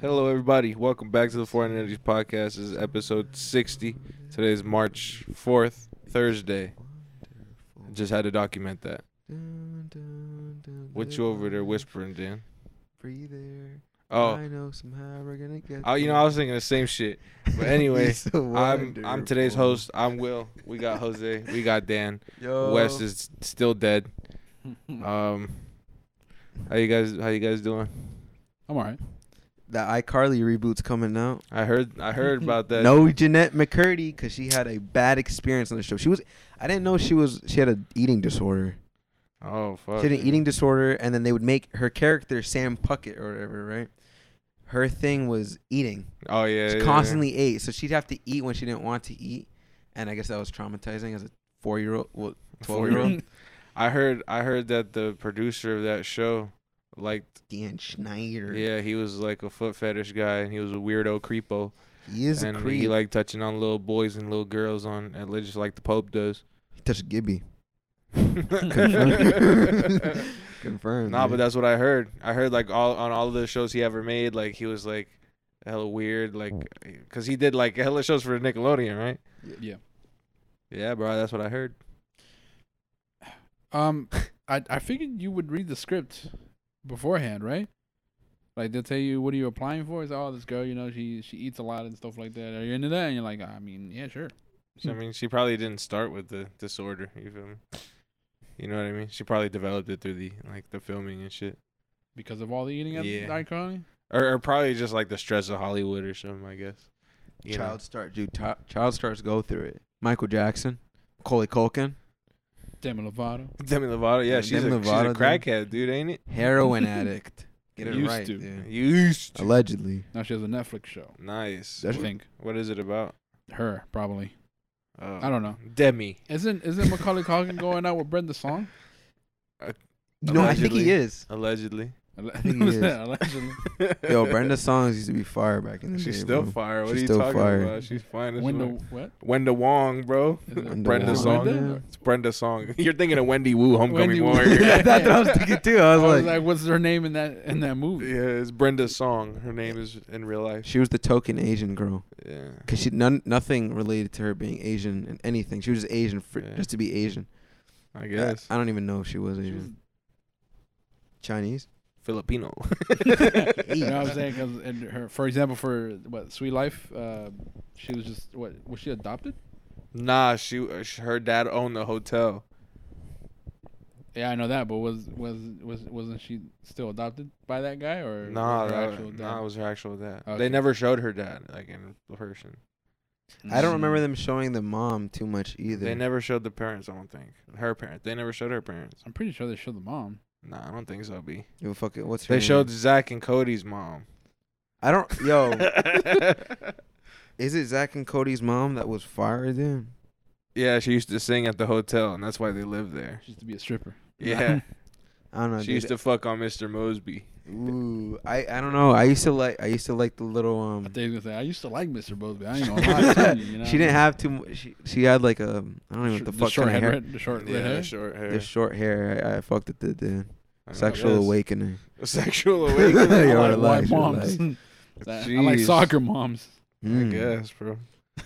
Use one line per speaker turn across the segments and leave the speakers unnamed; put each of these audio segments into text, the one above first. Hello, everybody. Welcome back to the Foreign Energies Podcast. This is episode 60. Today is March 4th, Thursday. Just had to document that. What you over there whispering, Dan?
Breathe air.
Oh,
I know somehow we're gonna get.
I, you know, I was thinking the same shit. But anyway,
He's
I'm I'm today's
wonderful.
host. I'm Will. We got Jose. We got Dan.
Yo.
Wes is still dead. Um, how you guys? How you guys doing?
I'm alright.
the iCarly reboot's coming out.
I heard. I heard about that.
No Jeanette McCurdy because she had a bad experience on the show. She was I didn't know she was she had an eating disorder.
Oh fuck.
She had an eating disorder, and then they would make her character Sam Puckett or whatever, right? Her thing was eating.
Oh yeah.
She
yeah, yeah.
constantly ate, so she'd have to eat when she didn't want to eat, and I guess that was traumatizing as a four year old. Well, twelve year old.
I heard I heard that the producer of that show liked
Dan Schneider.
yeah, he was like a foot fetish guy and he was a weirdo creepo.
He is
and
a creep.
he liked touching on little boys and little girls on and just like the Pope does.
he touched Gibby. Confirmed.
nah,
Confirmed.
but that's what I heard. I heard like all on all the shows he ever made, like he was like hella weird, like because he did like hella shows for Nickelodeon, right?
Yeah.
Yeah, bro, that's what I heard.
Um, I I figured you would read the script beforehand, right? Like they'll tell you what are you applying for? It's oh this girl, you know, she she eats a lot and stuff like that. Are you into that? And you're like, I mean, yeah, sure.
So, I mean, she probably didn't start with the disorder. You feel me? You know what I mean? She probably developed it through the like the filming and shit,
Because of all the eating at
Yeah.
yeah. Icon.
or, or probably just like the stress of Hollywood or something. I guess. You
child star, dude. ti- child stars go through it. Michael Jackson, Coley Culkin,
Demi Lovato.
know. Demi Lovato, yeah,
Yeah,
she's,
Demi
a, she's a
Lovato, then.
crackhead, dude, ain't it?
heroin addict. Get it
Used
right,
to.
dude.
Used. to.
Allegedly.
Now she has a Netflix show.
Nice.
I
That's-
think
What is it about?
her probably.
Oh.
I don't know.
Demi.
Isn't isn't Macaulay Culkin going out with Brenda Song?
No, I think
Allegedly.
he is.
Allegedly.
think he
Was
is.
that allegedly?
Yo, Brenda Songs used to be fire back in the day.
She's still
bro.
fire. What
She's
are you
still
talking
fire.
about? She's fine as
Window
fuck.
what?
Wenda Wong, bro.
Is it-
Brenda
Brenda
Wong.
Song.
Brenda?
It's Brenda Song. You're thinking of Wendy Wu, Homecoming
Wendy Wu.
Warrior.
Yeah.
That's what I was thinking too. I
I
was, like,
what's her name in that in that movie?
Yeah, it's Brenda's song. Her name is in real life.
she was the token Asian girl
Yeah.
because she none nothing related to her being Asian and anything. She was just Asian for
Yeah.
just to be Asian.
I
I-
guess.
I, don't even know if she was
She
Asian.
was
Chinese.
Filipino.
You know what I'm saying? 'Cause in her, for example, for what Sweet Life, uh, she was just what was she adopted?
Nah, she uh, sh- her dad owned the hotel.
Yeah, I know that, but was was was wasn't she still adopted by that guy or
Nah,
was her
that,
actual dad?
nah, it was her actual dad. They
Okay.
never showed her dad like in person.
I don't
Mm.
remember them showing the mom too much either.
They never showed the parents. I don't think her parents. They never showed her parents.
I'm pretty sure they showed the mom.
Nah, I don't think so. B.
Yo, fuck it. What's her
They
name?
showed Zach and Cody's mom.
I don't. Yo, is it Zach and Cody's mom that was fired? Then
yeah, she used to sing at the hotel, and that's why they lived there.
She used to be a stripper.
Yeah,
I don't know.
she used to fuck on Mr. Mosby.
Ooh, I I don't know. I used to like. I used to like the little
I
um.
think gonna say I used to like Mr. Bosby. I ain't gonna lie to you. you know?
She didn't have too. mu- She she had like a. I don't know what the,
Sh-
fuck
short
kind of
head,
hair.
red- the short red
yeah,
hair.
short
The
hair.
short hair. I, I fucked it. The, the
I know,
sexual
yes.
awakening.
Sexual
Yeah,
awakening.
Yo,
I
relax,
like white
relax.
moms. I like
Jeez.
soccer moms.
I
Mm.
guess, bro.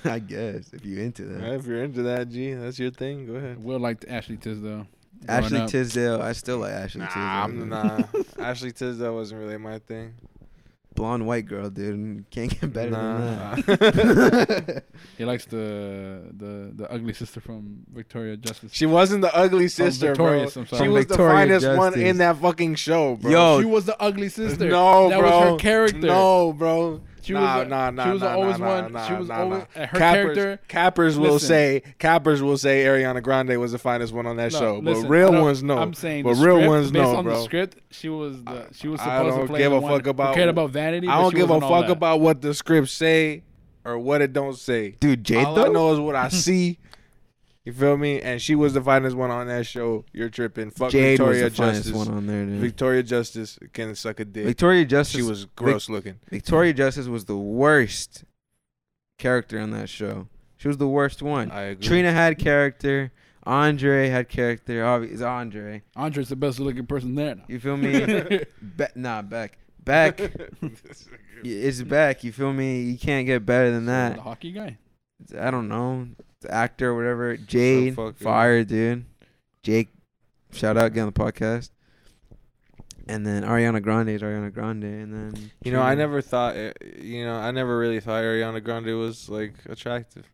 Hmm. I guess if you into that.
Yeah, if you're into that, G, that's your thing. Go ahead.
Will liked Ashley Tisdale. growing
Ashley
up.
Tisdale. I still like Ashley
Nah,
Tisdale.
I'm
dude.
nah. Ashley Tisdale wasn't really my thing.
Blonde white girl, dude. Can't get better
Nah.
than that.
He likes the the the ugly sister from Victoria Justice.
She wasn't the ugly
From
sister, bro.
Victorious, I'm
She
sorry. From
was
Victoria
the finest one
Justice.
in that fucking show, bro.
Yo,
she was the ugly sister.
Oh, no,
that
bro.
was her character.
No, bro.
she
nah,
was a-
nah, nah,
She was
nah,
always
nah, nah,
one.
nah,
she was
nah,
always
nah. cappers,
her character.
Cappers will
Listen.
say cappers will say Ariana Grande was the finest one on that
No,
show,
listen,
but real
I don't-
ones no.
I'm saying,
but
the
real
script,
ones
based
no,
on
bro.
The script, she was the, she was
I- I
supposed
don't
to play
give
the
a
one
fuck about-
who cared about vanity.
I
but
don't
she
give a
wasn't all
fuck
that.
about what the scripts say or what it don't say.
Dude, Jade
All I
though.
know is what I see. You feel me? And she was the finest one on that show. You're tripping. Fuck
Jade was the
Victoria
finest
Justice.
one on there. Dude.
Victoria Justice can suck a dick.
Victoria Justice.
she was gross looking.
Victoria Justice was the worst character on that show. She was the worst one.
I agree.
Trina had character. Andre had character. Obvi- It's Andre.
Andre's the best looking person there. Now.
You feel me? Be- nah, Beck. back. it's back. You feel me? You can't get better than
The
that.
hockey guy.
I don't know. The actor or whatever. Jade.
fucking-
fire, dude. Jake. Shout out. Get on the podcast. And then Ariana Grande is Ariana Grande. And then.
You know, I
Trina.
never thought, uh, you know, I never really thought Ariana Grande was like attractive.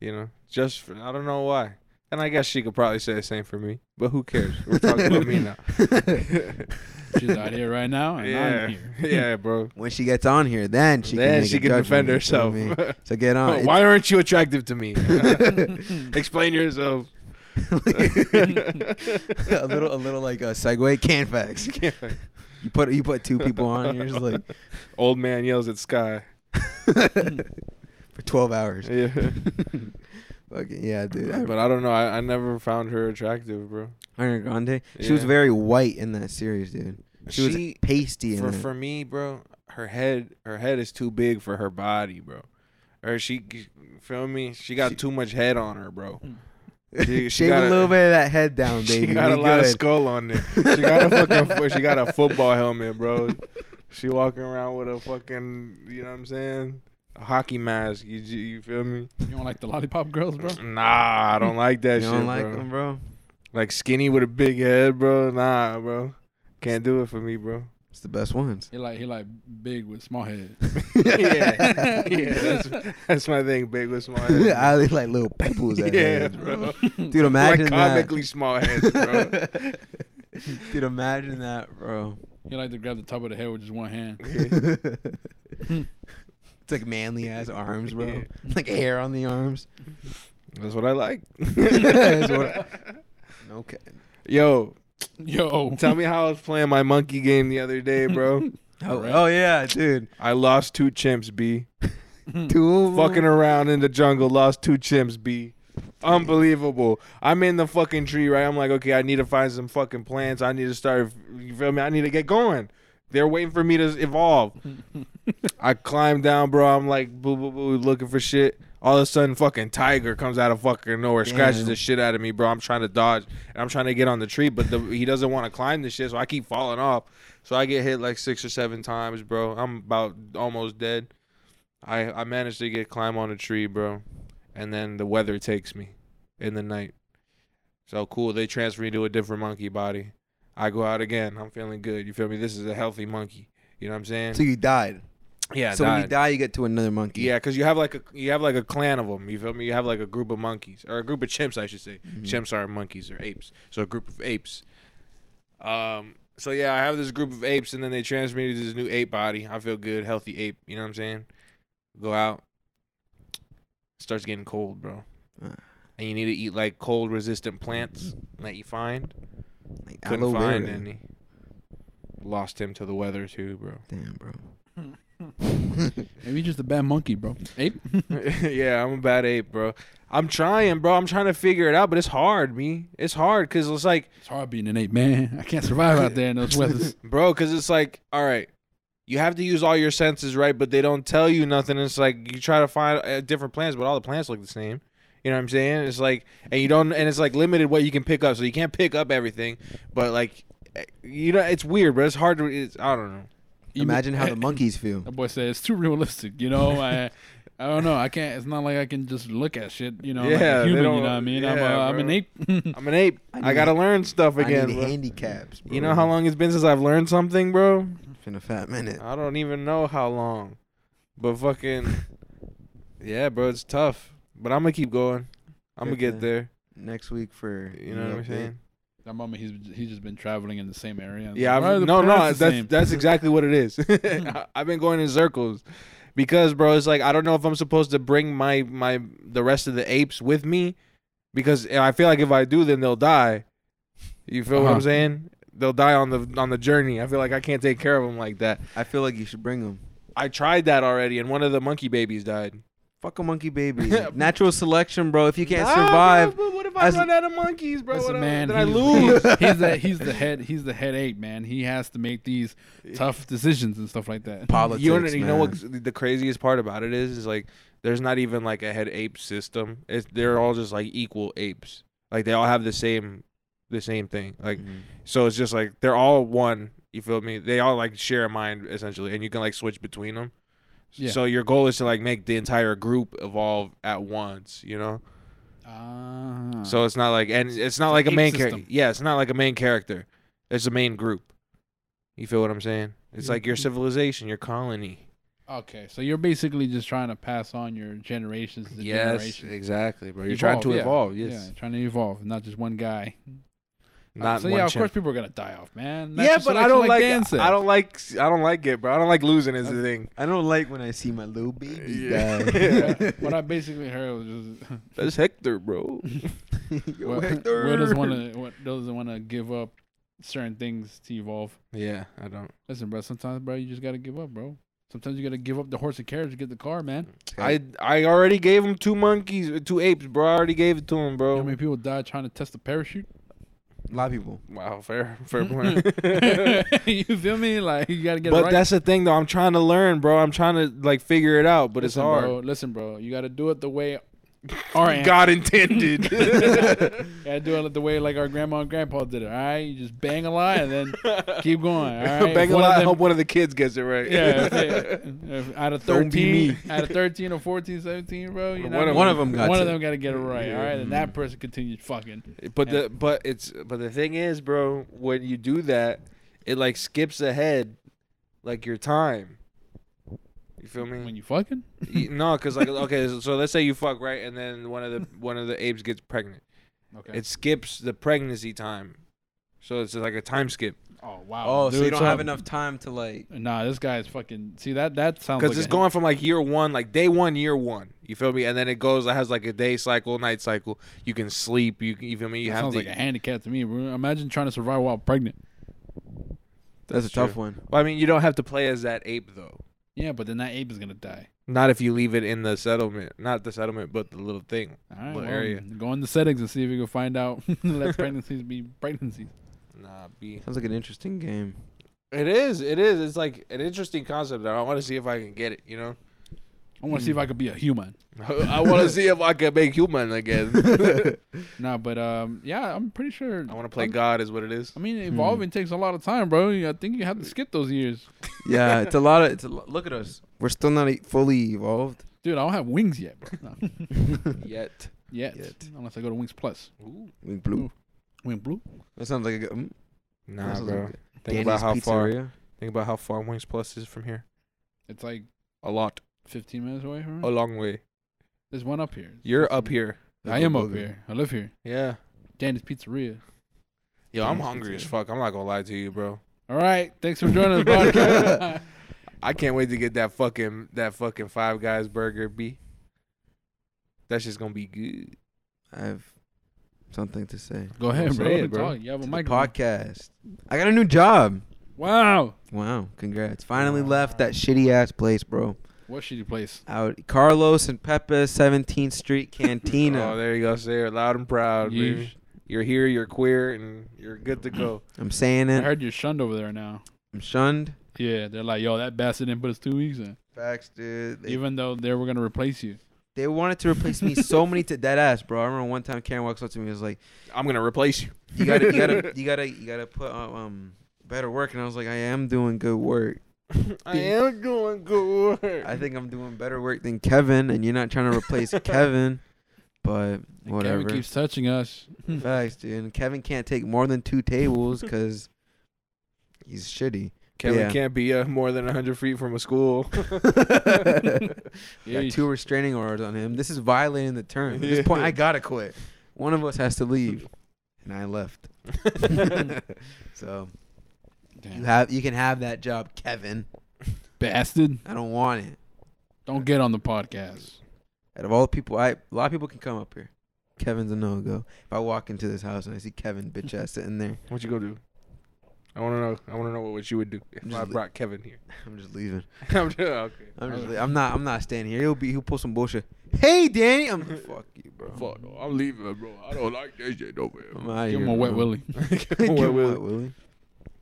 You know, just for, I don't know why. And I guess she could probably say the same for me, but who cares? We're talking about me now.
She's out here right now, and
yeah,
I'm here.
yeah, bro.
When she gets on here, then she can.
then
make
she
a
can
judgment,
defend
you feel
herself.
me? So get on. Uh, It's-
Why aren't you attractive to me? Explain yourself.
a little, a little like a segue. Can facts. You put you put two people on. You're just like
Old man yells at sky.
for twelve hours.
Yeah.
Fucking yeah, dude. I-
But I don't know. I, I never found her attractive, bro.
Ariana Grande. She was
Yeah.
very white in that series, dude. She, was pasty in
for
it.
for me, bro, her head her head is too big for her body, bro. Or she feel me? She got
She-
too much head on her, bro. she- she
Shave
got
a
a-
little bit of that head down,
she
Oh, baby.
got a
We
lot of
good.
skull on there. She got a fucking fo- she got a football helmet, bro. She walking around with a fucking you know what I'm saying? A hockey mask. You j- you feel me?
You don't like the lollipop girls, bro?
Nah, I don't like that
You
shit,
don't like
bro.
them, bro?
Like skinny with a big head, bro. Nah, bro. Can't do it for me, bro.
It's the best ones.
He like he like big with small head.
yeah, yeah, that's, that's my thing. Big with small head.
I look like little pebbles. At
yeah,
head.
bro.
dude. Imagine
like comically small heads, bro.
that. dude, imagine that, bro.
He like to grab the top of the head with just one hand.
it's like manly ass arms, bro. Like hair on the arms.
That's what I like.
That's what Okay.
Yo,
Yo,
tell me how I was playing my monkey game the other day, bro.
Oh,
Alright.
oh, yeah, dude.
I lost two chimps, B.
Two of 'em.
Hmm. Fucking around in the jungle, lost two chimps, B. Unbelievable. I'm in the fucking tree, right? I'm like, okay, I need to find some fucking plants. I need to start, you feel me? I need to get going. They're waiting for me to evolve. I climbed down, bro. I'm like, boo, boo, boo, looking for shit. All of a sudden, fucking tiger comes out of fucking nowhere, scratches
Damn.
the shit out of me, bro. I'm trying to dodge and I'm trying to get on the tree, but the, he doesn't want to climb the shit, so I keep falling off. So I get hit like six or seven times, bro. I'm about almost dead. I I managed to get climb on a tree, bro, and then the weather takes me in the night. So cool. They transfer me to a different monkey body. I go out again. I'm feeling good. You feel me? This is a healthy monkey. You know what I'm saying?
So you died.
yeah.
so when you
died.
die, you get to another monkey.
Yeah, because you have like a you have like a clan of them. You feel me? You have like a group of monkeys or a group of chimps, I should say.
Mm-hmm.
Chimps are monkeys or apes. So a group of apes. Um. So yeah, I have this group of apes, and then they transfer me to this new ape body. I feel good, healthy ape. You know what I'm saying? Go out. Starts getting cold, bro.
Ah.
And you need to eat like cold resistant plants that you find.
Like,
Couldn't
aloe
find
vera.
any. Lost him to the weather too, bro.
Damn, bro.
maybe he's just a bad monkey, bro. Ape.
yeah, I'm a bad ape, bro. I'm trying, bro. I'm trying to figure it out, but it's hard, me. It's hard because it's like,
It's hard being an ape, man. I can't survive out there in those weathers.
bro, because it's like, all right, you have to use all your senses, right? But they don't tell you nothing. It's like you try to find uh, different plants, but all the plants look the same. You know what I'm saying? It's like, and you don't, and it's like limited what you can pick up. So you can't pick up everything, but like, eh, you know, it's weird, but it's hard to, it's, I don't know.
You
Imagine
mean-
how the monkeys feel.
That boy said it's too realistic. You know, I, I don't know. I can't. It's not like I can just look at shit. You know, like
Yeah,
a
they
human. You know
don't-
what I mean? I'm,
yeah,
a, I'm an
bro.
ape.
I'm an ape.
I
I,
need-
gotta learn stuff
I
again.
need
bro.
handicaps. Bro.
You know how long it's been since I've learned something, bro?
It's been a fat minute.
I don't even know how long. But fucking Yeah, bro, it's tough. But I'm gonna keep going. I'm gonna get
Good
there.
Next week for
You know what I'm saying?
that moment, he's he's just been traveling in the same area. It's
Yeah,
like, why are
I've,
the
no, no,
plants the
that's
same?
that's exactly what it is. I- I've been going in circles because, bro, it's like I don't know if I'm supposed to bring my my the rest of the apes with me because I feel like if I do, then they'll die. You feel what I'm
Uh-huh.
saying? They'll die on the on the journey. I feel like I can't take care of them like that.
I feel like you should bring them.
I tried that already, and one of the monkey babies died.
Fuck a monkey baby. Natural selection, bro. If you can't
Nah,
survive,
Bro, but what if I
as-
run out of monkeys, bro?
Listen,
What man,
man,
then I
he's-
lose.
He's, he's the he's the head he's the head ape, man. He has to make these tough decisions and stuff like that.
politics.
you know, you know
man.
what's the craziest part about it is? Is like there's not even like a head ape system. It's they're all just like equal apes. Like they all have the same, the same thing. Like
Mm.
Mhm.
so, it's just like they're all one. You feel me? They all like share a mind essentially, and you can like switch between them.
Yeah.
So your goal is to like make the entire group evolve at once, you know.
Ah.
So it's not like and it's not like a
ape
main character.
system.
Yeah, it's not like a main character. It's a main group. You feel what I'm saying? It's
Yeah.
like your civilization, your colony.
okay, so you're basically just trying to pass on your generations to generations.
exactly, bro. eh, You're
Evolve,
trying to
yeah.
evolve. Yes,
Yeah, trying to evolve, not just one guy. Uh,
not
so
one.
yeah, of
champ-
course people are gonna die off, man.
yeah,
Natural
but I don't
selection,
like.
Dan said.
I don't like. I don't like it, bro. I don't like losing. Is the thing.
I don't like when I see my little babies
Yeah.
die.
what I basically heard was just
That's Hector, bro.
Yo,
Will,
Hector.
Will doesn't want to. Doesn't want to give up certain things to evolve.
yeah, I don't.
Listen, bro. Sometimes, bro, you just gotta give up, bro. Sometimes you gotta give up the horse and carriage to get the car, man.
I I already gave him two monkeys, uh, two apes, bro. I already gave it to him,
You
bro.
know how many people die trying to test the parachute?
a lot of people.
wow, fair, fair point.
you feel me? Like you gotta
Mm-hmm.
get it
but
right.
that's the thing, though. I'm trying to learn, bro. I'm trying to like figure it out, but it's
listen,
hard.
Bro, listen, bro. You gotta do it the way our aunt.
God intended.
gotta do it the way like our grandma and grandpa did it. All right, you just bang a lie and then keep going. All right,
Bang a
One of
lot. I
them-
hope one of the kids gets it right.
Yeah, if- if out of
Don't be
13, out of 13 or 14, 17, bro. You
One
know,
of-
one of 'em got
one of
to.
them got to get it right.
Yeah.
All right, and that person continued fucking.
But
Yeah.
the but it's but the thing is, bro, when you do that, it like skips ahead like your time. You feel me?
When you fucking,
Y- no, because like okay, so- so let's say you fuck right, and then one of the one of the apes gets pregnant.
okay.
It skips the pregnancy time, so it's like a time skip.
oh wow.
Oh, so
Dude,
you don't have
I'm-
enough time to like.
Nah, this guy is fucking. See that? That sounds
Because
like
it's
a-
going from like year one, like day one, year one. You feel me? And then it goes. It has like a day cycle, night cycle. You can sleep. You can, you feel me? You
that
have
sounds
to.
like a handicap to me, bro. Imagine trying to survive while pregnant.
That's,
That's
a tough
true.
one.
well, I mean, you don't have to play as that ape though.
Yeah, but then that ape is gonna die.
Not if you leave it in the settlement. Not the settlement, but the little thing.
All right,
What
well,
area?
Go in the settings and see if you can find out. Let pregnancies be pregnancies.
Nah, B.
Sounds like an interesting game.
It is. It is. It's like an interesting concept. that I want to see if I can get it. You know.
I want to see if I could be a human.
I want to see if I can make human again.
Nah, but um, yeah, I'm pretty sure.
I want to play God, is what it is.
I mean, evolving takes a lot of time, bro. I think you have to skip those years,
Yeah, it's a lot of. It's a lo- look at us. We're still not e- fully evolved
dude. I don't have wings yet, bro. No.
Yet.
yet.
Yet.
unless I go to Wings Plus.
We blue.
Wing Blue.
That sounds like a good. Mm, that
Nah,
sounds
bro.
like
Think
Danny's
about how far.
Pizzeria.
Think about how far Wings Plus is from here.
It's like
A lot.
15 minutes away from
A
here.
long way.
There's one up here.
You're up here.
I am up here. I live here.
Yeah.
Danny's Pizzeria.
Yo, I'm
Danny's
hungry as
Pizzeria.
fuck. I'm not gonna lie to you, bro.
All right. Thanks for joining us, podcast.
I can't wait to get that fucking that fucking Five Guys burger, B. That's just gonna be good.
I have something to say.
go ahead,
Say
bro.
it,
Talk.
bro.
You have a
To the
mic.
podcast. I got a new job.
Wow.
Wow, congrats. Finally left that shitty ass place, bro.
What shitty place.
Out Carlos and Pepe, 17th Street
Oh,
Cantina.
there you go. Say it loud and proud,
Yeesh.
baby. You're here. You're queer, and you're good to go.
I'm saying
I
it.
heard you're shunned over there now.
I'm shunned.
Yeah, they're like, yo, that bastard didn't put us two weeks in,
Facts, dude. They,
even though they were gonna replace you.
they wanted to replace me so many to dead ass, bro. I remember one time Karen walks up to me and was like,
I'm gonna replace you.
"You gotta, you gotta, you gotta, you gotta put uh, um better work." And I was like, "I am doing good work.
I am doing good.
I think I'm doing better work than Kevin, and you're not trying to replace Kevin." But
And
whatever.
Kevin keeps touching us.
Facts, dude. And Kevin can't take more than two tables because he's shitty.
Kevin
Yeah.
can't be uh, more than 100 feet from a school.
Got
Yeesh.
two restraining orders on him. This is violating the term. At this point, I gotta quit. One of us has to leave, and I left. so
Damn.
you have you can have that job, Kevin.
bastard.
I don't want it.
Don't get on the podcast.
Out of all the people, I a lot of people can come up here. Kevin's a no go. If I walk into this house and I see Kevin bitch ass sitting there,
what you gonna do? I want to know. I want to know what, what you would do if
Just
I
li-
brought Kevin here.
I'm just leaving.
I'm just, okay.
I'm just. li- I'm not. I'm not staying here. He'll be. He'll pull some bullshit. Hey, Danny. I'm like, fuck you, bro.
Fuck, no, I'm leaving, bro. I don't like that shit over
I'm out
Give
here.
him a wet
bro.
willy.
here.
Give him a
What will-
wet willy.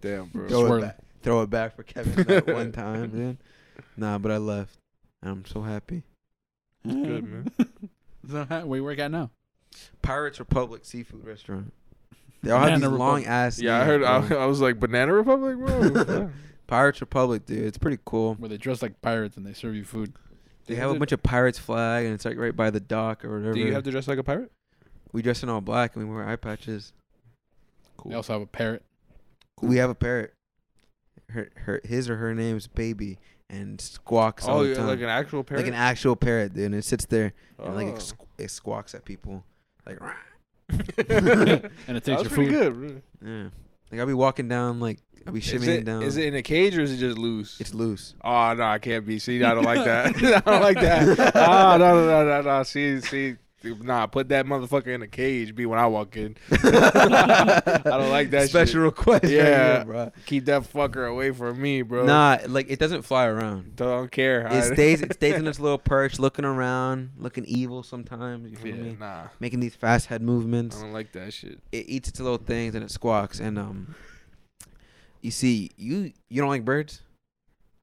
Damn, bro.
Yo.
Throw it,
Swerve.
back, throw it back for Kevin that one time, dude. Nah, but I left. And I'm so happy.
good, man.
so how, where you work at now?
Pirates Republic Seafood Restaurant. They all have
Banana
these
Republic.
long ass.
Yeah, I
names,
heard.
bro.
I, I was like Banana Republic. Whoa.
Pirates Republic, dude. It's pretty cool.
where they dress like pirates and they serve you food.
They have a bunch of pirates flag, and it's like right by the dock or whatever.
Do you have to dress like a pirate?
we dress in all black, and we wear eye patches.
They also have a parrot.
We have a parrot. Her, her, his or her name's Baby, and squawks all
Oh,
the
yeah,
time.
like an actual parrot.
Like an actual parrot, dude. And it sits there and like it,
Oh.
squ- it squawks at people, like. "Rah."
And it
That was
takes your
pretty
food.
good. really.
Yeah. Like I'll be walking down, like I'll be shimmying
Is it,
down.
is it in a cage or is it just loose?
It's loose.
oh no, I can't be. See, I don't like that. I don't like that. Oh no, no, no, no, no. See, see, nah. Put that motherfucker in a cage. Be when I walk in.
I
don't like that
Special
shit.
request. Yeah,
Yeah.
bro.
Keep that fucker away from me, bro.
Nah, like it doesn't fly around.
don't care.
It stays. It stays in its little perch, looking around, looking evil sometimes. You feel
Yeah,
me?
nah. Uh-huh.
Making these fast head movements.
I don't like that shit.
It eats its little things and it squawks. And um, you see, you you don't like birds.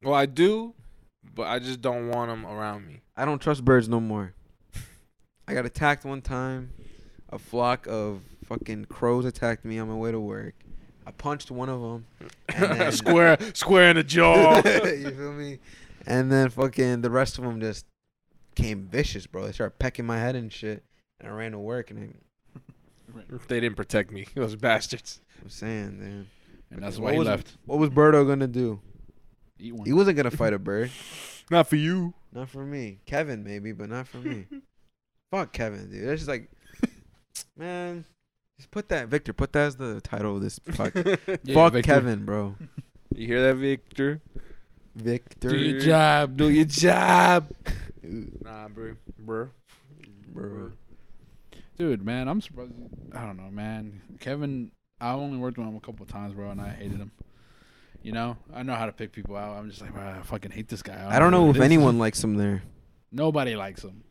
Well, I do, but I just don't want them around me.
I don't trust birds no more. I got attacked one time. A flock of fucking crows attacked me on my way to work. I punched one of them.
square, square in the jaw.
you feel me? And then fucking the rest of them just came vicious, bro. They started pecking my head and shit. And I ran to work, and I-
they didn't protect me. Those bastards.
I'm saying, man,
And that's
What
why he
was-
left.
what was Birdo gonna do?
Eat one.
He wasn't gonna fight a bird.
Not for you.
Not for me. Kevin maybe, but not for me. Fuck Kevin, dude. That's just like, man. Just put that, Victor. Put that as the title of this podcast.
Yeah,
Fuck
Victor.
Kevin, bro.
You hear that, Victor?
Victor.
Do your job.
Do your job.
Ooh,
Nah, bro. Bro.
bro.
Dude, man, I'm surprised. I don't know, man. Kevin, I only worked with him a couple of times, bro, and I hated him. You know, I know how to pick people out. I'm just like, bro, I fucking hate this guy.
I don't know
what
if
it is.
anyone likes him there.
Nobody likes him.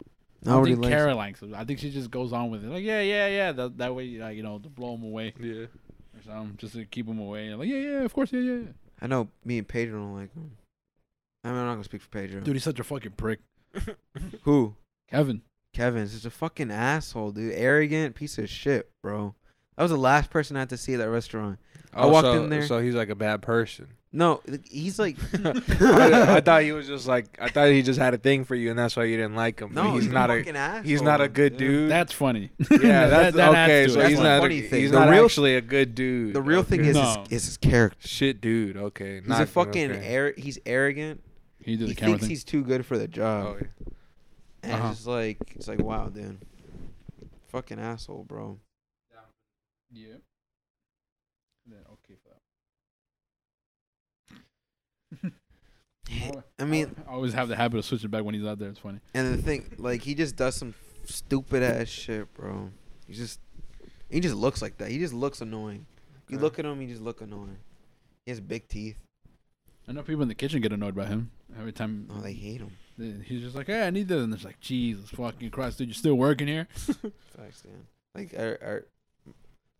Nobody
I don't think
likes
Kara likes him. I think she just goes on with it. Like, yeah, yeah, yeah. That, that way, like, you know, to blow him away
Yeah.
or something, just to keep him away. like, yeah, yeah, of course, yeah, yeah. yeah.
I know me and Pedro don't like him. I mean, I'm not gonna speak for Pedro.
Dude, he's such a fucking prick.
Who?
Kevin.
Kevin's just a fucking asshole, dude. Arrogant piece of shit, bro. That was the last person I had to see at that restaurant. I walked
Oh, so-
in there-
So he's like a bad person.
No, he's like,
I, I thought he was just like I thought he just had a thing for you, and that's why you didn't like him. but
no,
he's, not a
fucking asshole.
he's not a good dude.
That's funny.
yeah, that's
that adds
okay.
to it.
So
That's
he's
the
not
funny
a,
thing.
he's
The
not
real-
actually a good dude.
The real thing
Okay.
is,
No.
his, is his character.
shit, dude. Okay,
He's
not
a
good,
fucking
okay.
ar- he's arrogant.
He did
He
the camera
thinks
thing.
he's too good for the job.
Oh, yeah.
And
Uh-huh.
it's just like it's like wow, dude. Fucking asshole, bro.
Yeah. Then okay for that.
I mean,
I always have the habit of switching back when he's out there. It's funny.
and the thing, like he just does some stupid ass shit, bro. He just he just looks like that. He just looks annoying. You
Okay.
look at him, he just look annoying. He has big teeth.
I know people in the kitchen get annoyed by him every time.
Oh, they hate him.
they- He's just like, "Hey, I need this," and it's like, "Jesus fucking Christ, dude, you still working here?"
Facts, man. Like our, our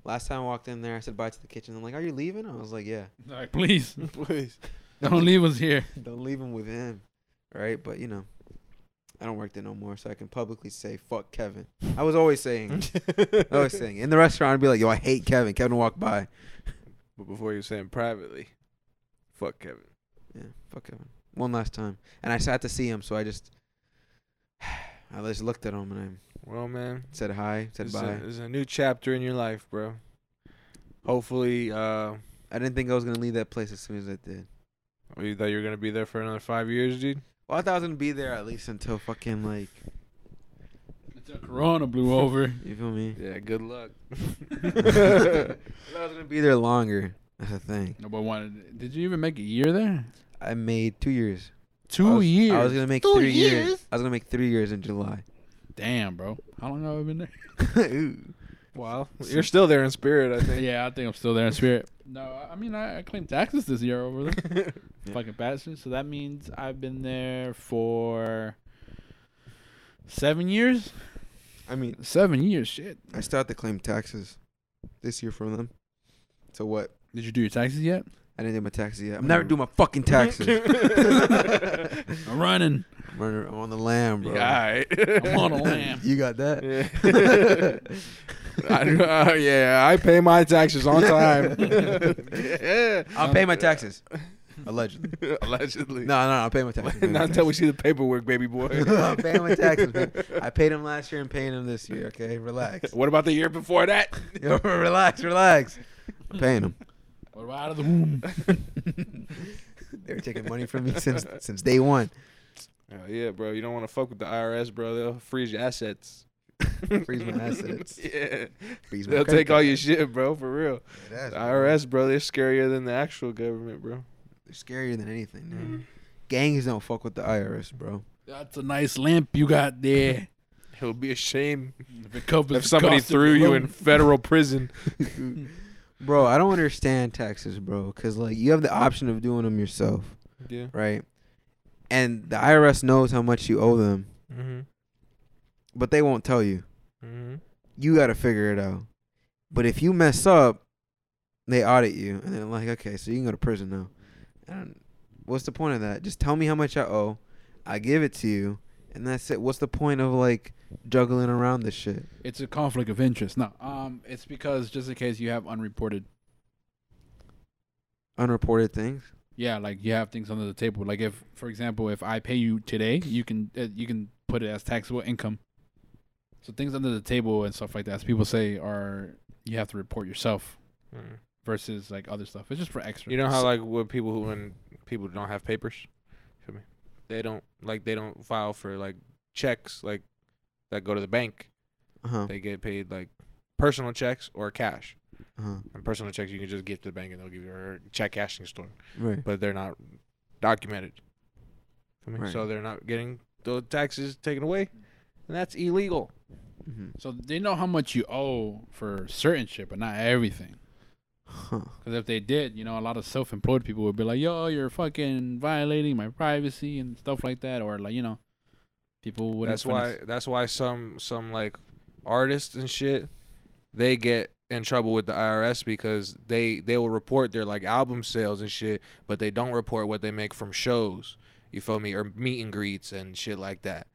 last time I walked in there, I said bye to the kitchen. I'm like, "Are you leaving?" I was like, "Yeah."
Like, please,
Please
don't leave us here.
don't leave him with him, right? But you know, I don't work there no more, so I can publicly say fuck Kevin. I was always saying, I was saying in the restaurant, I'd be like, "Yo, I hate Kevin." Kevin would walk by.
But before you were saying privately, fuck Kevin.
Yeah, fuck Kevin. One last time, and I sat to see him, so I just, I just looked at him and
Well, man,
I said hi, said
it's
bye.
a, it's a new chapter in your life, bro. Hopefully, uh,
I didn't think I was gonna leave that place as soon as I did.
you thought you were gonna be there for another five years, dude.
Well, I thought I was gonna be there at least until fucking like,
Until Corona blew over.
you feel me?
Yeah, good luck.
I thought I was gonna be there longer. That's the thing.
Nobody wanted. Did you even make a year there?
I made two years.
Two
I was,
years.
I was gonna make
Two
three years.
years?
I was gonna make three years in July.
Damn, bro. How long have I been there?
Ooh.
Wow, you're still there in spirit, I think.
yeah, I think I'm still there in spirit. No, I- I mean I, I claimed taxes this year over there.
Yeah.
Fucking bastard. So that means I've been there for seven years.
I mean,
Seven years, shit.
I still have to claim taxes this year from them. So what?
Did you do your taxes yet?
I didn't do my taxes yet. I'm never doing my fucking taxes.
I'm running.
I'm, running- I'm on the lam, bro.
Yeah, all right.
I'm on a lamb.
You got that?
I, uh, yeah, I pay my taxes on time.
I'll pay my taxes. Allegedly.
Allegedly.
No, no, I'll pay my taxes.
Not until we see the paperwork, baby boy.
I'm paying my taxes, man. I paid him last year and paying him this year. Okay, relax.
what about the year before that?
Yo, relax, relax. I'm paying him.
What about out of the womb?
They were taking money from me since since day one.
Oh, yeah, bro. You don't want to fuck with the IRS, bro. They'll freeze your assets.
Freeze my assets.
yeah.
Freeze my
They'll
credit
take all
card.
your shit, bro, for real.
Dead ass,
The
bro.
IRS, bro, they're scarier than the actual government, bro.
They're scarier than anything.
Mm-hmm.
Man. Gangs don't fuck with the IRS, bro.
That's a nice lamp you got there.
It would be a shame
If it covers
if
the
somebody
cost of
threw
the
you
loan.
in federal prison.
Bro, I don't understand taxes, bro, because like you have the option of doing them yourself,
Yeah.
right? And the IRS knows how much you owe them,
Mm-hmm.
but they won't tell you.
Mm-hmm.
You got to figure it out. But if you mess up, they audit you, and they're like, okay, so you can go to prison now. And what's the point of that? Just tell me how much I owe. I give it to you, and that's it. What's the point of like juggling around this shit?
It's a conflict of interest. No, um, it's because just in case you have unreported,
Unreported things.
yeah, like you have things under the table. Like if, for example, if I pay you today, you can uh, you can put it as taxable income. So things under the table and stuff like that, as people say, are you have to report yourself versus like other stuff. It's just for extra.
You know how like with people who when people don't have papers, feel me? They don't like they don't file for like checks like that go to the bank.
Uh huh.
They get paid like personal checks or cash.
Uh huh.
And personal checks you can just give to the bank and they'll give you or check cashing store,
Right.
but they're not documented. Feel me?
Right.
So they're not getting the taxes taken away, and that's illegal.
Mm-hmm.
so they know how much you owe for certain shit, but not everything.
Huh.
Because if they did, you know, a lot of self-employed people would be like, "Yo, you're fucking violating my privacy and stuff like that," or like, you know, people would.
that's why that's why some some like artists and shit they get in trouble with the IRS because they they will report their like album sales and shit, but they don't report what they make from shows. You feel me? Or meet and greets and shit like that.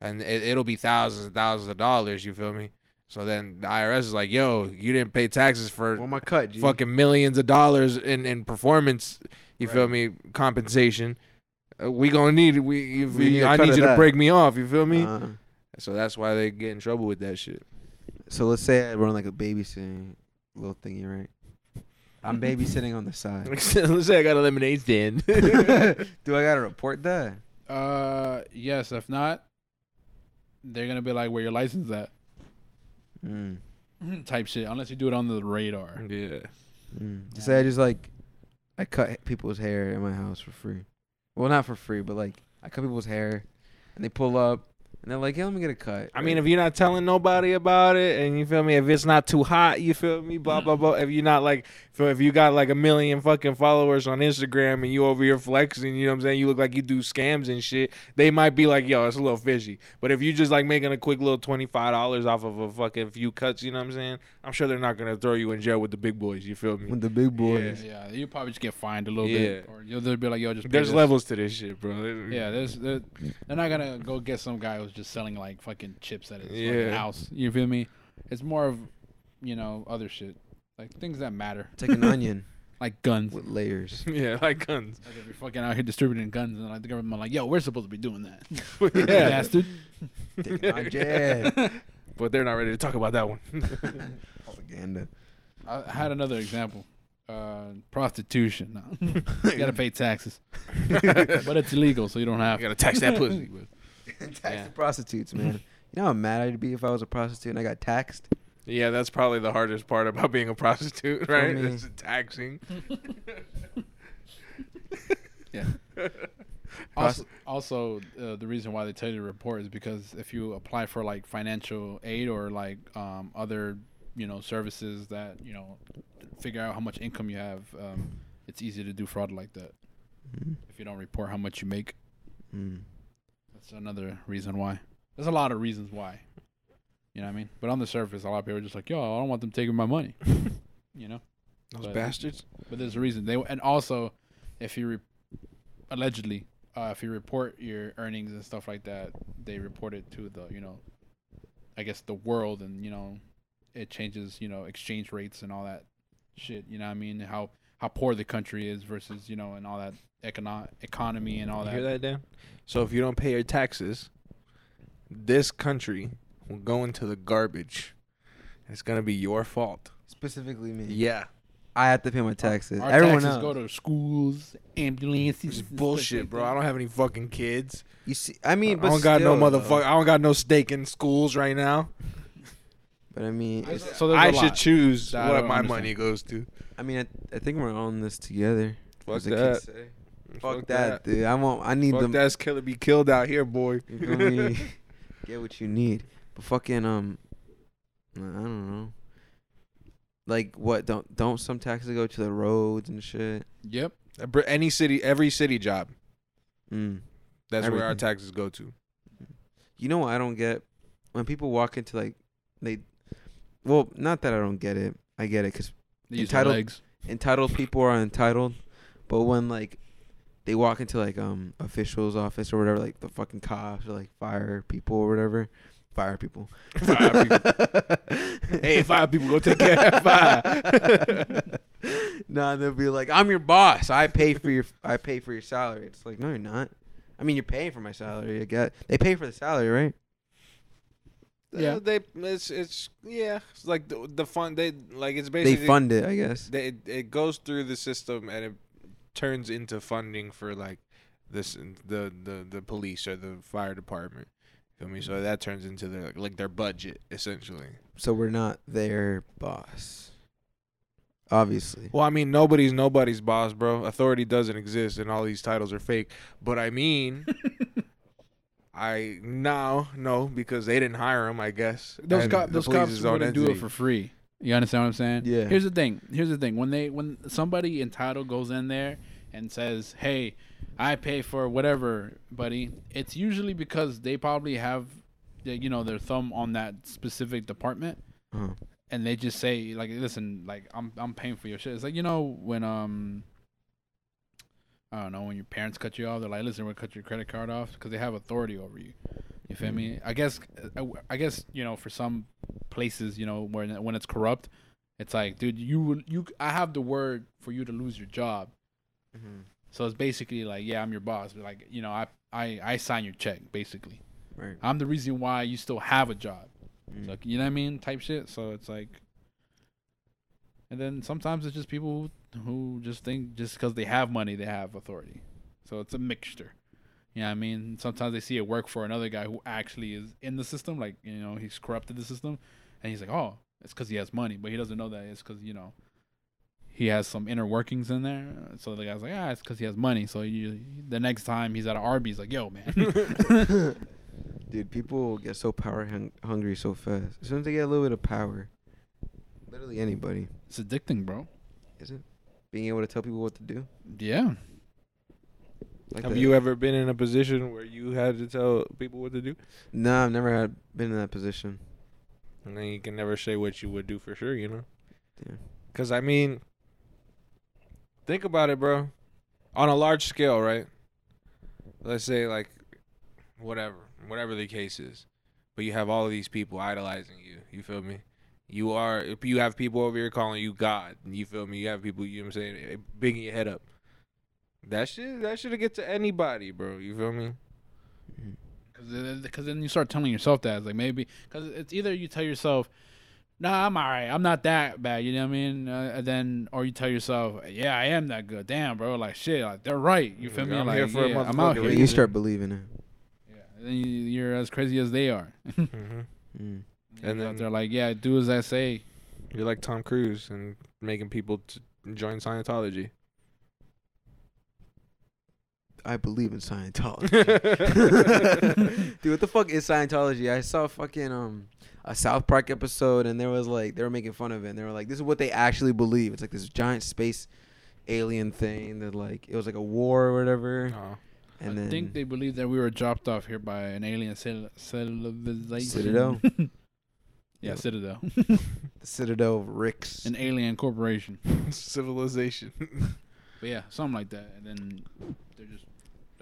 And it, it'll be thousands and thousands of dollars. You feel me? So then the IRS is like, "Yo, you didn't pay taxes for
Well, my cut. G.
fucking millions of dollars in, in performance. You feel me? Compensation. Uh, we gonna need we. You,
We need a
I
cut
need
of
you to
that.
break me off. You feel me?
Uh,
so that's why they get in trouble with that shit.
so let's say I run like a babysitting little thingy, right? I'm babysitting on the side.
Let's say I got a lemonade stand.
Do I gotta report that?
Uh, yes. If not, they're gonna be like, "Where your license at?"
Mm.
Type shit. Unless you do it under the radar.
yeah.
Mm. Just Say I just like I cut people's hair in my house for free. Well, not for free, but like I cut people's hair, and they pull up, and they're like, "Yeah, let me get a cut."
I mean, if you're not telling nobody about it, and you feel me, if it's not too hot, you feel me, blah blah blah. If you're not like, feel- if you got like a million fucking followers on Instagram and you over here flexing, you know what I'm saying, you look like you do scams and shit. They might be like, yo, it's a little fishy. But if you just like making a quick little twenty five dollars off of a fucking few cuts, you know what I'm saying, I'm sure they're not gonna throw you in jail with the big boys. You feel me?
with the big boys,
Yeah, you probably just get fined a little bit,
Yeah.
or you'll they'll be like, "Yo, just pay
There's
this."
levels to this shit, bro.
Yeah, there's they're, they're not gonna go get some guy who's just selling like fucking chips at his
Yeah.
fucking house. You feel me? It's more of, you know, other shit like things that matter,
it's like an onion
like guns.
with layers.
yeah, like guns.
Like if you're fucking out here distributing guns, and like the government, like, "Yo, we're supposed to be doing that."
yeah.
Bastard.
Taking on jab.
But they're not ready to talk about that one.
Propaganda.
I had another example. Uh, prostitution. No. you gotta pay taxes, but it's illegal, so you don't
I
have. to.
gotta tax that pussy.
Tax
Yeah.
the prostitutes, man. You know how mad I'd be if I was a prostitute and I got taxed?
Yeah, that's probably the hardest part about being a prostitute,
For
right?
me.
It's taxing.
Also, also uh, the reason why they tell you to report is because if you apply for like financial aid or like um, other, you know, services that you know, figure out how much income you have, um, it's easy to do fraud like that if you don't report how much you make.
Mm.
That's another reason why. There's a lot of reasons why. You know what I mean? But on the surface, a lot of people are just like, "Yo, I don't want them taking my money." you know.
Those
But-
bastards.
But there's a reason they and also, if you re, allegedly, uh, if you report your earnings and stuff like that, they report it to the you know, I guess the world and you know, it changes, you know, exchange rates and all that shit. You know what I mean? How how poor the country is versus you know, and all that econo- economy and all
You
that.
hear that, Dan? So if you don't pay your taxes, this country will go into the garbage. It's gonna be your fault.
Specifically me.
Yeah,
I have to pay my taxes.
Our
Everyone
taxes
else.
go to schools, ambulances.
it's
and stuff
bullshit,
like
bro.
that.
I don't have any fucking kids.
you see, I mean,
I
but
don't got no
still, though.
motherfucker. I don't got no stake in schools right now.
But I mean, it's,
So there's
I
a
should
lot.
choose
that I
what
don't
my
understand.
money goes to.
I mean, I, I think we're on this together.
Fuck
as the
that.
kids say. Fuck, that, dude. I want. I need
Fuck
them.
that's killer be killed out here, boy.
You feel me? Get what you need. But fucking um, I don't know. Like what? Don't don't some taxes go to the roads and shit?
Yep.
Br- Any city, every city job.
Mm.
That's where our
Everything.
taxes go to.
You know what I don't get? When people walk into like they, well, not that I don't get it. I get it because
They use their
Entitled-
legs.
entitled people are entitled, but when like they walk into like um officials' office or whatever, like the fucking cops or like fire people or whatever, fire people.
Fire Hey, five people go take care of
fire. nah, they'll be like, "I'm your boss. I pay for your I pay for your salary." It's like, no, you're not. I mean, you're paying for my salary. I get they pay for the salary, right?
Yeah.
Uh, they it's it's yeah. It's like the, the fund they like it's
They
basically
fund it, I guess.
they- it, it goes through the system and it turns into funding for like this the the the police or the fire department. Feel me? So that turns into their like their budget essentially.
So we're not their boss, obviously.
Well, I mean, nobody's nobody's boss, bro. Authority doesn't exist, and all these titles are fake. But I mean, I now know because they didn't hire him. I guess
Those,
And
co-
the
those
police
cops
is on
wouldn't do it
entity.
for free. You understand what I'm saying?
Yeah.
Here's the thing. Here's the thing. When they when somebody entitled goes in there and says, "Hey, I pay for whatever, buddy," it's usually because they probably have, the- you know, their thumb on that specific department,
Uh-huh.
and they just say, "Like, listen, like I'm I'm paying for your shit." It's like you know when um. I don't know when your parents cut you off. They're like, "Listen, we're gonna cut your credit card off because they have authority over you." You feel me? I guess, I, I guess you know, for some places, you know, when when it's corrupt, it's like, dude, you will- you I have the word for you to lose your job.
Mm-hmm.
So it's basically like, yeah, I'm your boss, but like, you know, I I I sign your check basically.
Right.
I'm the reason why you still have a job.
Mm.
Like, you know what I mean? Type shit. So it's like, and then sometimes it's just people who, who just think just because they have money, they have authority. So it's a mixture. You know what I mean? Sometimes they see it work for another guy who actually is in the system. Like, you know, he's corrupted the system. And he's like, oh, it's because he has money. But he doesn't know that it's because, you know, he has some inner workings in there. So the guy's like, ah, it's because he has money. So you, the next time he's at an Arby's, like, yo, man.
Dude, people get so power hung- hungry so fast. As soon as they get a little bit of power, literally anybody,
it's addicting, bro.
is it? Being able to tell people what to do.
Yeah.
Like
Have
that.
you e- ever been in a position where you had to tell people what to do,
Nah, I've never had been in that position.
and then you can never say what you would do for sure, you know?
Yeah.
Because I mean, think about it, bro. On a large scale, right? Let's say like whatever, whatever the case is, but you have all of these people idolizing you. You feel me? You are. If you have people over here calling you God, you feel me? You have people. You know what I'm saying? eh, Bigging your head up. That shit. That should get to anybody, bro. You feel me? Mm-hmm.
Because then you start telling yourself that. It's like maybe, because it's either you tell yourself, nah, I'm all right. I'm not that bad. You know what I mean? Uh, and then, or you tell yourself, yeah, I am that good. Damn, bro. Like, shit, like, they're right. You feel me?
I'm
like,
here for a
yeah, I'm out
motherfucking
here.
But you start believing it.
Yeah. And then you, you're as crazy as they are.
Mm-hmm.
Mm.
And
and
then-
they're like, yeah, do as I say.
You're like Tom Cruise and making people t- join Scientology.
I believe in Scientology. Dude, what the fuck is Scientology? I saw fucking um a South Park episode and there was like they were making fun of it and they were like, This is what they actually believe. It's like this giant space alien thing that like it was like a war or whatever.
Oh.
And
I
then
think they believe that we were dropped off here by an alien civil- civilization.
Citadel?
yeah, Citadel.
the Citadel of Ricks.
an alien corporation.
Civilization.
But yeah, something like that. And then they're just,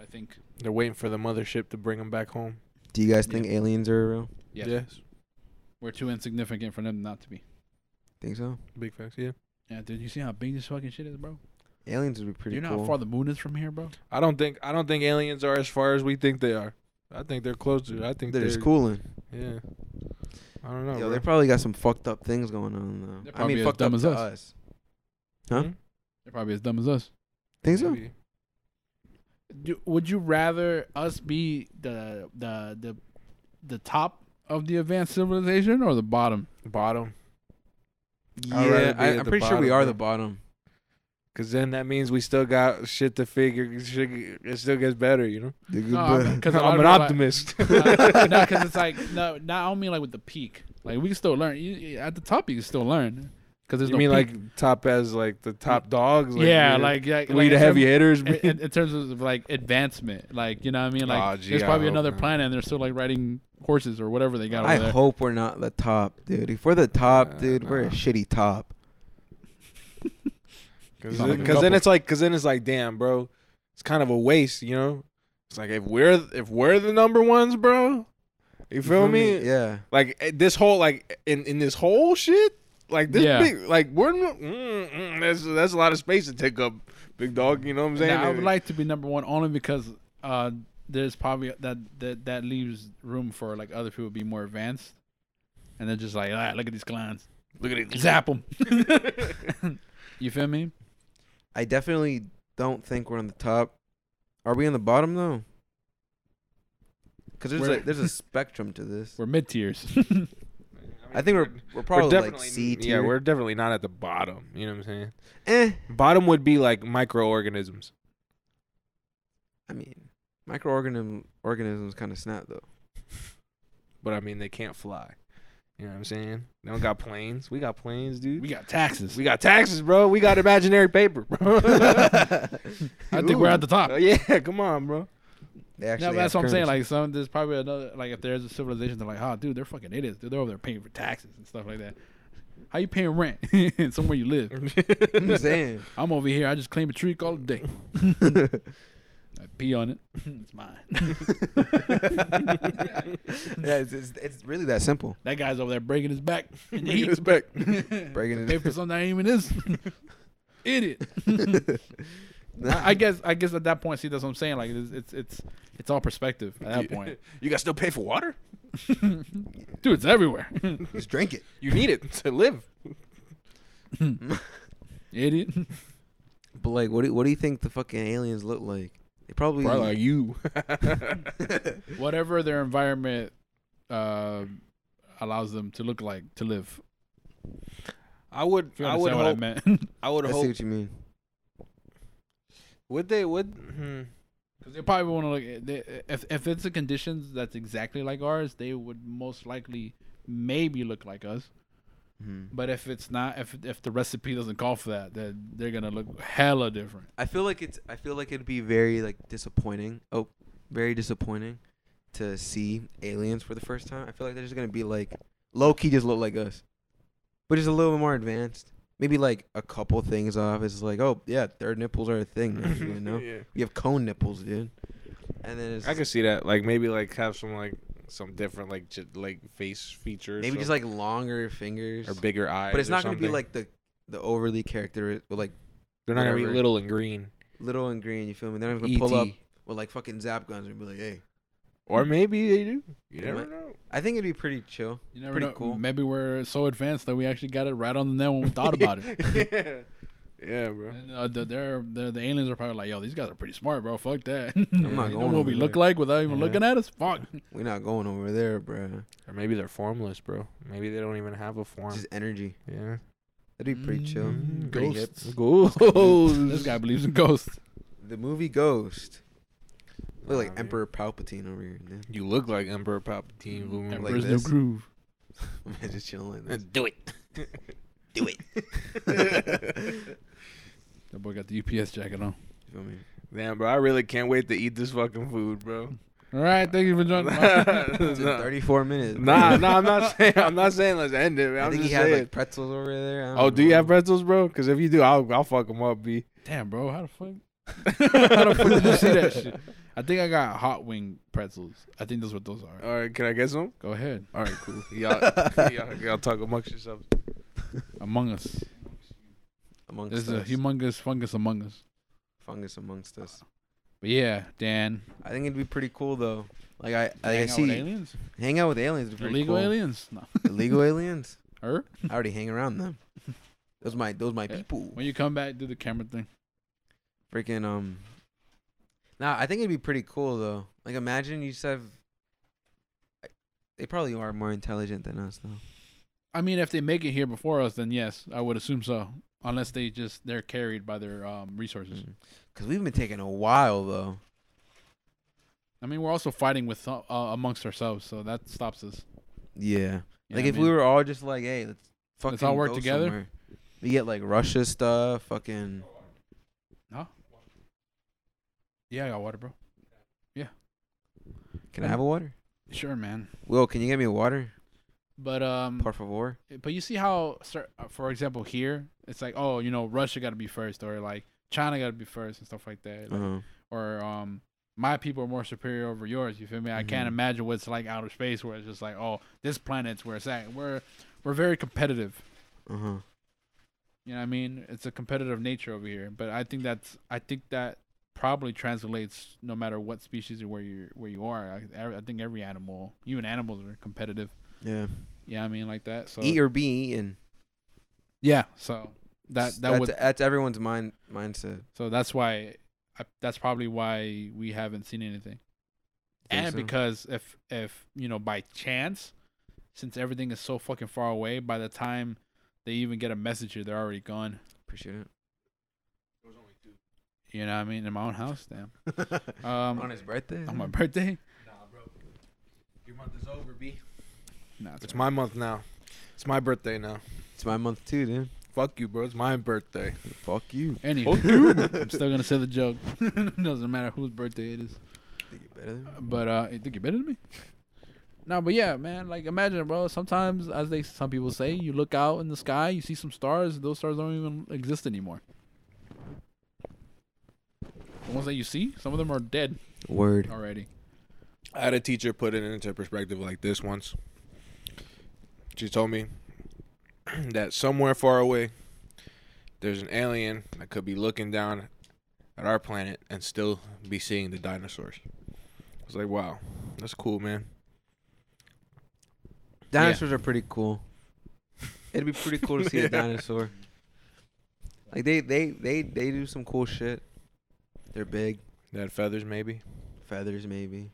I think,
They're waiting for the mothership to bring them back home.
Do you guys think aliens are real?
yeah.
Yes.
We're too insignificant for them not to be.
Think so?
Big facts. Yeah.
Yeah, dude, you see how big this fucking shit is, bro?
Aliens would be pretty
you know
cool.
how far the moon is from here, bro?
I don't think I don't think aliens are as far as we think they are. I think they're closer. I think
they're just cooling.
Yeah. I don't know.
Yo,
bro.
they probably got some fucked up things going on though.
They're
I
probably
mean,
as
fucked
dumb
up
as
to
us.
us. Huh?
Hmm?
They're probably as dumb as us.
Think so?
Maybe.
Do, would you rather us be the the the the top of the advanced civilization or the bottom?
Bottom. I'd rather
Yeah,
be
I,
at
I'm
the
pretty sure we
bottom,
are
bro.
the bottom.
Cause then that means we still got shit to figure. Shit, g- it still gets better, you know.
No, I'm-
i
'cause a lot
I'm an
of people, like-
optimist.
Uh, no, because it's like no, not only like with the peak. Like we can still learn You- you, at the top. You can still learn because there's
you mean
no peak.
like top as like the top dogs? Like,
yeah,
we-
like yeah,
we
like
the
in
heavy hitters.
terms- in, in- in terms of like advancement, like you know what I mean. Like
Aw, gee,
there's
I
probably
hope
another
not.
planet and they're still like riding horses or whatever they got over
I
there.
hope we're not the top, dude. If we're the top,
Uh,
dude, we're a
nah.
shitty top.
Because
Sound like a
then
couple.
it's like, because then it's like, damn, bro, it's kind of a waste, you know. It's like if we're if we're the number ones, bro, you feel me?
Yeah.
Like eh, this whole like in in this whole shit, like this
Yeah.
big, like we're no- mm, mm, that's that's a lot of space to take up, big dog. You know what I'm saying?
Now, I would like to be number one only because uh, there's probably that, that that leaves room for like other people to be more advanced, and they're just like, all right, look at these clowns,
look at it.
zap them. you feel me?
I definitely don't think we're on the top. Are we on the bottom though? Because there's
We're-
like there's a spectrum to this.
We're mid tiers.
I think we're we're
We're
probably like
definitely,
C
yeah,
tier.
we're definitely not at the bottom. You know what I'm saying?
eh.
Bottom would be like microorganisms.
I mean, microorganism organisms kind of snap though.
but I mean they can't fly. You know what I'm saying? They don't got planes. We got planes, dude. We,
we got taxes.
got taxes, bro. We got imaginary paper, bro.
I think we're at the top.
Uh, yeah, come on, bro.
They actually
No, but that's
have
what I'm saying.
currency.
Like, some there's probably another like if there's a civilization, they're like, oh, dude, they're fucking idiots. Dude, they're over there paying for taxes and stuff like that. How you paying rent somewhere you live?
I'm saying.
I'm over here. I just claim a tree all day. I pee on it. it's mine.
yeah, it's, it's it's really that simple.
That guy's over there breaking his back. In the
Bring
heat.
this back.
Breaking it.
Pay for something that ain't even is. Idiot. I, I guess. I guess at that point, see, that's what I'm saying. Like, it's it's it's, it's all perspective at that point,
You guys still pay for water?
dude. It's everywhere.
Just drink it.
You need it to live.
Idiot.
But like, what do what do you think the fucking aliens look like? They probably,
Probably like you.
Whatever their environment uh, allows them to look like to live.
I would.
If you
I would
understand what I
hope.
meant.
I would
I see
hope.
what you mean.
Would they? Would. Hmm.
Because they probably want to look. eh, They, if if it's the conditions that's exactly like ours, they would most likely maybe look like us.
Mhm.
But if it's not, if if the recipe doesn't call for that, then they're gonna look hella different.
I feel like it's. I feel like it'd be very like disappointing. Oh, very disappointing to see aliens for the first time. I feel like they're just gonna be like low key, just look like us, but just a little bit more advanced. Maybe like a couple things off. It's like, oh yeah, their nipples are a thing. Now, you know,
Yeah.
we have cone nipples, dude. And then it's
I could see that. Like maybe like have some like some different like j- like face features.
maybe just like longer fingers,
or bigger eyes.
but it's
or
not gonna be
something.
like the the overly character like
they're not gonna be
whatever.
little and green. E
little and green. You feel me? They're not gonna
E.T.
pull up with like fucking zap guns and be like, hey.
Or maybe they do. You
They
never
might.
know.
I think it'd be pretty chill.
You never
Pretty
know.
cool.
Maybe we're so advanced that we actually got it right on the nail when we thought about it.
yeah. Yeah, bro.
And, uh, the, they're, the the aliens are probably like, yo, these guys are pretty smart, bro. Fuck that.
not
You know
going
what we
over
look
there.
like without even
Yeah.
looking at us. Fuck.
We're not going over there, bruh.
Or maybe they're formless, bro. Maybe they don't even have a form.
Just energy.
yeah.
That'd be pretty chill.
Mm,
Pretty hip.
ghosts. this
Ghosts.
guy believes in ghosts.
The movie Ghost. Look
Nah,
like
man.
Emperor Palpatine over here. dude.
You look like Emperor Palpatine. Boomer.
Like
Mm-hmm. Emperor's New
this?
Groove.
Man, just chilling like this.
do it.
Do it. you
That boy got the UPS jacket on.
feel me?
Damn, bro. I really can't wait to eat this fucking food, bro.
All right, thank you for joining.
It's in
nah,
34 minutes.
nah,
bruh.
nah, I'm not saying. I'm not saying let's end it. Man.
I
I'm
think
just
he had
saying.
like pretzels over there. I
oh,
don't
do you
know.
have pretzels, bro? Because if you do, I'll I'll fuck them up, b.
Damn, bro, how the fuck? How the fuck did you see that shit? I think I got hot wing pretzels. I think that's what those are.
All right, can I get some?
Go ahead.
All right, cool. Y'all, y'all, y'all talk amongst yourselves.
Among Us.
amongst
There's a
us.
humongous fungus among us.
fungus amongst us.
But yeah, Dan.
I think it'd be pretty cool though. Like I, like I
hang out with
see,
aliens.
hang out with aliens. Would be pretty
Illegal
cool.
aliens. Er? No.
Illegal aliens.
Her?
I already hang around them. Those my, those my
Yeah.
people.
When you come back, do the camera thing.
Freaking um. Nah, I think it'd be pretty cool though. Like imagine you just have. They probably are more intelligent than us though.
I mean, if they make it here before us, then yes, I would assume so. Unless they just they're carried by their um, resources.
Mm. Because we've been taking a while, though.
I mean, we're also fighting with uh, amongst ourselves, so that stops us.
Yeah.
You know
like,
what I
if we
mean?
were all just like, hey, let's fucking
all work
go
together?
somewhere. We get, like, Russia stuff, fucking.
yeah, I got water, bro.
Can I have a water?
Sure, man.
Will, can you get me a water?
But um,
Por favor.
but you see how, cer- uh, for example, here it's like, oh, you know, Russia got to be first, or like China got to be first, and stuff like that,
Uh-huh.
or um, my people are more superior over yours. You feel me? I can't
Mhm.
imagine what it's like outer space, where it's just like, oh, this planet's where it's at. We're we're very competitive.
Uh-huh.
You know what I mean? It's a competitive nature over here, but I think that's I think that probably translates no matter what species or where you where you are. I, I think every animal, even animals, are competitive.
Yeah.
Yeah, I mean like that. So
Eat or be eaten.
yeah, so that
That's-
that would
that's everyone's mind mindset.
so that's why I, that's probably why we haven't seen anything.
Think
And
so?
because if if you know by chance, since everything is so fucking far away, by the time they even get a message here, they're already gone.
Appreciate it.
You know what I mean? In my own house, damn. Um,
On his birthday?
on my birthday.
Nah, bro. Your month is over, B.
No, it's
It's my month now. It's my birthday now.
It's my month, too, dude.
Fuck you, bro. It's my birthday.
Fuck you.
Anywho, I'm still gonna say the joke. Doesn't matter whose birthday it is.
Think you're better than me?
But uh, you think you're better than me? No, but yeah, man. Like, imagine, bro. Sometimes, as they some people say, you look out in the sky, you see some stars. Those stars don't even exist anymore. The ones that you see, some of them are dead
Word.
already.
I had a teacher put it into perspective like this once. She told me that somewhere far away, there's an alien that could be looking down at our planet and still be seeing the dinosaurs. I was like, wow, that's cool, man.
Dinosaurs are pretty cool. It'd be pretty cool to see a dinosaur. Like they they they they do some cool shit. They're big,
They had feathers, maybe.
feathers maybe.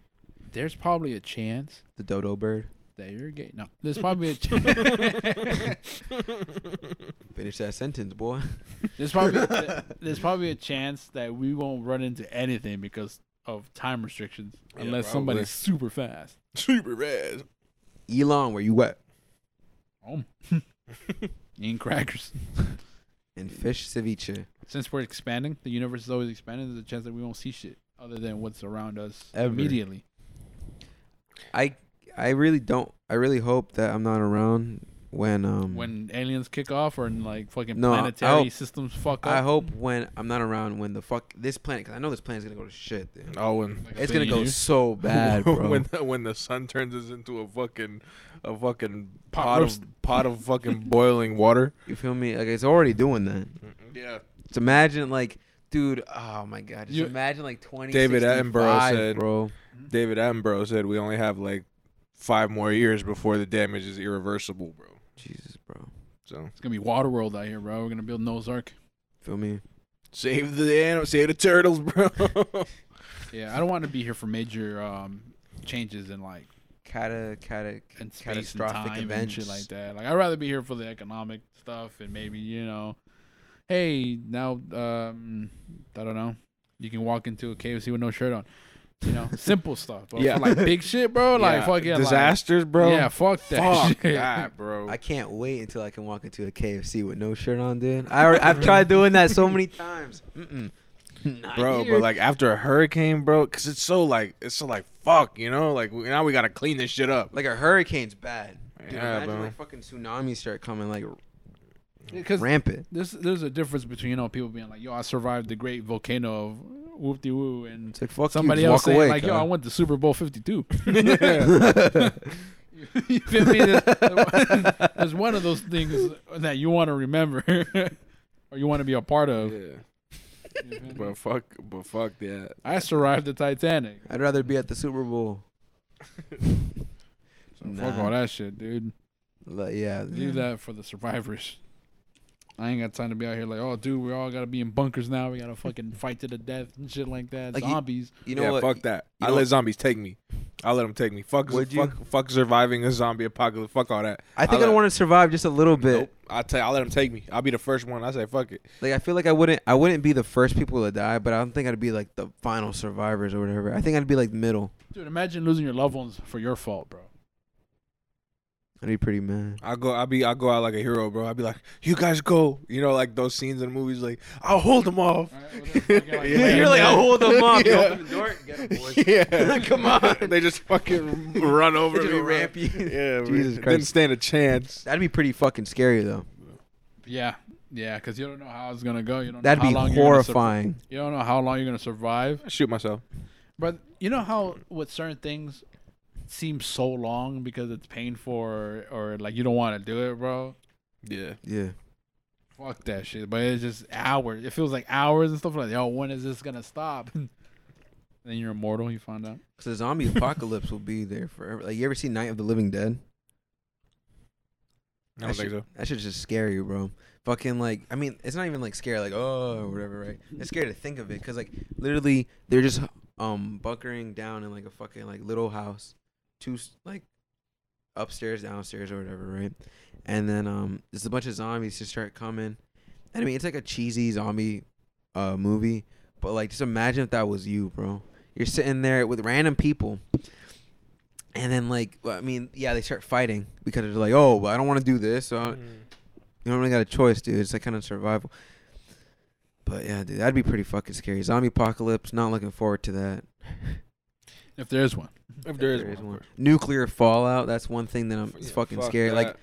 There's probably a chance
The dodo bird.
that you're gay. No, there's probably a chance.
Finish that sentence, boy.
There's probably there's probably a chance that we won't run into anything because of time restrictions,
Yeah,
unless
probably.
somebody's super fast.
Super red.
Elon, where you at?
Oh, eating crackers.
And fish ceviche
Since we're expanding, the universe is always expanding. There's a chance that we won't see shit other than what's around us
Ever.
immediately.
I I really don't. I really hope that I'm not around when um
When aliens kick off or in like fucking
No, I- I
planetary
hope-
systems fuck up.
I hope when I'm not around when the fuck this planet because I know this planet's gonna go to shit. Dude.
Oh, and
Like a
It's gonna
thing
go
you do.
so bad, bro.
when the, when the sun turns us into a fucking a fucking
Pot
pot
roast.
of pot of fucking boiling water.
you feel me? Like it's already doing that.
Yeah.
Just imagine like, dude. Oh my god. Just
You-
imagine like twenty.
David Attenborough said-
bro.
David Attenborough said we only have like five more years before the damage is irreversible, bro.
Jesus, bro.
So
It's gonna be water world out here, bro. We're gonna build Noah's Ark.
Feel me?
save the animal, save the turtles, bro.
Yeah, I don't want to be here for major um, changes in like
Cata, cata,
and space
catastrophic
and time
events.
and shit like that. Like I'd rather be here for the economic stuff and maybe you know, hey now um, I don't know, you can walk into a KFC with no shirt on, you know, simple stuff. But
Yeah.
yeah, like big shit, bro. Like
Yeah,
fuck yeah, like-
disasters, bro.
Yeah, fuck that.
fuck
shit.
that, bro.
I can't wait until I can walk into a KFC with no shirt on, dude. I, alre- I've tried doing that so many times. Mm-mm. Not
Bro,
here.
but like after a hurricane, bro, because it's so like it's so like fuck, you know, like we- now we gotta clean this shit up.
like a hurricane's bad. Dude,
Yeah,
imagine
bro.
like fucking tsunamis start coming. Like
Because
rampant.
there's there's a difference between you know people being like, yo, I survived the great volcano of whoop de woo, and
It's like fuck
somebody
you, just walk
else saying
away.
like, yo, I
cuz.
went to Super Bowl 52. you feel me? There's, there's one of those things that you want to remember, or you want to be a part of.
Yeah,
You feel me?
but fuck, but fuck that.
I survived the Titanic.
I'd rather be at the Super Bowl.
So Fuck
Nah.
all that shit, dude.
Like, yeah,
Leave that for the survivors. I ain't got time to be out here like, oh, dude, we all gotta be in bunkers now. We gotta fucking fight to the death and shit like that.
Like, you-
Zombies.
You know
yeah,
what?
fuck that.
you
I
know-
let zombies take me. I let them take me. Fuck,
Would you?
fuck, fuck surviving a zombie apocalypse. Fuck all that.
I think I'd
I'll let-
want to survive just a little bit.
Nope. I tell. I let them take me. I'll be the first one. I say fuck it.
Like I feel like I wouldn't I wouldn't be the first people to die, but I don't think I'd be like the final survivors or whatever. I think I'd be like middle.
dude, imagine losing your loved ones for your fault, bro.
I'd be pretty mad.
I go. I be. I go out like a hero, bro. I be like, you guys go. You know, like those scenes in the movies. Like, I'll hold them off. Yeah.
You're like, I'll
"Oh,
hold them off. You
Yeah.
open the door, get 'em, boys.
Yeah,
Come on.
They just fucking run over
They just
me, bro.
ramp you.
Yeah,
Jesus
man. didn't
Christ.
stand a chance.
That'd be pretty fucking scary though.
Yeah, yeah, because you don't know how it's gonna go. You don't.
That'd
know how
be
long you're gonna sur-
horrifying.
You don't know how long you're gonna survive.
I shoot myself.
But you know how with certain things seems so long because it's painful or, or like you don't want to do it, bro.
Yeah,
Yeah.
Fuck that shit. But it's just hours. It feels like hours and stuff like, yo, when is this gonna stop? then you're immortal. You find out.
Cuz the zombie apocalypse will be there forever. Like you ever see Night of the Living Dead?
I don't think
should,
so.
That shit's just scary, bro. Fucking like, I mean, it's not even like scary, like oh or whatever, right? It's scary to think of it, cause like literally they're just um bunkering down in like a fucking like little house, two s- like upstairs, downstairs or whatever, right? And then um there's a bunch of zombies just start coming, and I mean it's like a cheesy zombie uh movie, but like just imagine if that was you, bro. You're sitting there with random people. And then, like, well, I mean, yeah, they start fighting because they're like, "Oh, well, I don't want to do this, so I- you don't really got a choice, dude. It's like kind of survival. But yeah, dude, that'd be pretty fucking scary. Zombie apocalypse. Not looking forward to that.
If there is one.
if
If there is one. nuclear fallout. That's one thing that I'm it's fucking scary. Like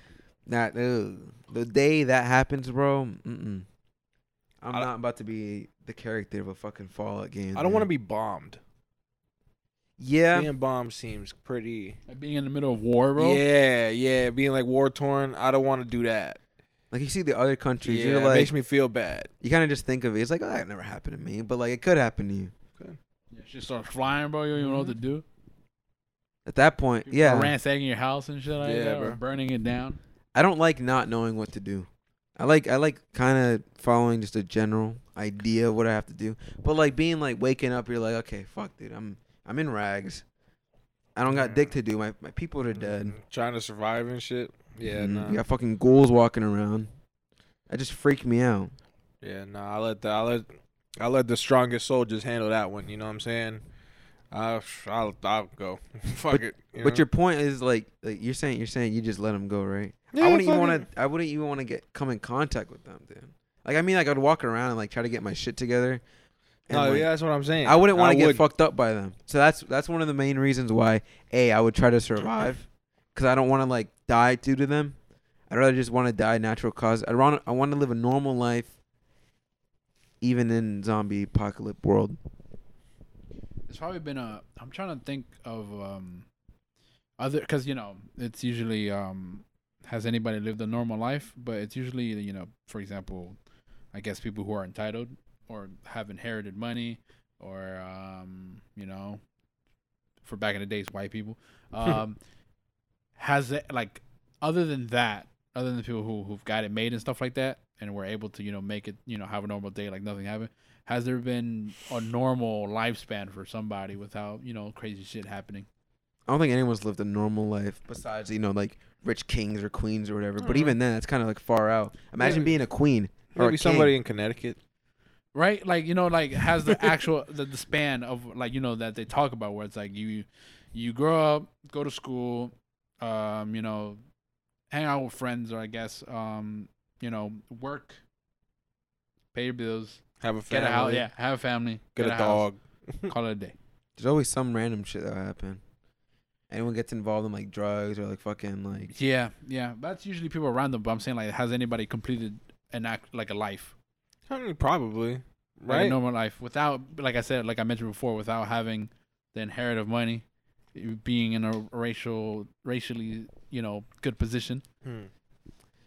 that. Ew. The day that happens, bro. Mm-mm. I'm
I-
not about to be the character of a fucking fallout game.
I don't want to
to
be bombed.
Mm-hmm. Yeah.
Being bombed seems pretty.
Like being in the middle of war, bro.
Yeah, yeah. Being like war torn. I don't want to do that.
Like you see the other countries,
Yeah,
you're
it
like,
makes me feel bad.
you kind of just think of it. It's like, oh, that never happened to me, but like it could happen to you.
yeah shit starts flying, bro. You don't even know what to
Mm-hmm.
do.
At that point,
People
yeah.
are ransacking your house and shit like
Yeah,
that, or
bro.
burning it down.
I don't like not knowing what to do. I like I like kind of following just a general idea of what I have to do. But like being like waking up, you're like, okay, fuck, dude, I'm I'm in rags. I don't got dick to do. My my people are dead.
Mm-hmm. Trying to survive and shit. Yeah,
Mhm.
nah.
You got fucking ghouls walking around. That just freaked me out.
Yeah, no, I let the I let I let the strongest soldiers handle that one. You know what I'm saying? I I'll, I'll go. Fuck it. you
But
know?
your point is like, like you're saying you're saying you just let them go, right?
Yeah,
I wouldn't even
fuck
want
it.
to. I wouldn't even want to get come in contact with them, dude. Like I mean, like I'd walk around and like try to get my shit together. and,
No,
like,
Oh, yeah, that's what I'm saying.
I wouldn't want to get
would.
fucked up by them. So that's that's one of the main reasons why a I would try to survive because I don't want to like die due to them. I'd rather just want to die natural cause. I want I want to live a normal life, even in zombie apocalypse world.
It's probably been a. I'm trying to think of um, other because you know it's usually um, has anybody lived a normal life? But it's usually you know, for example, I guess people who are entitled or have inherited money or um, you know, for back in the days, white people. Um, has it like other than that, other than the people who who've got it made and stuff like that, and were able to you know make it you know have a normal day like nothing happened. Has there been a normal lifespan for somebody without you know crazy shit happening?
I don't think anyone's lived a normal life besides you know like rich kings or queens or whatever. But
Mhm.
even then, that's kind of like far out. Imagine
Yeah.
being a queen or
Maybe
a king.
somebody in Connecticut.
right like you know like has the actual the, the span of like you know that they talk about where it's like you you grow up go to school um you know hang out with friends or i guess um you know work pay your bills
Have a
get
family.
a house yeah have a family
Get, a
house,
dog.
call it a day
There's always some random shit that happen. Anyone gets involved in like drugs or like fucking like
yeah yeah that's usually people around them but i'm saying like has anybody completed enact like a life,
I mean, probably.
like a
Right?
normal life, without like I said, like I mentioned before, without having the inherit of money, you being in a racial, racially, you know, good position.
Hmm.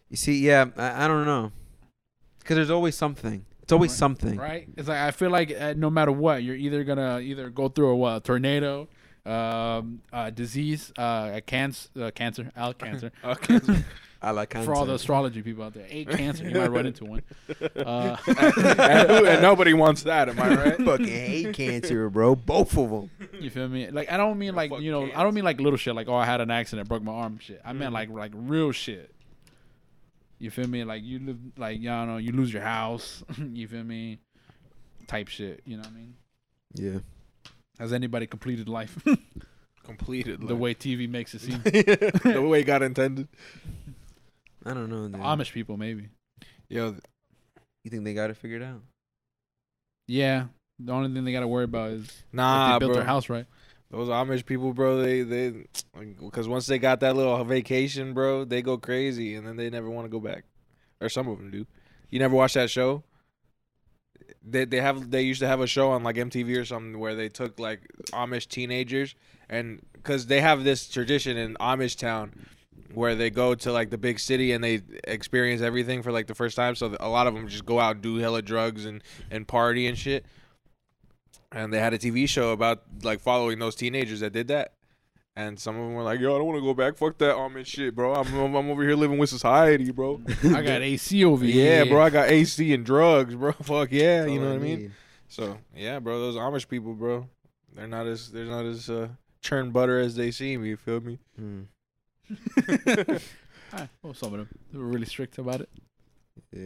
You see, yeah, I, I don't know, because there's always something. It's always
Right.
something.
Right? It's like I feel like uh, no matter what, you're either gonna either go through a what a tornado, um, a disease, uh, a cancer, uh, cancer, out cancer.
Okay.
I like content.
For all the astrology people out there, a cancer, you might run into one. Uh,
and, who- and nobody wants that, am I right?
fucking hate cancer, bro. Both of them.
you feel me? Like I don't mean like
Fuck
you know, I
cancer.
don't mean like little shit, like oh I had an accident, broke my arm, shit. I
Mm.
meant like like real shit. You feel me? Like you live like y'all know you lose your house. you feel me? Type shit. You know what I mean?
Yeah.
Has anybody completed life
Completed.
the way TV makes it seem?
the way God intended.
I don't know.
The
Dude.
Amish people, maybe.
Yo,
you think they got it figured out?
Yeah. The only thing they got to worry about is if
nah,
they built
bro.
their house right.
Those Amish people, bro, they they because once they got that little vacation, bro, they go crazy and then they never want to go back. Or some of them do. You never watch that show? They they have they used to have a show on like MTV or something where they took like Amish teenagers and because they have this tradition in Amish town where they go to like the big city and they experience everything for like the first time. So a lot of them just go out and do hella drugs and and party and shit and they had a TV show about like following those teenagers that did that. And some of them were like, "Yo, I don't want to go back. Fuck that almond shit, bro. I'm I'm, I'm over here living with society, bro.
I got AC over
yeah,
here.
bro. I got AC and drugs, bro. Fuck yeah,
That's
you
all
know
I
what I mean?
need.
So yeah, bro. Those Amish people, bro, they're not as they're not as uh, churn butter as they seem. You feel me?
Mm,
All right. Well, some of them. They were really strict about it.
yeah.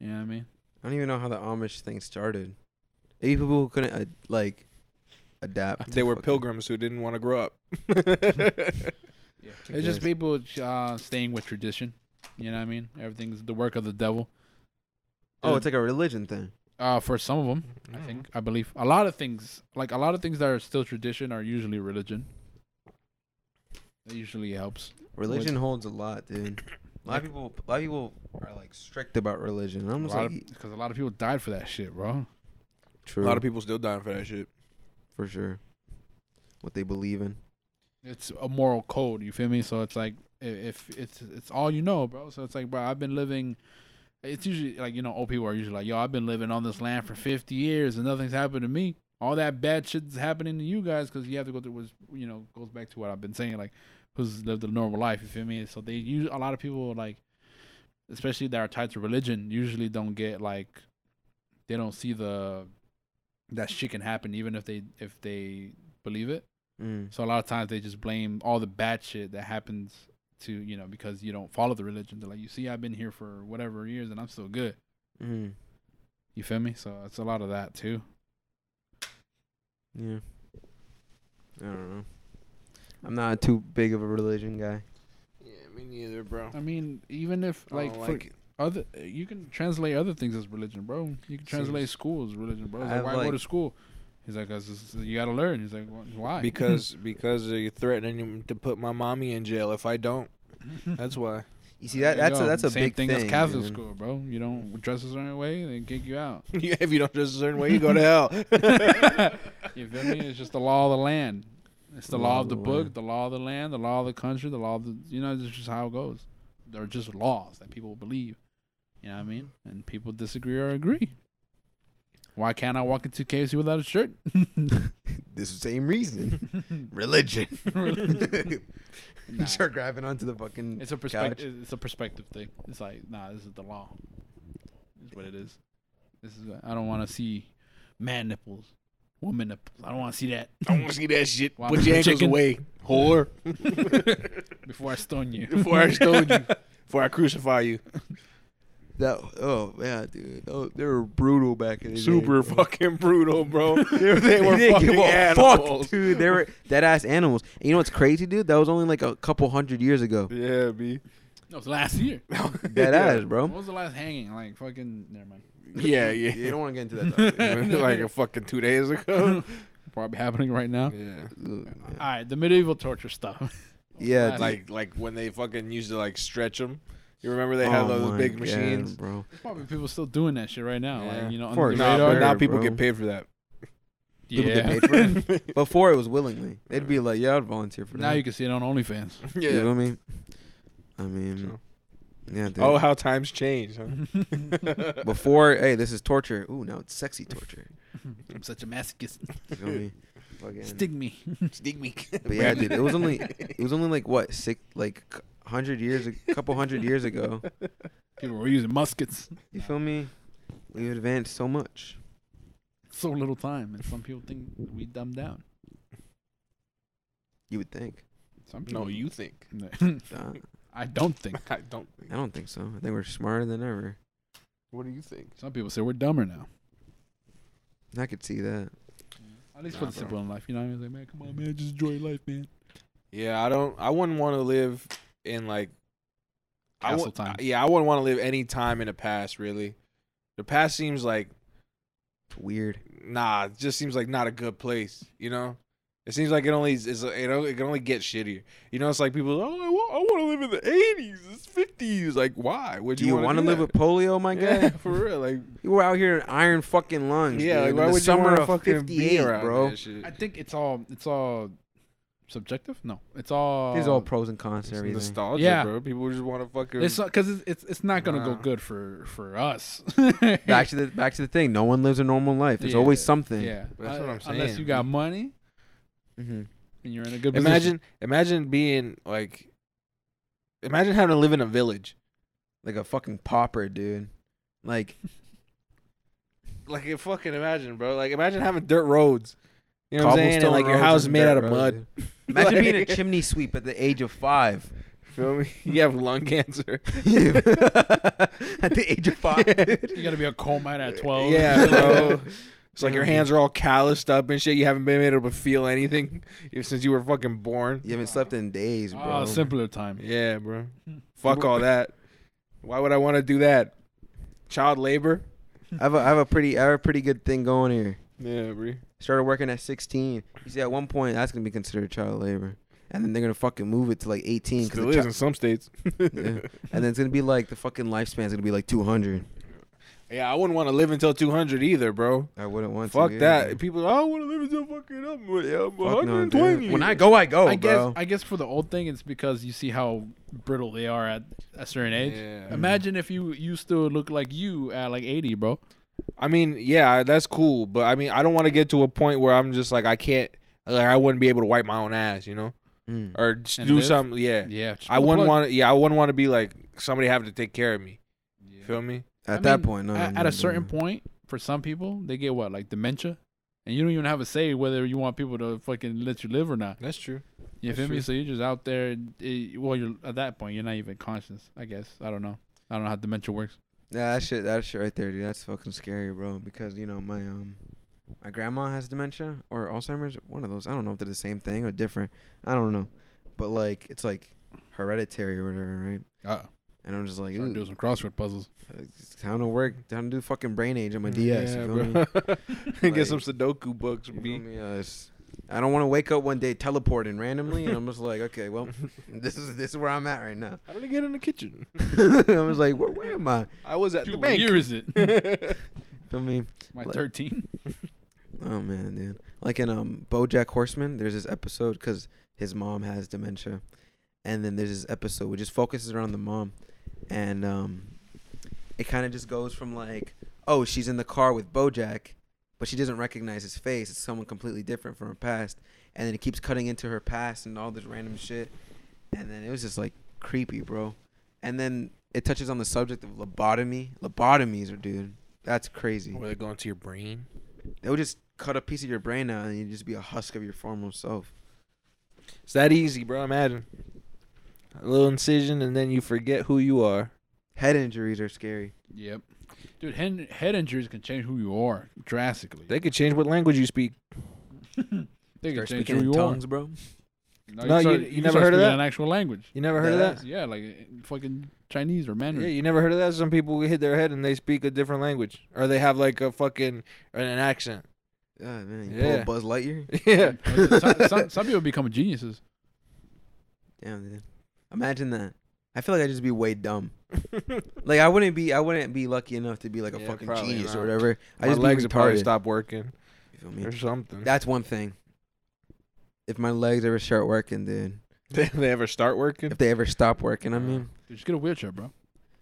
You know what I mean?
I don't even know how the Amish thing started. Maybe people who couldn't uh, like adapt.
they
to
were
fucking-
pilgrims who didn't want to grow up.
It's just people uh, staying with tradition. You know what I mean? Everything's the work of the devil.
Oh, it's like a religion thing.
Uh, for some of them, I
Mm-hmm.
think, I believe. A lot of things, like a lot of things that are still tradition are usually religion. That usually helps.
Religion holds a lot, dude. A lot of people, a lot of people are like strict about religion. I'm just
Because a, lot
like,
of- 'cause a lot of people died for that shit, bro.
a
true,
lot of people still dying for that shit.
for sure. What they believe in.
it's a moral code. You feel me? So it's like i- if it's it's all you know, bro. So it's like, bro, I've been living. It's usually like you know, old people are usually like, yo, I've been living on this land for fifty years and nothing's happened to me. All that bad shit's happening to you guys because you have to go through was you know goes back to what I've been saying, like who's lived a normal life. You feel me? So they use a lot of people like, especially that are tied to religion, usually don't get like, they don't see the that shit can happen even if they if they believe it.
Mm.
So a lot of times they just blame all the bad shit that happens to you know because you don't follow the religion. They're like, you see, I've been here for whatever years and I'm still good.
Mm.
You feel me? So it's a lot of that too.
Yeah. I don't know. I'm not too big of a religion guy.
Yeah, me neither, bro.
I mean, even if
Oh,
like,
I
for
like it.
other, you can translate other things as religion, bro. You can translate school as religion, bro. It's
I
like, why go
like-
to school? He's like, "Cause it's- you gotta learn. He's like, "Wh- why?
because because you're threatening to put my mommy in jail if I don't. That's why.
You see that
There you
that's a,
go.
that's a
Same
big
thing.
thing.
as Catholic
dude.
school, bro. You don't dress a certain way, they kick you out.
Yeah, if you don't dress a certain way, you go to hell.
You feel me? It's just the law of the land. It's the law of the book,
land.
the law of the land, the law of the country, the law of the you know, it's just how it goes. They're just laws that people believe. You know what I mean? And people disagree or agree. Why can't I walk into KFC without a shirt?
This is the same reason. religion.
Nah.
Start grabbing onto the fucking.
It's a perspective. It's a perspective thing. It's like, nah, this is the law. It's what it is. This is. I don't want to see man nipples, woman nipples. I don't want to see that
I want to see that shit.
Wow.
Put your ankles
Chicken.
away, whore.
before I stone you.
Before I stone you, before I crucify you.
That oh yeah, dude. Oh, they were brutal back in the day.
Super fucking brutal, bro. they, were
didn't give
fucking
a fuck,
animals.
dude. They were dead ass animals. And you know what's crazy, dude? That was only like a couple hundred years ago.
Yeah, b.
That was last year.
Dead ass,
What
bro.
was the last hanging? Like fucking. Never mind.
Yeah,
You
yeah.
don't want to get into that.
like a fucking two days ago.
Probably happening right now.
Yeah.
topic.
All right, the medieval torture stuff.
yeah,
Last-
dude.
Like like when they fucking used to like stretch them You remember they had
Oh
those
my
big
God,
machines?
bro.
There's probably people still doing that shit right now.
Yeah.
Like you know,
For
under the
sure.
Nah, but
radar.
now people
bro.
get paid for that.
people get
yeah.
paid for it. Before it was willingly, they'd be like, "Yeah, I'd volunteer for that."
now you can see it on OnlyFans.
yeah.
You know what I mean? I mean, yeah, dude.
Oh, how times change, huh?
Before, hey, this is torture. Ooh, now it's sexy torture.
I'm such a masochist.
You feel me? Fucking-
Stig me.
Sneak week.
But yeah, dude, it was only it was only like what six like c- hundred years, a couple hundred years ago.
People were using muskets.
You feel me? We've advanced so much.
So little time, and some people think we dumbed down.
You would think.
Some people.
No, you think.
Uh,
I don't think.
I don't think.
I don't think so. I think we're smarter than ever.
What do you think?
Some people say we're dumber now.
I could see that.
At
Nah,
least for the
bro.
simple in life, you know what I mean? Like, man, come on, man, just enjoy life, man.
Yeah, I don't. I wouldn't want to live in like. I
Castle
would,
times.
Yeah, I wouldn't want to live any time in the past. Really, the past seems like
It's weird.
nah. It just seems like not a good place. You know, it seems like it only is. is- It only, it can only get shittier. You know, it's like people. Oh, I want, I want to live in the eighties, it's fifties. Like, why? Would
Do you
want to
live with polio, my guy?
Yeah, for real. Like,
You were out here in iron fucking lungs. dude,
yeah. Like,
in
why
the
would you
summer
want to
of
fucking be
58,
around
bro?
that shit?
I think it's all it's all subjective. No, it's all
These all pros and cons
Oh, It's
to everything.
nostalgia,
Yeah.
bro. People just want to fucking.
It's because it's, it's it's not gonna go
Nah.
good for for us.
back to the back to the thing. No one lives a normal life. There's
Yeah.
always something.
yeah,
But that's what
Uh,
I'm
Unless
saying.
you got money
Mhm.
and you're in a good position.
Imagine, imagine being like, imagine having to live in a village.
Like a fucking pauper, dude. Like
Like, you fucking imagine, bro. Like, imagine having dirt roads. You know what I'm saying? And,
cobblestone
like your
roads
house
and
made
dirt
out of
roads,
mud.
dude. Imagine being a
Like-
chimney sweep at the age of five.
Feel me? You have lung cancer.
at the age of five.
you gotta be a coal miner at twelve. Ah,
Yeah, bro. It's like
Yeah.
your hands are all calloused up and shit. You haven't been able to feel anything since you were fucking born.
You haven't slept in days, bro.
Ah, simpler time.
Yeah, bro. Fuck all that. Why would I want to do that? Child labor.
I have a, I have a pretty I have a pretty good thing going here.
Yeah, bro.
Started working at 16. You see, at one point that's gonna be considered child labor, and then they're gonna fucking move it to like 18. 'cause
Still
the
is
chi-
in some states.
Yeah. And then it's gonna be like the fucking lifespan's gonna be like 200.
Yeah, I wouldn't want to live until 200 either, bro.
I wouldn't want
Fuck
to.
that. People, I want to live until fucking up. Yeah, I'm
Fuck no, dude.
120.
when I go, I go,
I guess
bro.
I guess for the old thing, it's because you see how brittle they are at a certain age.
Yeah.
Imagine if you you still look like you at like eighty, bro.
I mean, yeah, that's cool, but I mean, I don't want to get to a point where I'm just like, I can't, like, I wouldn't be able to wipe my own ass, you know,
Mm.
or just
And
do
live?
something. Yeah,
Yeah,
I wouldn't want to. Yeah, I wouldn't want to be like somebody having to take care of me. Feel me?
At
I
that
mean,
point, no.
at,
no,
at
no,
a certain
no.
point, for some people, they get what like dementia, and you don't even have a say whether you want people to fucking let you live or not.
That's true.
You feel
That's
me?
true.
So you're just out there. and it- well, you're at that point, you're not even conscious. I guess I don't know. I don't know how dementia works.
Yeah, that shit, that shit right there, dude. That's fucking scary, bro. Because you know my um, my grandma has dementia or Alzheimer's, one of those. I don't know if they're the same thing or different. I don't know, but like it's like hereditary or whatever, right?
Uh,
And I'm just like,
do
ooh,
some crossword puzzles.
it's time to work, time to do fucking brain age on my DS.
Yeah,
you feel me?
bro.
Like-
get some Sudoku books,
You feel
B.
me? Uh, it's- I don't want to wake up one day teleporting randomly, and I'm just like, okay, well, this is this is where I'm at right now.
How did I get in the kitchen?
I was like, where, where am I?
I was at
Dude,
the
what
bank.
year is it?
Feel me?
My
Like-
thirteen.
Oh man, dude. Like in um BoJack Horseman, there's this episode because his mom has dementia, and then there's this episode which just focuses around the mom, and um, it kind of just goes from like, oh, she's in the car with BoJack, but she doesn't recognize his face. It's someone completely different from her past, and then it keeps cutting into her past and all this random shit, and then it was just like creepy, bro. And then it touches on the subject of lobotomy. Lobotomies are, dude, that's crazy
Were they going to your brain?
they would just cut a piece of your brain out and you'd just be a husk of your former self.
It's that easy, bro. Imagine a little incision, and then you forget who you are.
Head injuries are scary.
Yep. Dude, head, head injuries can change who you are drastically.
They could change what language you speak.
They can
Start
change
speaking
who
in
you are.
tongues, bro.
No,
you-
start-
you
can
never
start
heard of
speaking
that?
An actual language.
You never heard
Yeah.
of that?
Yeah, like uh, fucking Chinese or Mandarin.
Yeah, you never heard of that? Some people hit their head and they speak a different language, or they have like a fucking an accent.
Yeah, man. You
Yeah.
pull a Buzz Lightyear.
yeah,
some, some, some people become geniuses.
Damn, dude. Imagine that. I feel like I'd just be way dumb. Like I wouldn't be I wouldn't be lucky enough to be like a
Yeah,
fucking
probably
genius or
not.
whatever. I
My
just
legs
be
would probably
retarded.
stop working
You feel me?
or something.
That's one thing. If my legs ever start working, dude.
they ever start working?
If they ever stop working, I mean,
Dude, just get a wheelchair, bro.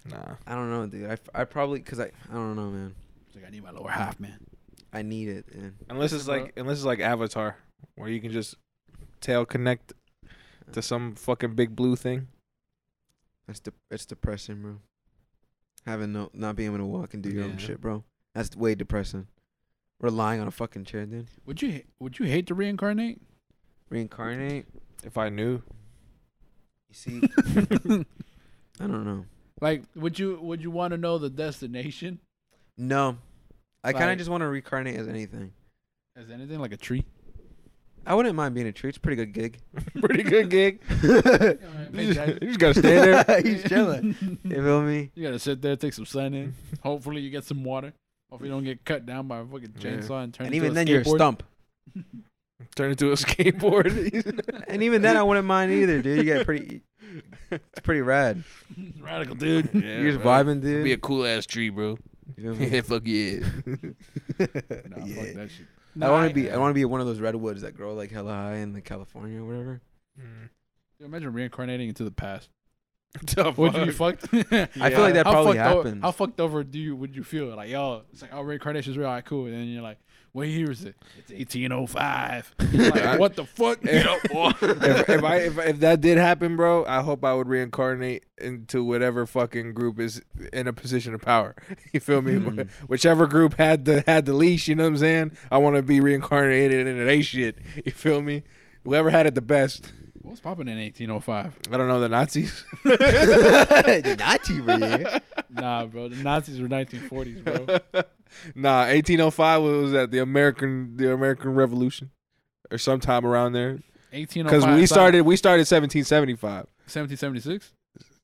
Nah.
I don't know, dude. I, I probably cuz I I don't know, man.
It's like I need my lower half, man.
I need it, man.
Unless it's like unless it's like Avatar, where you can just tail connect to some fucking big blue thing.
That's de- it's depressing, bro. Having no not being able to walk and do your own
Yeah.
shit, bro. That's way depressing. Relying on a fucking chair, dude.
Would you would you hate to reincarnate?
Reincarnate.
If I knew,
You see, I don't know.
like, would you would you want to know the destination
No, I kind of
Like-
just want to reincarnate as anything.
as anything like a tree?
I wouldn't mind being a tree. It's a pretty good gig.
pretty good gig. You just, you just gotta stay there.
He's chilling. You
Mm-hmm.
feel me?
You gotta sit there, take some sun in. Hopefully, you get some water. Hopefully, you don't get cut down by a fucking
Yeah.
chainsaw and turn.
And
into
even
a
then, you're a
skateboard.
stump.
Turn into a skateboard.
And even then, I wouldn't mind either, dude. You get pretty. It's pretty rad.
Radical dude.
you're just vibing, dude.
Be a cool ass tree, bro.
You feel me?
yeah, fuck yeah.
Nah,
Yeah.
fuck that shit.
I want to be. I want to be one of those redwoods that grow like hella high in like California or whatever.
Hmm.
Dude, Imagine reincarnating into the past.
Tough.
Would you be fucked?
I feel like that
How
probably
fucked over-
happens.
how fucked over do you would you feel? Like, yo, it's like, oh, reincarnation's real, all right, cool. And then you're like, what year is it? It's 1805.
I-
Like, what the fuck?
If, if, if I if, if that did happen, bro, I hope I would reincarnate into whatever fucking group is in a position of power. You feel me?
Mhm.
Whichever group had the had the leash, you know what I'm saying? I want to be reincarnated into they shit. You feel me? Whoever had it the best.
What's popping in 1805?
I don't know the Nazis.
Not you, yeah.
Nah, bro. The Nazis were 1940s, bro.
nah, 1805 was that the American the American Revolution or sometime around there
1805.
because we started we started 1775.
1776.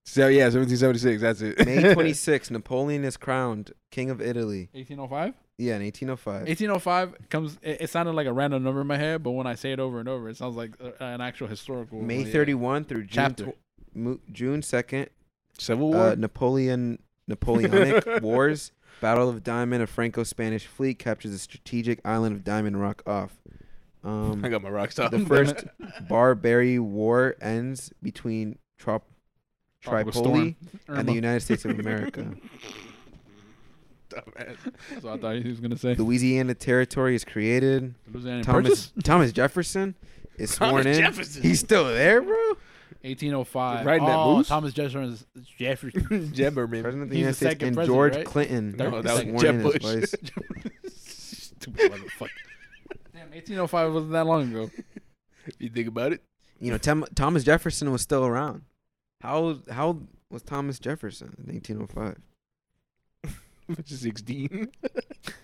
So yeah, 1776. That's it.
May 26, Napoleon is crowned king of Italy.
1805.
Yeah, in 1805.
1805 comes. It, it sounded like a random number in my head, but when I say it over and over, it sounds like uh, an actual historical.
May
like,
31 through June
Chapter.
tw- Mo- June 2nd,
Civil War.
uh, Napoleon Napoleonic Wars, Battle of Diamond, a Franco-Spanish fleet captures the strategic island of Diamond Rock off.
I
Um,
got my rock star.
the first Barbary War ends between Trop-
Tropical
Tripoli and
Irma.
the United States of America.
That's what I thought he was gonna say.
Louisiana Territory is created.
Louisiana
Thomas
Purchase.
Thomas Jefferson is sworn in.
Jefferson.
He's still there, bro.
1805.
Riding that
oh,
moose?
Thomas Jefferson. Jefferson.
Jebberman.
President of the
He's
United
the
States
second
and
president,
George
right?
Clinton.
No,
is
that was
sworn
Jeb
in his
Bush.
place.
Stupid motherfucker. Damn, 1805 wasn't that long ago.
You think about it?
You know, Tem- Thomas Jefferson was still around. How how was Thomas Jefferson in 1905?
Which is 16.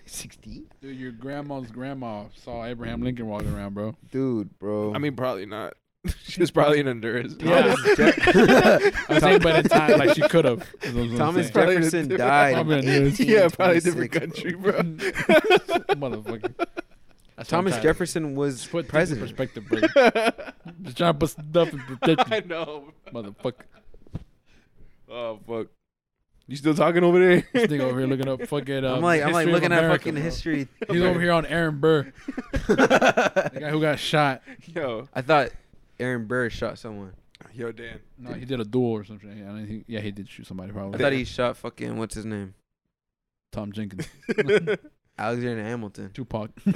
60?
Dude, your grandma's grandma saw Abraham Lincoln walking around, bro.
Dude, bro.
I mean, probably not. She was probably in Honduras.
Yeah. I think by the time, like, she could have.
Thomas
Jefferson
Jefferson died.
Probably a
in
different-
yeah, probably a different
1826,
country,
bro.
bro.
Motherfucker. That's what I'm
Thomas
trying-
Jefferson was
Just put things in
president.
perspective, bro. Just trying to put stuff in
I
perspective,
know.
motherfucker.
Oh fuck. You still talking over there?
This nigga over here looking up fucking. Um,
I'm like I'm like
history of
looking at
America,
fucking
bro.
history.
He's over here on Aaron Burr, the guy who got shot.
Yo,
I thought Aaron Burr shot someone.
yo, Dan.
No, he did a duel or something. I don't think- yeah, he did shoot somebody
I
probably.
thought he shot fucking what's his name?
Tom Jenkins,
Alexander Hamilton.
Tupac.
he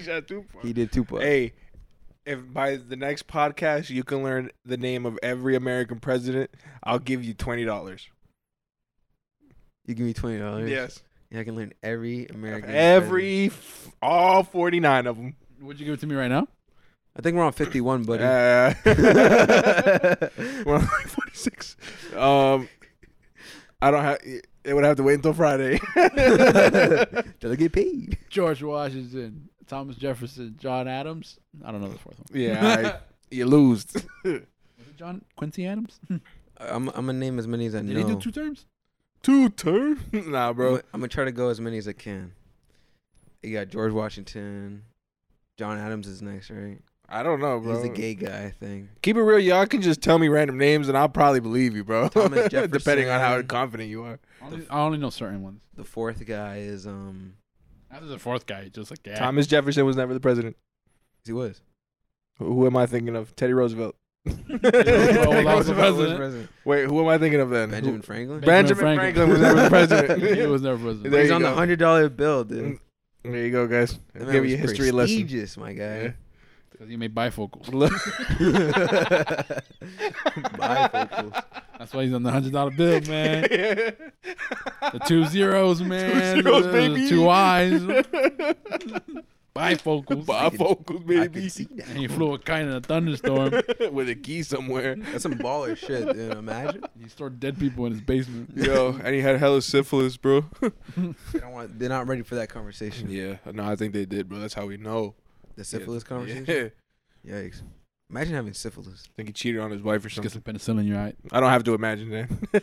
shot two.
He did Tupac.
Hey, if by the next podcast you can learn the name of every American president, I'll give you twenty dollars.
You give me twenty dollars.
Yes,
Oh, Yeah, I can learn every American. president.
every f- all forty nine of them.
Would you give it to me right now?
I think we're on fifty one, buddy.
Uh, we're on Uh, like forty six. Um, I don't have. It would have to wait until Friday.
Till I get paid.
George Washington, Thomas Jefferson, John Adams. I don't know the fourth one.
yeah, I, you lose.
Was it John Quincy Adams?
I'm I'm gonna name as many as I
Did
know.
he do two terms?
Two turn. Nah,
I'm,
bro.
gonna- I'm gonna try to go as many as I can. You got George Washington. John Adams is next, right?
I don't know, Oh, bro.
He's a gay guy, I think.
Keep it real, y'all can just tell me random names and I'll probably believe you, bro.
Thomas
Depending on how
Jefferson.
confident you are.
I only, I only know certain ones.
The fourth guy is um.
After the fourth guy, just like yeah.
Thomas Jefferson was never the president.
He was.
Who am I thinking of? Teddy Roosevelt.
Oh,
Oh,
Roosevelt was the president.
Wait, who am I thinking of then?
Benjamin
Who-
Franklin.
Ben- Benjamin Franklin was never the president.
he was never president.
There
He's
you
on the
go.
hundred dollar bill, dude.
mm, There you go, guys.
That man
Give
was
you a history lesson.
prestigious, my guy.
'Cause he made bifocals.
Look-
Bifocals.
That's why he's on the hundred dollar bill, man. The two zeros, man.
zeros,
the
baby.
two eyes. Bifocals.
Bifocals,
I can
baby.
see that.
and he flew a kite in a thunderstorm.
With a key somewhere.
That's some baller shit, dude. Imagine.
he stored dead people in his basement.
Yo, and he had hella syphilis, bro.
They don't want. They're not ready for that conversation.
yeah, no, I think they did, bro. That's how we know.
The syphilis
Yeah.
conversation.
Yeah.
Yikes. Imagine having syphilis.
I think he cheated on his wife or
Just get
something.
some penicillin, you're right.
I don't have to imagine
Oh,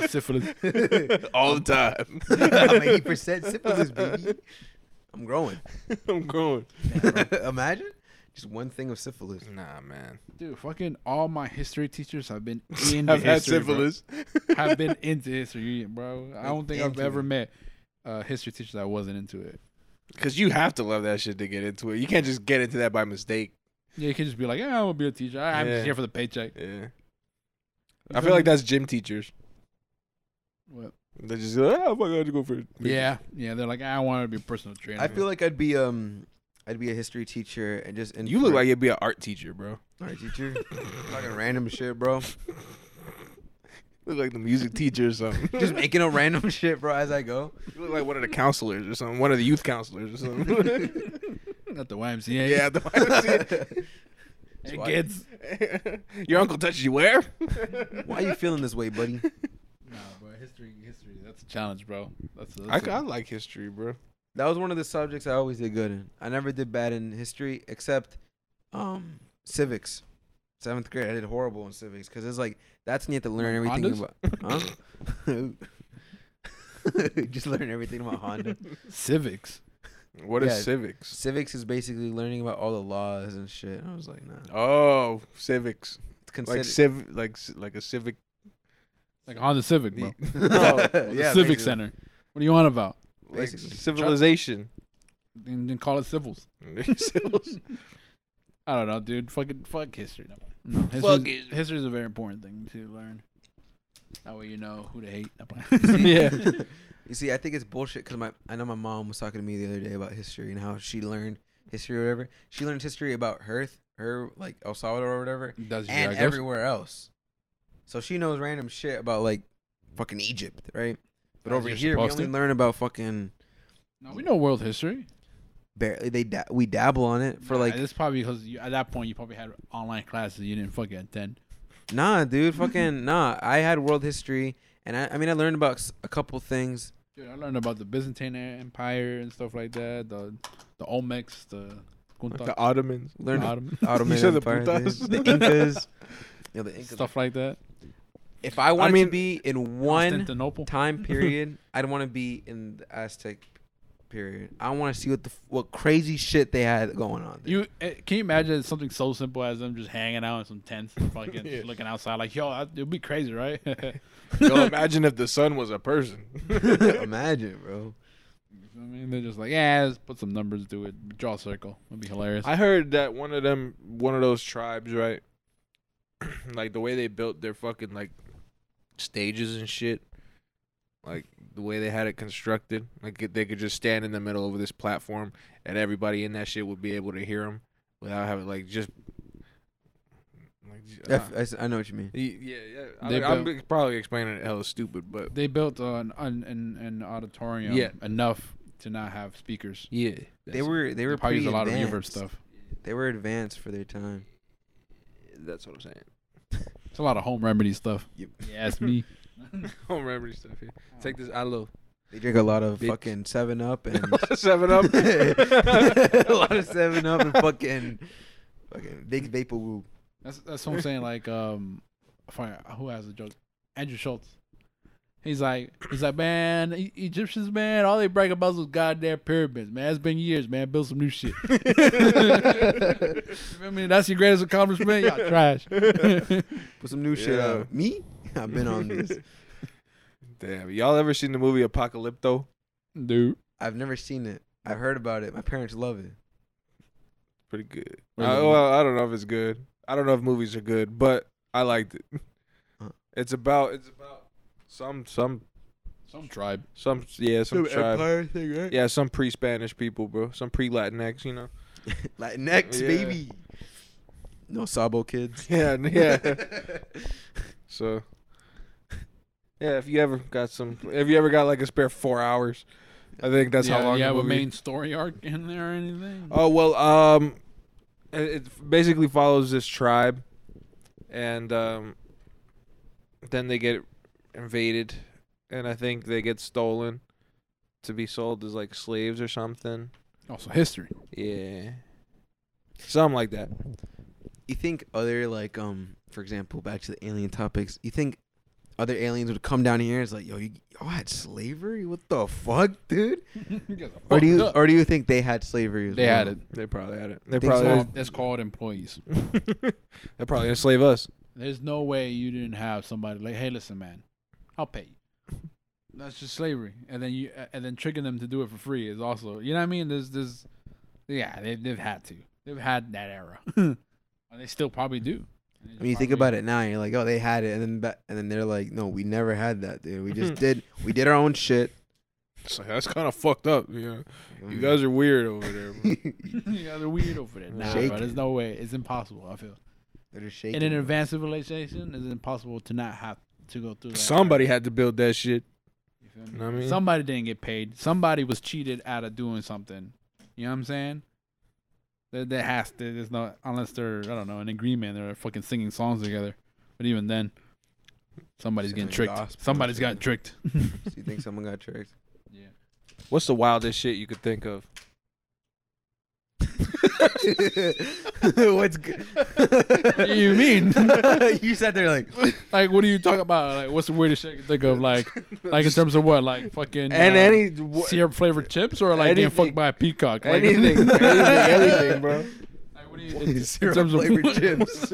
that.
syphilis.
All the time.
I'm eighty percent syphilis, baby. I'm growing.
I'm growing.
Imagine just one thing of syphilis.
Nah, man.
Dude, fucking all my history teachers have been into
I've had
history, bro.
syphilis.
have been into history, bro. I don't think I've
into
ever
it.
met a history teacher that wasn't into it.
Because you have to love that shit to get into it. You can't just get into that by mistake.
Yeah, you can just be like, yeah, I'm gonna be a teacher. I, I'm
Yeah.
just here for the paycheck.
Yeah. I feel like that's gym teachers.
What?
They just like, oh, fuck, I had to go for it.
Yeah, yeah. They're like, I want to be a personal trainer.
I feel like I'd be um, I'd be a history teacher and just and
You look like you'd be an art teacher, bro.
art teacher. Fucking random shit, bro.
Look like the music teacher or something.
Just making up random shit, bro, as I go.
You look like one of the counselors or something. One of the youth counselors or something.
Not the YMCA.
yeah, the
Hey,
why-
kids.
Your uncle touches you where?
Why are you feeling this way, buddy?
Nah, bro. History, history. That's a challenge, bro. That's. A,
I,
that's
I
a-
like history, bro.
That was one of the subjects I always did good in. I never did bad in history except um civics. Seventh grade, I did horrible in civics because it's like that's when you have to learn
Like
everything about huh? Just learn everything about Honda.
civics.
What is
Yeah.
civics?
Civics is basically learning about all the laws and shit. And I was like, nah.
Oh, civics.
It's considered
Like civ, like c- like a civic. Oh,
Like Honda Civic, bro.
Yeah,
the Civic
basically.
Center. What are you on about?
like
Basically.
civilization.
Then then call it civils.
Civils.
I don't know, dude. Fucking fuck history. No, no
Fuck
history.
history.
History is a very important thing to learn. That way you know who to hate.
Yeah.
You see, I think it's bullshit because my I know my mom was talking to me the other day about history and how she learned history or whatever. She learned history about her th- her like El Salvador or whatever,
Does your
and
I guess.
everywhere else. So she knows random shit about like fucking Egypt, right? But
As
over
you're
here, we
supposed
only
to.
learn about fucking
No, we know world history.
barely. They da- we dabble on it for
Nah,
like
That's probably because you, at that point you probably had online classes you didn't fucking attend.
nah, dude, fucking nah. I had world history, and I, I mean, I learned about s- a couple things.
Dude, I learned about the Byzantine Empire and stuff like that. The the Olmecs, the Kunta,
the Ottomans.
Learned
Ottoman-
Ottoman
You said the
Empire, dude.
putas?
the Incas. Yeah, the Incas.
stuff like that.
If I wanted
mean-
to be in one
Constantinople.
time period, I'd want to be in the Aztec period. I want to see what the f- what crazy shit they had going on. There.
You eh, can you imagine something so simple as them just hanging out in some tents, and fucking
Yeah.
just looking outside like, yo, that, it'd be crazy, right?
Yo, imagine if the sun was a person.
Imagine, bro.
I mean, they're just like, yeah, let's put some numbers to it, draw a circle. It'd be hilarious.
I heard that one of them, one of those tribes, right? like the way they built their fucking like stages and shit, like the way they had it constructed, like it- they could just stand in the middle of this platform and everybody in that shit would be able to hear them without having like just. Like, j-
I
uh,
f- I s- I know what you mean.
y- yeah, yeah. I
They
mean, I'm
built-
probably explaining it hella stupid, but
they built an an, an, an auditorium
Yeah.
enough to not have speakers.
yeah,
They were they were
probably
pretty
use a lot
advanced.
of reverb stuff.
They were advanced for their time.
That's what I'm saying.
It's a lot of home remedy stuff.
Yep.
Yeah, it's me.
Home remedy stuff here. Take this out of
They drink a lot of
Bitch.
fucking Seven Up and
seven up.
a lot of Seven Up and fucking fucking big vapor woo.
That's that's what I'm saying. Like, um, if I- who has a joke? Andrew Schultz. He's like, he's like, man, E- Egyptians, man, all they brag about is those goddamn pyramids, man. It's been years, man. Build some new shit. I mean, that's your greatest accomplishment. Y'all trash.
Put some new shit
Yeah.
out. Me? I've been on this.
Damn, y'all ever seen the movie Apocalypto?
Dude,
I've never seen it. I've heard about it. My parents love it.
Pretty good.
Really?
I, well, I don't know if it's good. I don't know if movies are good, but I liked it.
Huh.
It's about it's about some some
some tribe.
some yeah some tribe.
thing, right?
Yeah, some pre-Spanish people, bro. Some pre-Latinx, you know.
Latinx,
Yeah.
baby. No Sabo kids.
Yeah, yeah. so, yeah, if you ever got some, if you ever got like a spare four hours, I think that's
yeah,
how long.
You
the
have a
movie-
main story arc in there or anything?
Uh,
Oh well, um, it, it basically follows this tribe, and um, then they get invaded, and I think they get stolen to be sold as like slaves or something.
Also history.
Yeah, something like that.
you think other like um for example back to the alien topics you think other aliens would come down here and it's like yo you y'all had slavery what the fuck dude or do you or do you think they had slavery as
They
well?
had it.
They probably had it. They
Think so?
probably
Well, That's called employees.
they probably enslave us.
There's no way you didn't have somebody like, hey, listen, man, I'll pay you. That's just slavery, and then you and then tricking them to do it for free is also, you know what I mean? There's there's, yeah, they, they've had to, they've had that era, and they still probably do.
I mean, you think about it now, you're like, oh, they had it, and then ba- and then they're like, no, we never had that, dude. We just did, we did our own shit. Mm.
It's like, that's kind of fucked up. Yeah, you guys are weird over there. bro.
yeah, they're weird over there. Nah,
Shaking.
bro, there's no way. It's impossible. I feel.
They're just
In
shaking.
an advanced civilization, it's impossible to not have to go through. That
Somebody had to build that shit.
You feel me?
You know what I mean?
Somebody didn't get paid. Somebody was cheated out of doing something. You know what I'm saying? There, there has to. There's no unless they're I don't know an agreement. They're fucking singing songs together. But even then, somebody's getting
Singing
tricked.
gospel
Somebody's
shit.
gotten tricked.
So you think someone got tricked?
yeah.
What's the wildest shit you could think of?
What's good?
What do you mean?
you sat there like
Like, what are you talking about? Like, what's the weirdest shit you can think of? Like, like in terms of what? Like, fucking
and
uh,
any wha-
syrup flavored chips or like getting
Anything.
fucked by a peacock? Like,
anything, anything, anything, bro.
like, what do you, in, in
Syrup
terms of
flavored
what-
chips.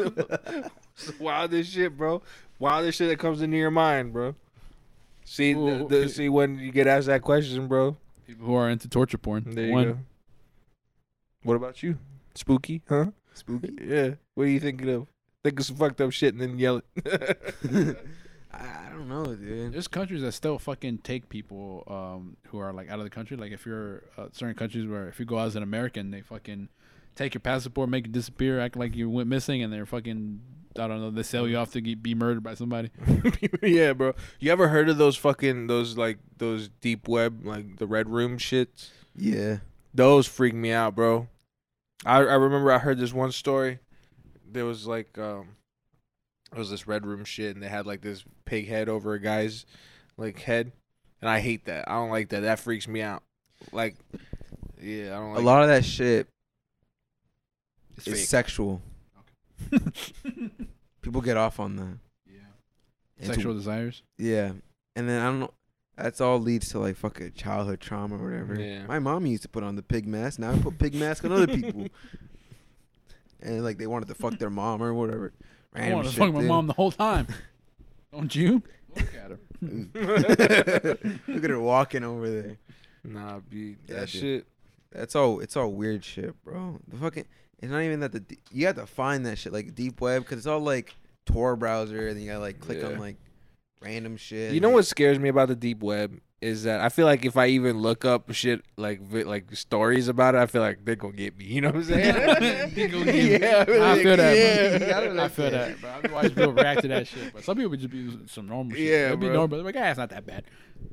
Wildest shit, bro. Wildest shit that comes into your mind, bro. See, the,
Ooh,
the,
it-
see when you get asked that question, bro.
People who are into torture porn.
There you
One.
go. What about you? Spooky, huh?
Spooky.
Yeah. What are you thinking of? Think of some fucked up shit and then yell it.
I I don't know, dude.
There's countries that still fucking take people um, who are like out of the country. Like if you're uh, certain countries where if you go out as an American, they fucking take your passport, make it disappear, act like you went missing, and they're fucking I don't know. They sell you off to get, be murdered by somebody.
yeah, bro. You ever heard of those fucking those like those deep web like the red room shits?
Yeah.
Those freak me out, bro. I I remember I heard this one story. There was like um it was this red room shit and they had like this pig head over a guy's like head. And I hate that. I don't like that. That freaks me out. Like yeah, I don't
A
like
lot of that shit
it's
is
fake.
sexual. People get off on that.
yeah.
It's-
Sexual desires.
Yeah. And then I don't know. That's all leads to like fucking childhood trauma or whatever.
Yeah.
My mom used to put on the pig mask. Now I put pig mask on other people. And like they wanted to fuck their mom or whatever.
I
Random
wanted to
shit,
fuck my
dude.
mom the whole time. don't you? Look at her.
Look at her walking over there.
Nah, be that
Yeah, dude.
shit.
That's all. It's all weird shit, bro. The fucking. It's not even that the d- you have to find that shit like deep web because it's all like Tor browser and then you gotta like click on
Yeah.
like random shit.
You know what scares me about the deep web is that I feel like if I even look up shit like vi- like stories about it, I feel like they're gonna get me. You know what I'm saying?
They gonna get me.
Yeah,
I feel that.
yeah.
bro. I feel that. Bro. I don't know why people react to that shit. But some people just be some normal shit.
Yeah,
It'd be
bro.
normal. They're like, ah, it's not that bad.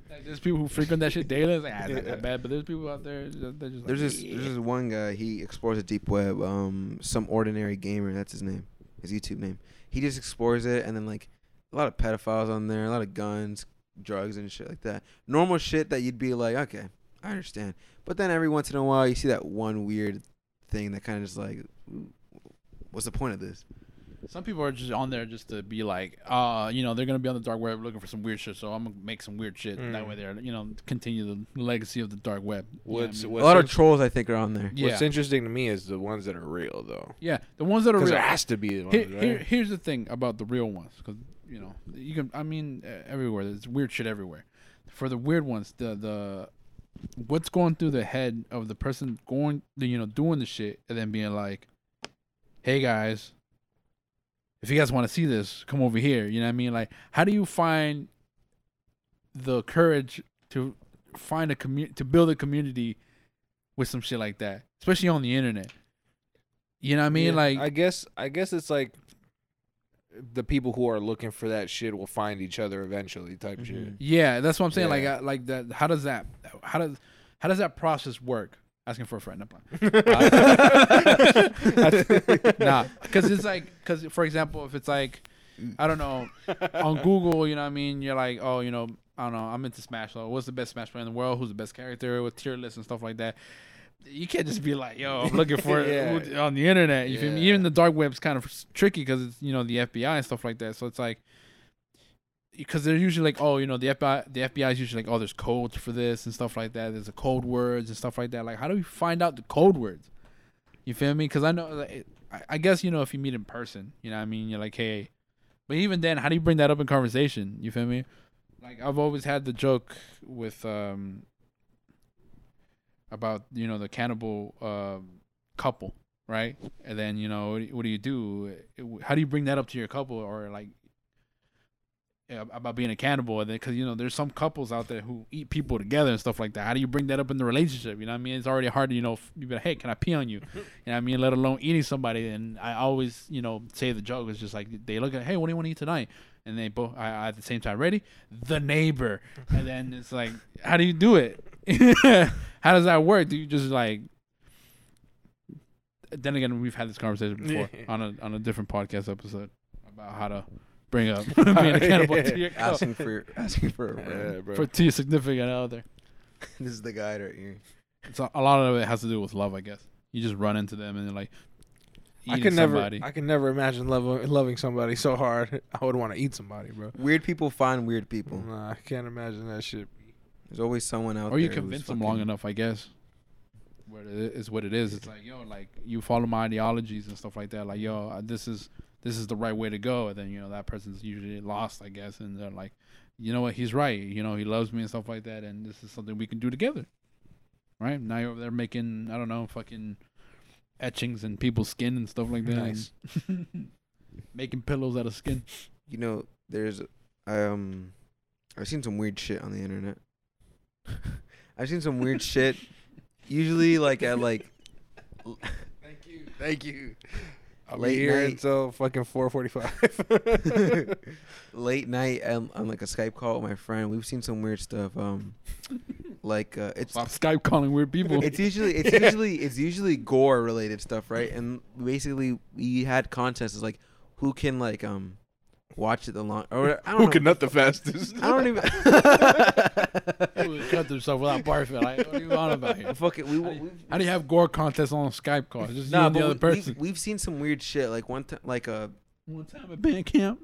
Like, there's people who frequent that shit daily. It's like, ah, it's not that bad. But there's people out there that that just like,
There's this
yeah.
there's this one guy. He explores the deep web. Um, some ordinary gamer. That's his name. His YouTube name. He just explores it and then like a lot of pedophiles on there, a lot of guns, drugs and shit like that. Normal shit that you'd be like, okay, I understand. But then every once in a while, you see that one weird thing that kind of just like, what's the point of this?
Some people are just on there just to be like, uh, you know, they're gonna be on the dark web looking for some weird shit, so I'm gonna make some weird shit. That
Mm.
way, they're you know continue the legacy of the dark web. You know what I
What's
mean?
A
what's,
lot of
in-
trolls, I think, are on there.
what's
yeah,
interesting to me is the ones that are real though,
yeah, the ones that are
because
real.
there has to be the ones,
Here,
right?
here, here's the thing about the real ones, because you know you can. I mean, e- everywhere there's weird shit everywhere. For the weird ones, the the what's going through the head of the person going, you know, doing the shit, and then being like, "Hey guys, if you guys want to see this, come over here." You know what I mean? Like, how do you find the courage to find a community to build a community with some shit like that, especially on the internet? You know what I mean?
Yeah,
like,
I guess I guess it's like the people who are looking for that shit will find each other eventually, type
Mm-hmm.
shit.
Mhm.
Yeah, that's what I'm saying.
Yeah.
Like, I, like that. How does that? How does? How does that process work? Asking for a friend. I'm fine. nah, because it's like, because for example, if it's like, I don't know, on Google, you know, what I mean, you're like, oh, you know, I don't know, I'm into Smash. Though. What's the best Smash player in the world? Who's the best character with tier lists and stuff like that? You can't just be like, yo, I'm looking for it
Yeah.
on the internet. You feel me?
Yeah.
Even the dark web's kind of tricky because it's you know the FBI and stuff like that. So it's like because they're usually like, oh, you know, the FBI, the FBI is usually like, oh, there's codes for this and stuff like that. There's a code words and stuff like that. Like, how do we find out the code words? You feel me? Because I know, like, it- I- I guess you know if you meet in person, you know, what I mean, you're like, hey, but even then, how do you bring that up in conversation? You feel me? Like I've always had the joke with um about you know the cannibal um couple, right? And then you know what do you- what do you do? How do you bring that up to your couple or like yeah, about being a cannibal and then because you know there's some couples out there who eat people together and stuff like that how do you bring that up in the relationship you know what i mean it's already hard to you know f- you be like hey can i pee on you you know what i mean let alone eating somebody and i always you know say the joke is just like they look at hey what do you want to eat tonight and they both I, I- at the same time ready the neighbor and then it's like how do you do it how does that work do you just like then again we've had this conversation before
Yeah.
on a on a different podcast episode about how to bring up being a cannibal to your couple
Asking for asking for a friend.
yeah, bro.
for to your significant other.
this is the guy right here.
It's a, a lot of it has to do with love, I guess. You just run into them and they're like
I
eating
could never,
somebody.
I could never imagine loving loving somebody so hard. I would want to eat somebody, bro.
Weird people find weird people.
Nah, I can't imagine that shit.
There's always someone out
Mm-hmm. or
there.
you
who's
convince them long
fucking-
enough, I guess. What it is, is what it is. It's like yo, like you follow my ideologies and stuff like that. Like yo, uh, this is this is the right way to go. And then you know that person's usually lost, I guess, and they're like, you know what, he's right. You know he loves me and stuff like that. And this is something we can do together. Right now you're over there making I don't know fucking etchings and people's skin and stuff like that.
Nice.
making pillows out of skin.
You know, there's um, I've seen some weird shit on the internet. I've seen some weird shit. Usually, like at like
Thank you, thank you. I'll
Late
be here
night.
until fucking four forty-five.
late night um, on like a Skype call with my friend. We've seen some weird stuff. Um, like uh, it's
Stop Skype calling weird people.
it's usually it's usually it's usually gore related stuff, right? And basically, we had contests like who can like um watch it the long or I don't know.
Who can nut the fastest?
I don't even.
He would cut himself without barfing. Like, what are you on about here?
Fuck it. We,
How do
we,
you- How do you have gore contests on Skype calls? Just you
nah,
and the
but
other
we,
person.
We've, we've seen some weird shit. Like one time, like uh,
One time at band camp.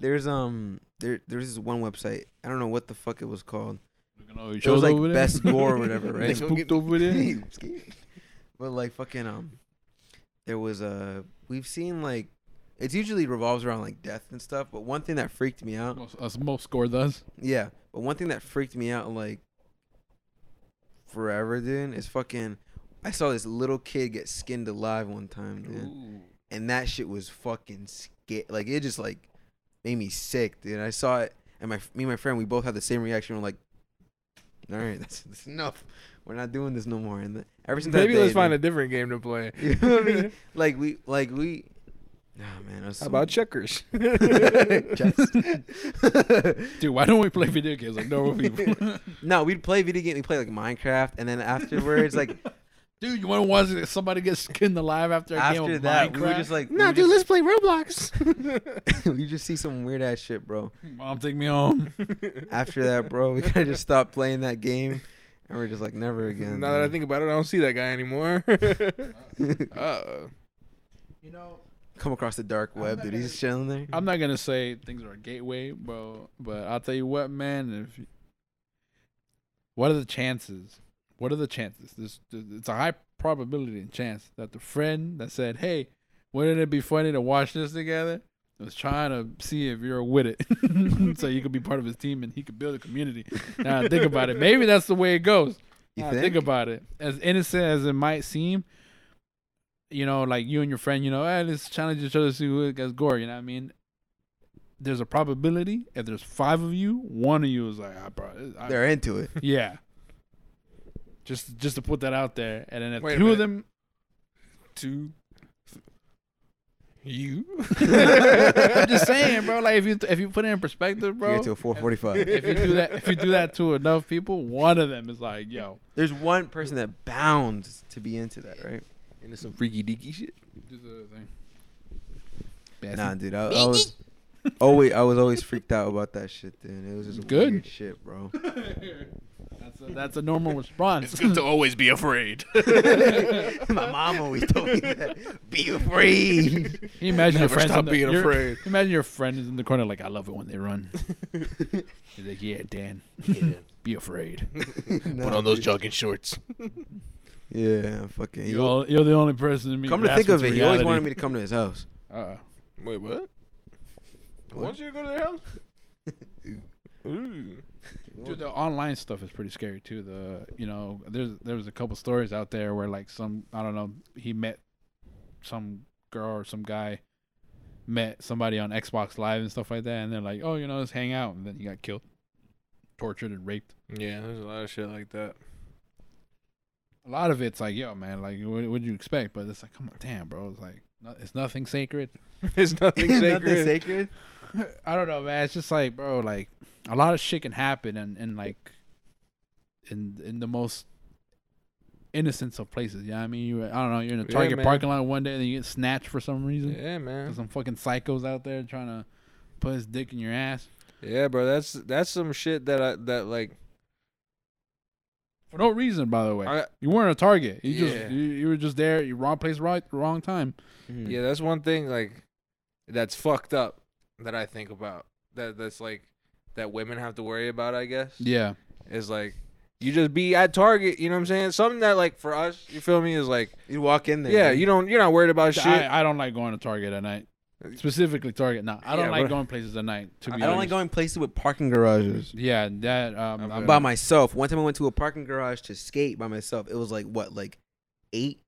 there's um, there there's this one website. I don't know what the fuck it was called.
It
was like best gore or whatever, right?
they spooked over there.
but like fucking um, there was a. We've seen like, it's usually revolves around like death and stuff. But one thing that freaked me out.
Most- As most gore does.
Yeah, but one thing that freaked me out like forever, dude, is fucking. I saw this little kid get skinned alive one time, dude, and that shit was fucking scary. Like it just like made me sick, dude. I saw it, and my me and my friend we both had the same reaction. We're like, "All right, that's, that's enough. We're not doing this no more." And the, ever since
Maybe
that day,
let's find a different game to play.
You know what I mean? Like we, like we. Nah, man. That's
How about checkers?
Dude, why don't we play video games like normal people?
No, we'd play video game. We play like Minecraft, and then afterwards, like
Dude, you want to watch somebody get skinned alive after a game
after
of
that,
Minecraft?
we were just like,
nah,
we
dude,
just,
let's play Roblox.
we just see some weird ass shit, bro.
Mom, take me home.
After that, bro, we kind of just stopped playing that game, and we're just like, never again.
now that I think about it, I don't see that guy anymore.
I think,
uh,
You know,
Come across the dark web, dude. He's just chilling there.
I'm not gonna say things are a gateway, bro, but I'll tell you what, man. If you- what are the chances? What are the chances? This it's a high probability and chance that the friend that said, "Hey, wouldn't it be funny to watch this together?" was trying to see if you're with it, so you could be part of his team and he could build a community. Now think about it. Maybe that's the way it goes.
You
Nah,
think?
think about it. As innocent as it might seem, you know, like you and your friend, you know, hey, let's challenge each other to see who gets gore. You know what I mean? There's a probability if there's five of you, one of you is like, ah, bro, this- I-
They're into it.
yeah. Just just to put that out there, and then if
Wait a
two of
minute.
them,
Two. You.
I'm just saying, bro. Like if you if you put it in perspective,
You
bro.
get to a 445.
If you do that, if you do that to enough people, one of them is like, yo,
There's one person that bounds to be into that, right?
Into some freaky deaky shit.
do the thing.
Nah, dude. I, I was always I was always freaked out about that shit, dude. It was just
Good.
weird shit, bro.
That's a, that's a normal response.
always be afraid.
My mom always told me that. Be afraid.
Can you imagine your
Never
friends
stop
on the-
being
your-
afraid.
can you Imagine your friend is in the corner like, I love it when they run. He's like, yeah, Dan, be afraid.
Put on those jogging shorts.
Yeah, fucking. he
You're, all- you're the only person in me.
Come to think of it, he always wanted me to come to his house.
Uh,
Wait, what?
What?
Why do you to go to their house? Ooh.
dude, the online stuff is pretty scary too. The you know, there's there was a couple stories out there where like some I don't know he met some girl or some guy met somebody on Xbox Live and stuff like that, and they're like, oh, you know, let's hang out, and then he got killed, tortured and raped.
Yeah, there's a lot of shit like that.
a lot of it's like, yo, man, like, what would you expect? But it's like, come on, damn, bro, it's like, no, it's nothing sacred.
There's nothing
Nothing
sacred.
sacred?
I don't know, man. It's just like, bro, like, a lot of shit can happen, and and like, in in the most innocence of places. Yeah, you know what I mean, you, I don't know, you're in a
Yeah,
Target
man.
parking lot one day, and then you get snatched for some reason.
Yeah, man.
There's some fucking psychos out there trying to put his dick in your ass
Yeah, bro. That's that's some shit that I that like.
for no reason, by the way.
I,
you weren't a Target. You
Yeah.
just you, you were just there. You wrong place, right, wrong time.
Mhm.
yeah, that's one thing like that's fucked up that I think about. That that's like that women have to worry about. I guess
Yeah.
is like you just be at Target. You know what I'm saying? Something that like for us, you feel me? Is like
You walk in there.
yeah,
dude.
you don't you're not worried about shit.
I, I don't like going to Target at night. Specifically Target. No, I don't
Yeah,
like
but-
going places at night. To be
I don't like going places with parking garages.
Yeah, that. Um,
I'm
I'm-
By myself. One time I went to a parking garage to skate by myself. It was like what, like eight,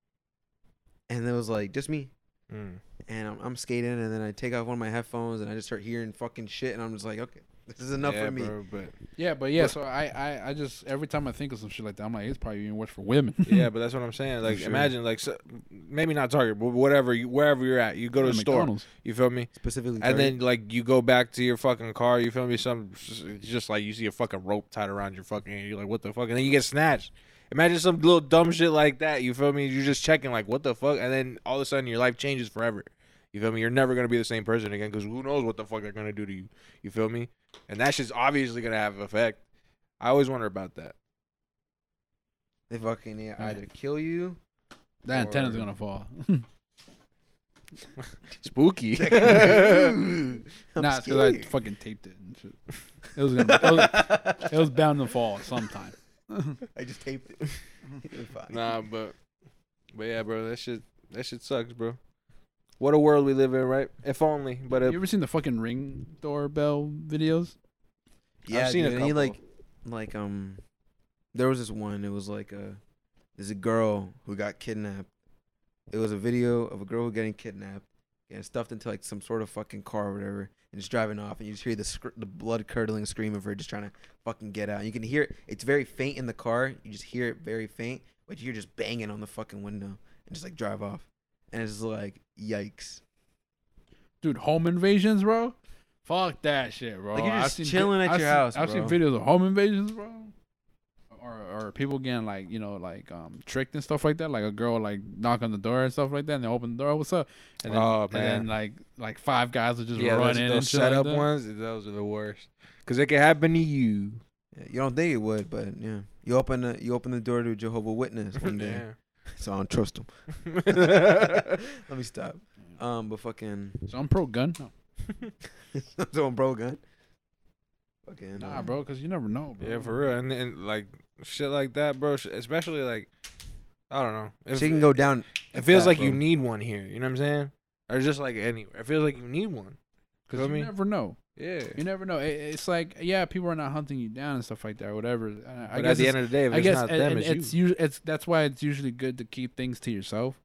and it was like just me.
Mm.
And I'm, I'm skating, and then I take off one of my headphones, and I just start hearing fucking shit, and I'm just like, okay, this is enough
yeah,
for me.
bro, but
yeah, but yeah. So I, I, I just every time I think of some shit like that, I'm like, it's probably even worse for women.
yeah, but that's what I'm saying. Like
sure.
imagine like so, maybe not Target, but whatever you, wherever you're at, you go to the
At
store.
McDonald's.
You feel me?
Specifically,
And
Target.
then like you go back to your fucking car, you feel me? Some it's just like you see a fucking rope tied around your fucking, you're like, what the fuck? And then you get snatched. Imagine some little dumb shit like that. You feel me? You're just checking like, what the fuck? And then all of a sudden your life changes forever. You feel me? You're never gonna be the same person again because who knows what the fuck they're gonna do to you? You feel me? And that shit's obviously gonna have an effect. I always wonder about that.
they fucking yeah,
Hmm.
Yeah.
either kill you.
That antenna's
Or-
gonna fall.
Spooky.
I'm
nah, it's because I
scared.
fucking taped it. And shit. It was gonna. It was, it was bound to fall sometime.
I just taped it. You're fine.
nah, but but yeah, bro, that shit that shit sucks, bro. What a world we live in, right? If only, but
You
if
ever seen the fucking ring doorbell videos?
Yeah,
I've seen a
dude, and he,
couple.
like, like um, there was this one. It was like a, there's a girl who got kidnapped. It was a video of a girl who getting kidnapped, getting stuffed into like some sort of fucking car or whatever, and just driving off. And you just hear the scr- the blood curdling scream of her just trying to fucking get out. You can hear it. It's very faint in the car. You just hear it very faint, but you hear just banging on the fucking window and just like drive off. And it's just like yikes.
Dude, home invasions, bro. Fuck that shit, bro.
Like, you're
I've
just
seen
chilling at
I've
your
seen-
house,
I've seen
bro.
videos of home invasions, bro. Or or people getting like you know like um tricked and stuff like that. Like a girl like knock on the door and stuff like that, and they open the door. What's up? And then,
Oh,
And
man.
then like like five guys will just
yeah,
run
those,
in and
those
shit like
setup
that.
ones, those are the worst. Cause it could happen to you.
Yeah, you don't think it would, but yeah. You open the you open the door to a Jehovah Witness one day,
Yeah.
so I don't trust him. Let me stop. Um, but fucking,
So I'm pro gun. No.
so I'm bro gun. Fucking
Nah,
uh,
bro, because you never know, bro.
Yeah, for real. And, and like shit like that, bro. sh- Especially like, I don't know. If,
She can go down.
It feels
that,
like you
bro.
need one here. You know what I'm saying? Or just like anywhere. It feels like you need one.
Because you
Feel me?
never know.
Yeah.
You never know. It, it's like, yeah, people are not hunting you down and stuff like that, whatever. And I,
But
I guess
at the
it's-
end of the day, if
I
it's
guess
not
and-
them,
and
it's,
it's
you.
usually it's that's why it's usually good to keep things to yourself,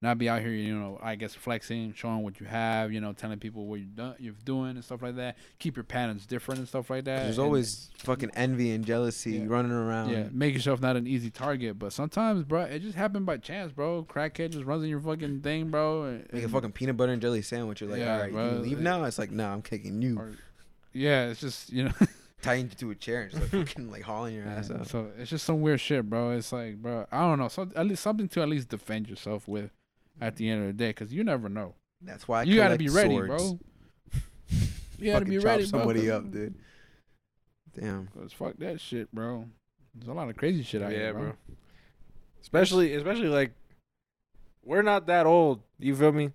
not be out here, you know. I guess flexing, showing what you have, you know, telling people what you done, you're doing and stuff like that. Keep your patterns different and stuff like that.
There's
and-
always um, fucking envy and jealousy
Yeah.
running around.
yeah, make yourself not an easy target. But sometimes, bro, it just happened by chance, bro. Crackhead just runs in your fucking thing, bro. and-
Make a
and-
fucking peanut butter and jelly sandwich. You're like,
Yeah,
all right,
bro,
you leave
it-
now. It's like, nah, I'm kicking you,
or- yeah, it's just you know.
tying you to a chair and just like fucking like hauling your ass
Yeah,
out.
So it's just some weird shit, bro. It's like, bro, I don't know. So at least something to at least defend yourself with at the end of the day, because you never know.
That's why I
you gotta be
collect
ready,
swords.
bro. You gotta
Fucking
be
chop
ready, bro.
somebody
'cause-
up, dude. Damn.
Cause fuck that shit, bro. There's a lot of crazy shit out
Yeah,
here, bro.
bro. Especially, especially like, we're not that old. You feel me?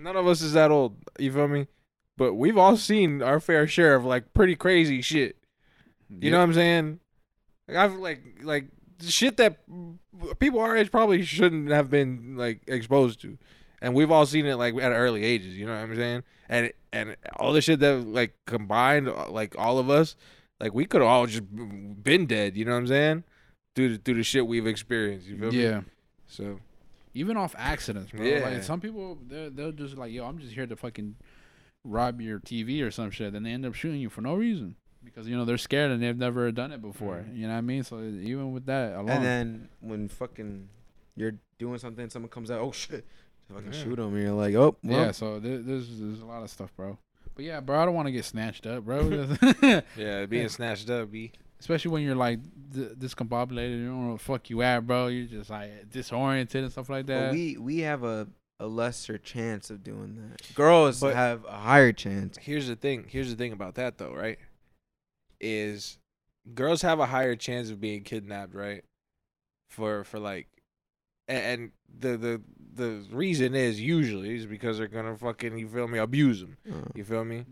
None of us is that old. You feel me? But we've all seen our fair share of like pretty crazy shit. You know what I'm saying? Like I've like like shit that people our age probably shouldn't have been like exposed to, and we've all seen it like at early ages. You know what I'm saying? And and all the shit that like combined, like all of us, like we could all just been dead. You know what I'm saying? Through the, through the shit we've experienced. You feel me?
Yeah.
So
Even off accidents, bro.
Yeah.
Like some people, they're- they'll just like, yo, I'm just here to fucking rob your TV or some shit. Then they end up shooting you for no reason because you know they're scared and they've never done it before.
Mhm.
You know what I mean? So even with that alone,
Mm. And then when fucking you're doing something, someone comes out, oh shit, fucking
Yeah.
shoot him. And you're like, oh, well,
yeah. So there, there's there's a lot of stuff, bro. But yeah, bro, I don't want to get snatched up, bro.
yeah, being snatched up, be
Especially when you're like d- discombobulated, you don't know what the fuck you at, bro. You're just like disoriented and stuff like that.
but we we have a, a lesser chance of doing that. Girls
But-
have a higher chance.
here's the thing here's the thing about that though right is girls have a higher chance of being kidnapped right for for like a- and the the the reason is usually is because they're gonna fucking you feel me abuse them
Uh,
you feel me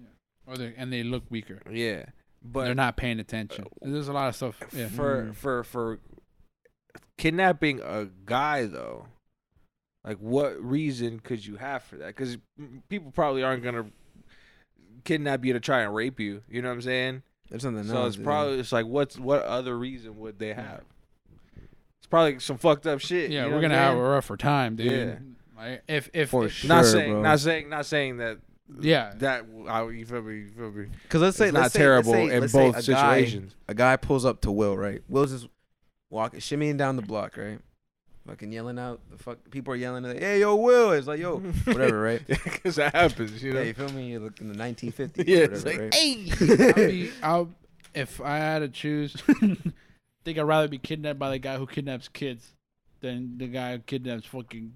or they and they look weaker.
yeah but Uh,
they're not paying attention. There's a lot of stuff. Yeah. mm-hmm.
for
Mm.
for for kidnapping a guy though like what reason could you have for that because people probably aren't gonna kidnap you to try and rape you you know what i'm saying
there's something
So
else.
it's probably it's like what's what other reason would they have? It's probably some fucked up shit. you
Yeah,
know
we're
what
gonna
I'm
have a rougher time, dude.
Yeah.
Like, if if
For
if-
saying? not
sure,
saying
bro.
not saying not saying that
yeah,
that I, you feel me, you feel me.
because let's
It's
say
not
let's say- let's
terrible
say-
in
let's say
both
a guy-
situations.
a guy pulls up to Will, right? Will's just walking, shimmying down the block, right? Fucking yelling out. The fuck, people are yelling, like, "Hey, yo, Will!" It's like, "Yo, whatever," right?
Because that happens, you
Yeah,
know.
you feel me? You look in the 1950s.
Yeah,
or
it's
whatever, right?
like,
I'll be, I'll, if I had to choose, think I'd rather be kidnapped by the guy who kidnaps kids than the guy who kidnaps fucking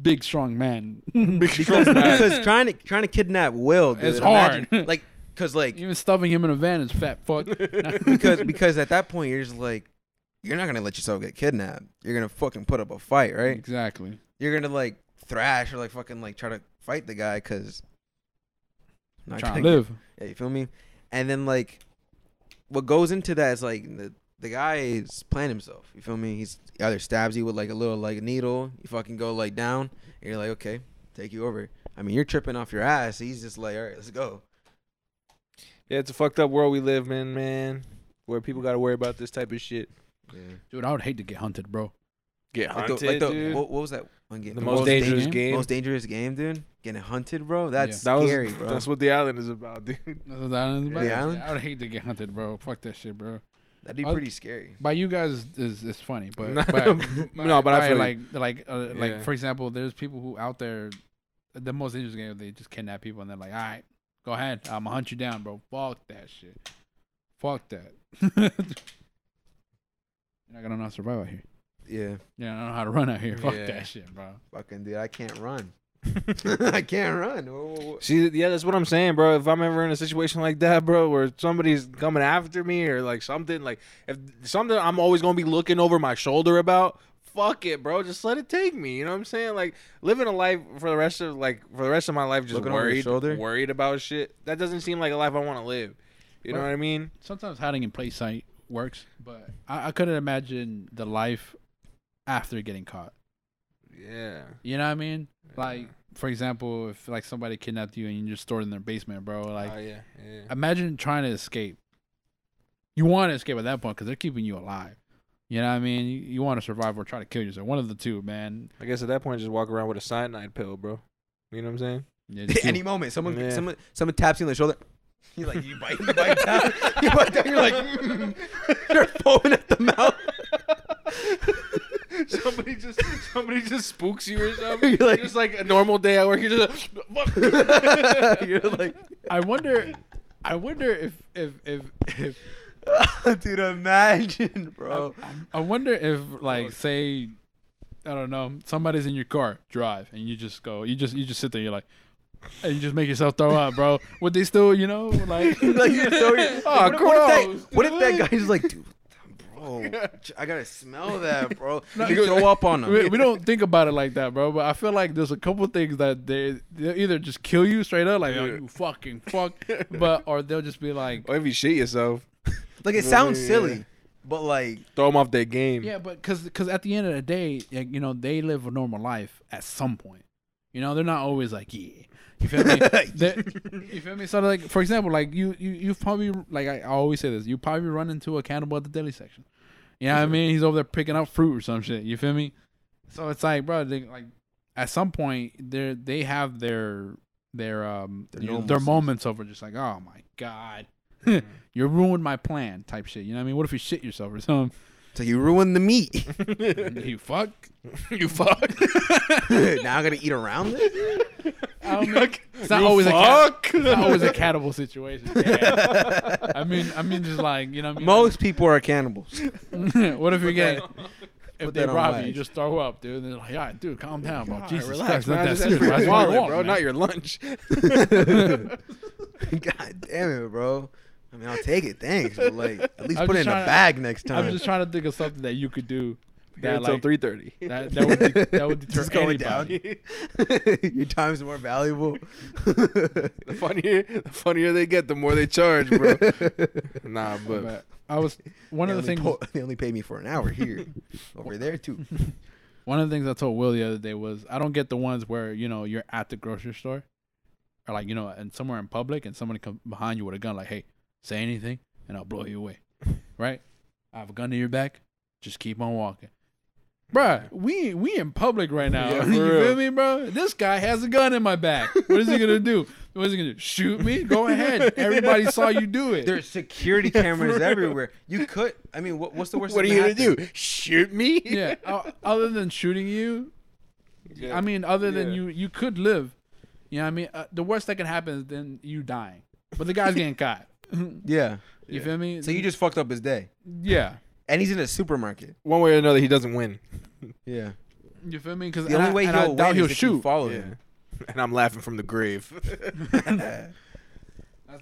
big strong man. big
strong man.
because trying to trying to kidnap Will, dude,
It's
imagine-
hard.
like, cause like
Even stuffing him in a van is fat fuck.
because because at that point you're just like, you're not gonna let yourself get kidnapped. You're gonna fucking put up a fight, right?
Exactly.
Mm-hmm.
You're gonna like thrash or like fucking like try to fight the guy because not
Trying
gonna-
to live.
Yeah, you feel me? And then like, what goes into that is like the the guy is playing himself. You feel me? He's he either stabs you with like a little like needle. You fucking go like down. And you're like, okay, take you over. I mean, you're tripping off your ass. He's just like, all right, let's go.
Yeah, it's a fucked up world we live in, man. Where people got to worry about this type of shit.
Yeah.
Dude, I would hate to get hunted, bro.
Get
Like
hunted,
the, like the,
dude.
What, what was that one
the,
game?
most,
most
dangerous
dangerous
game.
most dangerous game, dude. Getting hunted, bro. That's
that was
scary, bro.
that's what the island is about, dude.
That's what that is about.
The island?
I would hate to get hunted, bro. Fuck that shit, bro.
That'd be
I'll-
pretty scary.
By you guys is is funny, but,
No,
but
no, but I
by,
feel you.
like like uh,
Yeah.
like for example, there's people who out there, the most interesting game they just kidnap people and they're like, all right, go ahead, I'm gonna hunt you down, bro. Fuck that shit. Fuck that. You're not gonna know how to survive out here.
Yeah,
Yeah, I don't know how to run out here. Fuck
Yeah.
that shit, bro.
fucking dude. I can't run. I can't run. Whoa, whoa, whoa.
See, yeah, that's what I'm saying, bro. If I'm ever in a situation like that, bro, where somebody's coming after me or like something, like if something I'm always gonna be looking over my shoulder about, fuck it, bro. Just let it take me. You know what I'm saying? Like living a life for the rest of like for the rest of my life, just
Looking over your
worried,
shoulder?
worried about shit. That doesn't seem like a life I want to live. You know
Right.
what I mean?
Sometimes hiding in plain sight works, but I, I couldn't imagine the life after getting caught.
Yeah.
You know what I mean? Like, for example, if like somebody kidnapped you and you're just stored in their basement, bro. Like,
oh yeah, yeah.
imagine trying to escape. You want to escape at that point because they're keeping you alive. You know what I mean? You, you want to survive or try to kill yourself. One of the two, man.
I guess at that point, just walk around with a cyanide pill, bro. You know what I'm saying?
Yeah, just do-
Any moment, someone,
Yeah.
someone, someone taps you on the shoulder. You're like, you bite, you bite down, you bite down. You're like, mm. you're foaming at the mouth.
somebody just somebody just spooks you or something.
You're like-
just like a normal day at work, you're just like,
you're like,
I wonder. I wonder if if if, if
dude, imagine, bro.
I wonder if like say I don't know somebody's in your car drive and you just go you just you just sit there you're like and you just make yourself throw up brow would they still you know like
like you throw your, what,
Aw,
what
gross,
if that, what if that guy's like, dude, bro, I gotta smell that, bro.
No,
you throw up on him.
we, we don't think about it like that bro but I feel like there's a couple things that they they either just kill you straight up like oh,
Yeah. Oh,
you fucking fuck but or they'll just be like
or if you shit yourself,
like it
Yeah.
sounds silly, but like,
throw them off their game.
yeah but because because at the end of the day like, you know they live a normal life at some point you know they're not always like yeah you feel me The- you feel me? So like, for example, like you you you've probably like I always say this. You probably run into a cannibal at the deli section. You know what I mean? He's over there picking up fruit or some shit. You feel me? So it's like, bro, they, like at some point they they have their their um
Their
you know, their
normalcies.
moments over just like, oh my god,
Mm-hmm.
you ruined my plan type shit. You know what I mean? What if you shit yourself or something?
so you ruined the meat.
you fuck.
you fuck.
now I gotta eat around it.
I don't mean, it's not
You
always a cat,
fuck.
it's not always a cannibal situation. Yeah. I mean, I mean, just like you know, what I mean?
Most people are cannibals.
what if you get if
put
they
that on
rob you, you
wax.
just throw up, dude? And they're like, "All right, dude, calm down, bro.
Alright,
Jesus
relax,
Christ, not
man.
that
Just ask
serious.
for your
That's what
wallet,
I want,
bro,
man."
not your lunch.
God damn it, bro. I mean, I'll take it, thanks. But like, at least
I'm
put it
just
in a
trying to-
bag next
I'm
time.
just trying to think of something that you could do
Here
that
until
like
three thirty.
that, that would de- that would deter
Just going
anybody.
down. Your time's more valuable.
The funnier, the funnier they get, the more they charge, bro. nah, but,
But I was one
They
of the
only
things.
po- they only paid me for an hour here, over there too.
One of the things I told Will the other day was I don't get the ones where you know you're at the grocery store, or like you know, and somewhere in public, and somebody comes behind you with a gun, like, "Hey, say anything, and I'll blow you away." right? I have a gun to your back. Just keep on walking, Bruh, We we in public right now.
Yeah, for
you
real.
feel me, bro? This guy has a gun in my back. What is he gonna do? What is he gonna do? shoot me? Go ahead. Everybody saw you do it.
There's security cameras everywhere. You could. I mean, what, what's the worst?
what are
that
you
can
gonna
happen?
do? Shoot me?
yeah. o- Other than shooting you,
Yeah.
I mean, other than
Yeah.
you, you could live. You know what I mean? Uh, the worst that can happen is then you dying. But the guy's getting caught. you
Yeah.
feel me?
So you just fucked up his day,
yeah.
and he's in a supermarket.
one way or another, he doesn't win.
Yeah.
You feel me? Because
The only way
I,
he'll
and I
win
doubt
is
he'll
if you
shoot.
follow
Yeah.
him.
And I'm laughing from the grave.
That's,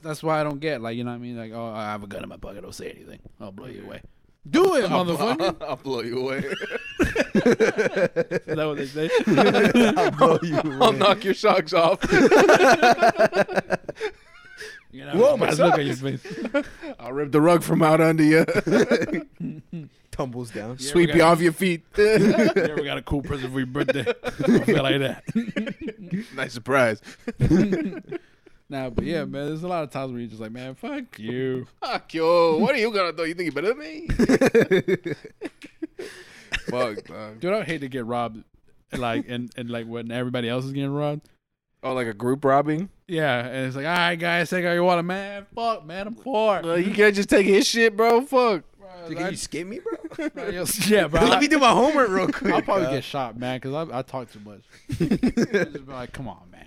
that's why I don't get like you know what I mean. Like oh, I have a gun in my pocket. Don't say anything. I'll blow you away. Do it, motherfucker.
I'll blow you away.
Is that what they say?
I'll blow you
I'll
away.
knock your socks off.
You know,
Whoa, my
just look at your face.
I'll rip the rug from out under you.
Tumbles down.
Sweep
okay.
you off your feet.
You ever got a cool present for your birthday? I feel like that.
nice surprise.
nah, but yeah, man. There's a lot of times where you're just like, man, fuck you.
Fuck yo, what are you gonna do? You think you better than me? Fuck, dog.
Dude, I would hate to get robbed, like, and, and like when everybody else is getting robbed.
Oh, like a group robbing?
Yeah, and it's like, all right, guys, take out your wallet, man. Fuck, man, I'm poor.
Uh, you can't just take his shit, bro. Fuck.
Bro,
Dude, can
I-
you skip me, bro?
bro, yo, yeah, bro.
Let me
I,
do my homework real quick.
will probably
uh,
get shot, man, because I, I talk too much. I'd just be like, come on, man.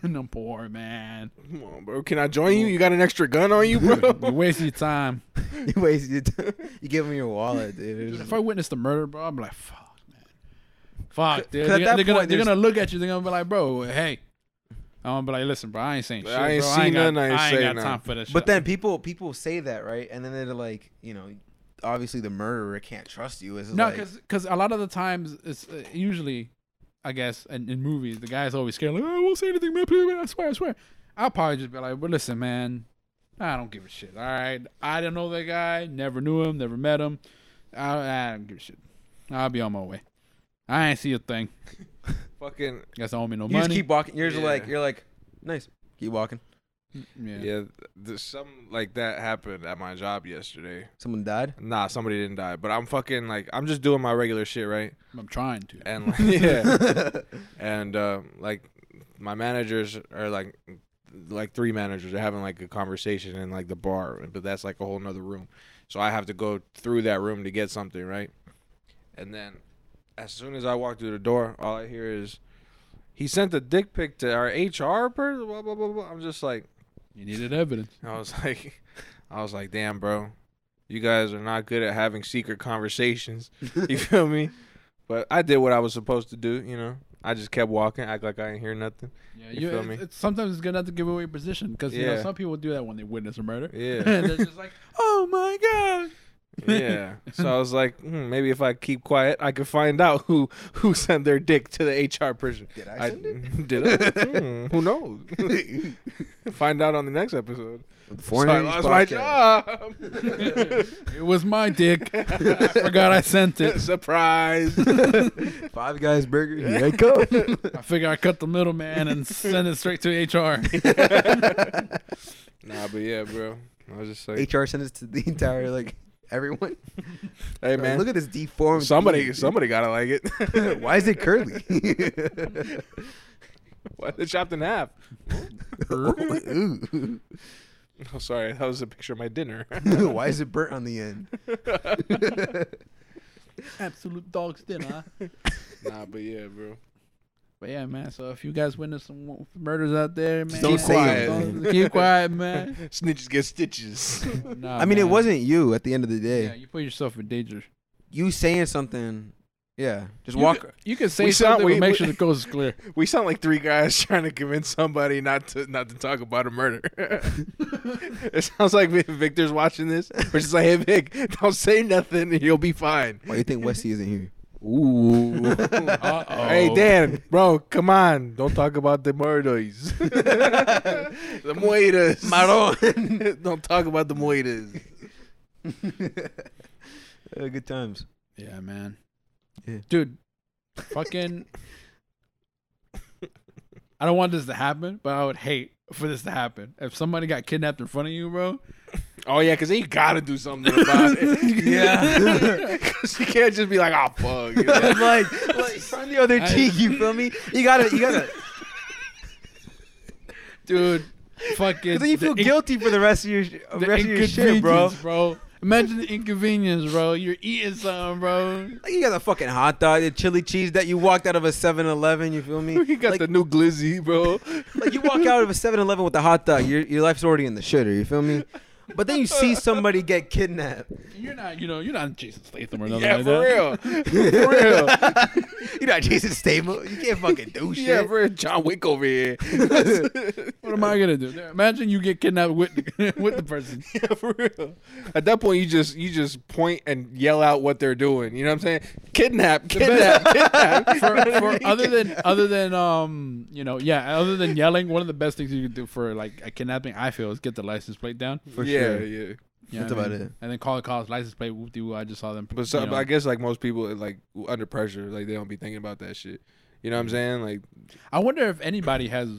I'm poor, man.
Come on, bro. Can I join you? You got an extra gun on you, bro?
You're wasting your time.
You wasted your time. You give me your wallet, dude.
If I witnessed the murder, bro, I'm like, fuck, man. Fuck, dude.
'cause at that
They're, gonna- they're gonna,
point,
they're
there's-
gonna look at you. They're gonna be like, bro, hey. I'm gonna be like, listen, bro, I ain't saying shit.
I ain't
bro.
seen
got-
nothing, I ain't
I
say
ain't got
nothing.
time for this shit.
But then people people say that right, and then they're like, you know, obviously the murderer can't trust you. It's
No,
like,
because a lot of the times it's uh, usually, I guess, in, in movies, the guy's always scared. Like, oh, I won't say anything, man. Please, man. I swear, I swear. I'll probably just be like, well, listen, man, I don't give a shit. All right, I don't know that guy. Never knew him. Never met him. I, I don't give a shit. I'll be on my way. I ain't see a thing.
Fucking
Guess I owe me no
you just
money.
keep walking. You're just
Yeah.
like you're like nice. Keep walking.
Mm, yeah.
yeah, th- there's something like that happened at my job yesterday.
Someone died.
Nah, somebody didn't die, but I'm fucking like I'm just doing my regular shit, right?
I'm trying to.
And like, yeah, and uh, like my managers are like like three managers are having like a conversation in like the bar, but that's like a whole nother room. So I have to go through that room to get something, right? And then as soon as I walk through the door, all I hear is he sent a dick pic to our HR person. Blah blah blah blah. I'm just like.
You needed evidence.
I was like, I was like, damn, bro, you guys are not good at having secret conversations. You feel me? But I did what I was supposed to do. You know, I just kept walking, act like I didn't hear nothing.
Yeah,
You
you,
feel
it's,
me?
It's, sometimes it's good not to give away your position because you
Yeah.
know some people do that when they witness a murder.
Yeah,
and they're just like, oh my god.
yeah. So I was like, hmm, maybe if I keep quiet, I could find out who who sent their dick to the HR person.
Did
I did. I? Hmm, who knows? find out on the next episode. So I lost my job.
It was my dick. I forgot I sent it.
Surprise.
Five Guys Burger. Here I come.
I figure I cut the middleman and send it straight to HR.
Nah, but yeah, bro. I was just like,
HR sent us to the entire like everyone.
hey
Like,
man,
look at this deformed.
somebody,
dude.
somebody gotta like it.
Why is it curly?
Why is it chopped in half?
Ooh.
Oh, sorry, that was a picture of my dinner.
Why is it burnt on the end?
Absolute dog's dinner.
nah, but yeah, bro.
But yeah, man. So if you guys witness some murders out there, man,
don't say
don't- keep quiet, man.
Snitches get stitches.
Nah,
I mean, it
Oh, man.
wasn't you at the end of the day.
Yeah, you put yourself in danger.
You saying something. Yeah. Just
You
walk.
could- You can say
We sound-
something,
we-
but make
we-
sure the coast is clear.
we sound like three guys trying to convince somebody not to not to talk about a murder. it sounds like Vic- Victor's watching this. We're just like, hey Vic, don't say nothing, and you'll be fine.
Why Oh, you think Wesley isn't here?
Ooh.
Uh-oh.
Hey Dan, bro, come on! Don't talk about the murders, the muertas.
Marón.
Don't talk about the muertas.
Uh, good times.
Yeah, man.
Yeah.
Dude, fucking. I don't want this to happen, but I would hate for this to happen. If somebody got kidnapped in front of you, bro,
Oh yeah, because then you gotta do something about it.
Yeah.
because you can't just be like, oh fuck. you know?
like, like turn the other
I-
cheek. You feel me? You gotta, you gotta.
dude, fucking.
Cause then you
the
feel
in-
guilty for the rest of your, sh-
the
rest of your shit, bro.
inconvenience, bro. Imagine the inconvenience, bro. You're eating something, bro.
Like you got the fucking hot dog, the chili cheese that you walked out of a 7-Eleven. You feel me?
you got
like,
the new glizzy, bro.
like you walk out of a 7-Eleven with a hot dog. Your your life's already in the shitter. You feel me? But then you see somebody get kidnapped.
You're not, you know, you're not Jason Statham or nothing
yeah,
like
for
that.
real, for real.
Oh, You're not Jason Statham. You can't fucking do shit.
Yeah, for real. John Wick over here.
What am I gonna do? Imagine you get kidnapped with with the person.
yeah, for real. At that point, you just you just point and yell out what they're doing. You know what I'm saying? Kidnap, kidnap, kidnap.
for, for other than other than um you know yeah other than yelling one of the best things you can do for like a kidnapping I feel is get the license plate down.
For
yeah,
sure.
yeah.
You know
That's
what I
about
mean?
it.
And then call the cops license plate. Whoop de woo. I just saw them.
But some,
you know.
I guess like most people, like under pressure, like they don't be thinking about that shit. You know what I'm saying? Like,
I wonder if anybody has.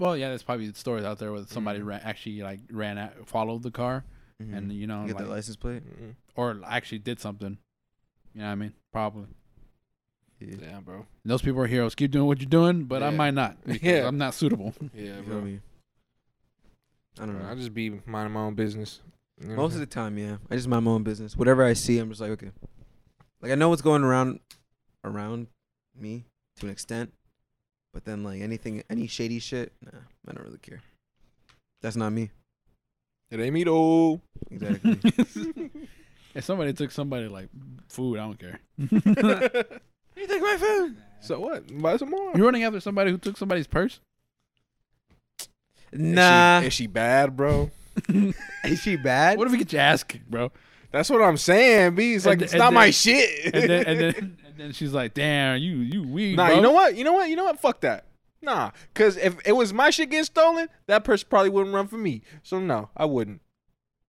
Well, yeah, there's probably stories out there where somebody
Mm-hmm.
ran, actually like ran at, followed the car
Mhm.
and you know
You get
like,
that license plate.
mm,
or actually did something. You know what I mean? Probably.
damn, bro.
And those people are heroes. Keep doing what you're doing, but I
Yeah.
might not. because
Yeah.
I'm not suitable.
Yeah,
You feel
bro.
me? I don't know.
I just be minding my own business. You know what I'm
Most of the time, yeah. I just mind my own business. Whatever I see, I'm just like, okay. Like I know what's going around around me to an extent. But then like anything any shady shit, nah, I don't really care. That's not me.
It ain't me though.
Exactly.
if somebody took somebody like food, I don't care.
you take my food. So what? Buy some more.
You're running after somebody who took somebody's purse?
Is she-
nah.
Is she, bad, bro?
Is she bad?
What if you get your ass kicked, bro?
That's what I'm saying, B. It's like
And-
it's
and
not my
then-
shit.
and then and then and then she's like, "Damn, you you weak."
nah,
bro."
you know what? You know what? You know what? Fuck that. Nah, because if it was my shit getting stolen, that person probably wouldn't run for me. So no, I wouldn't.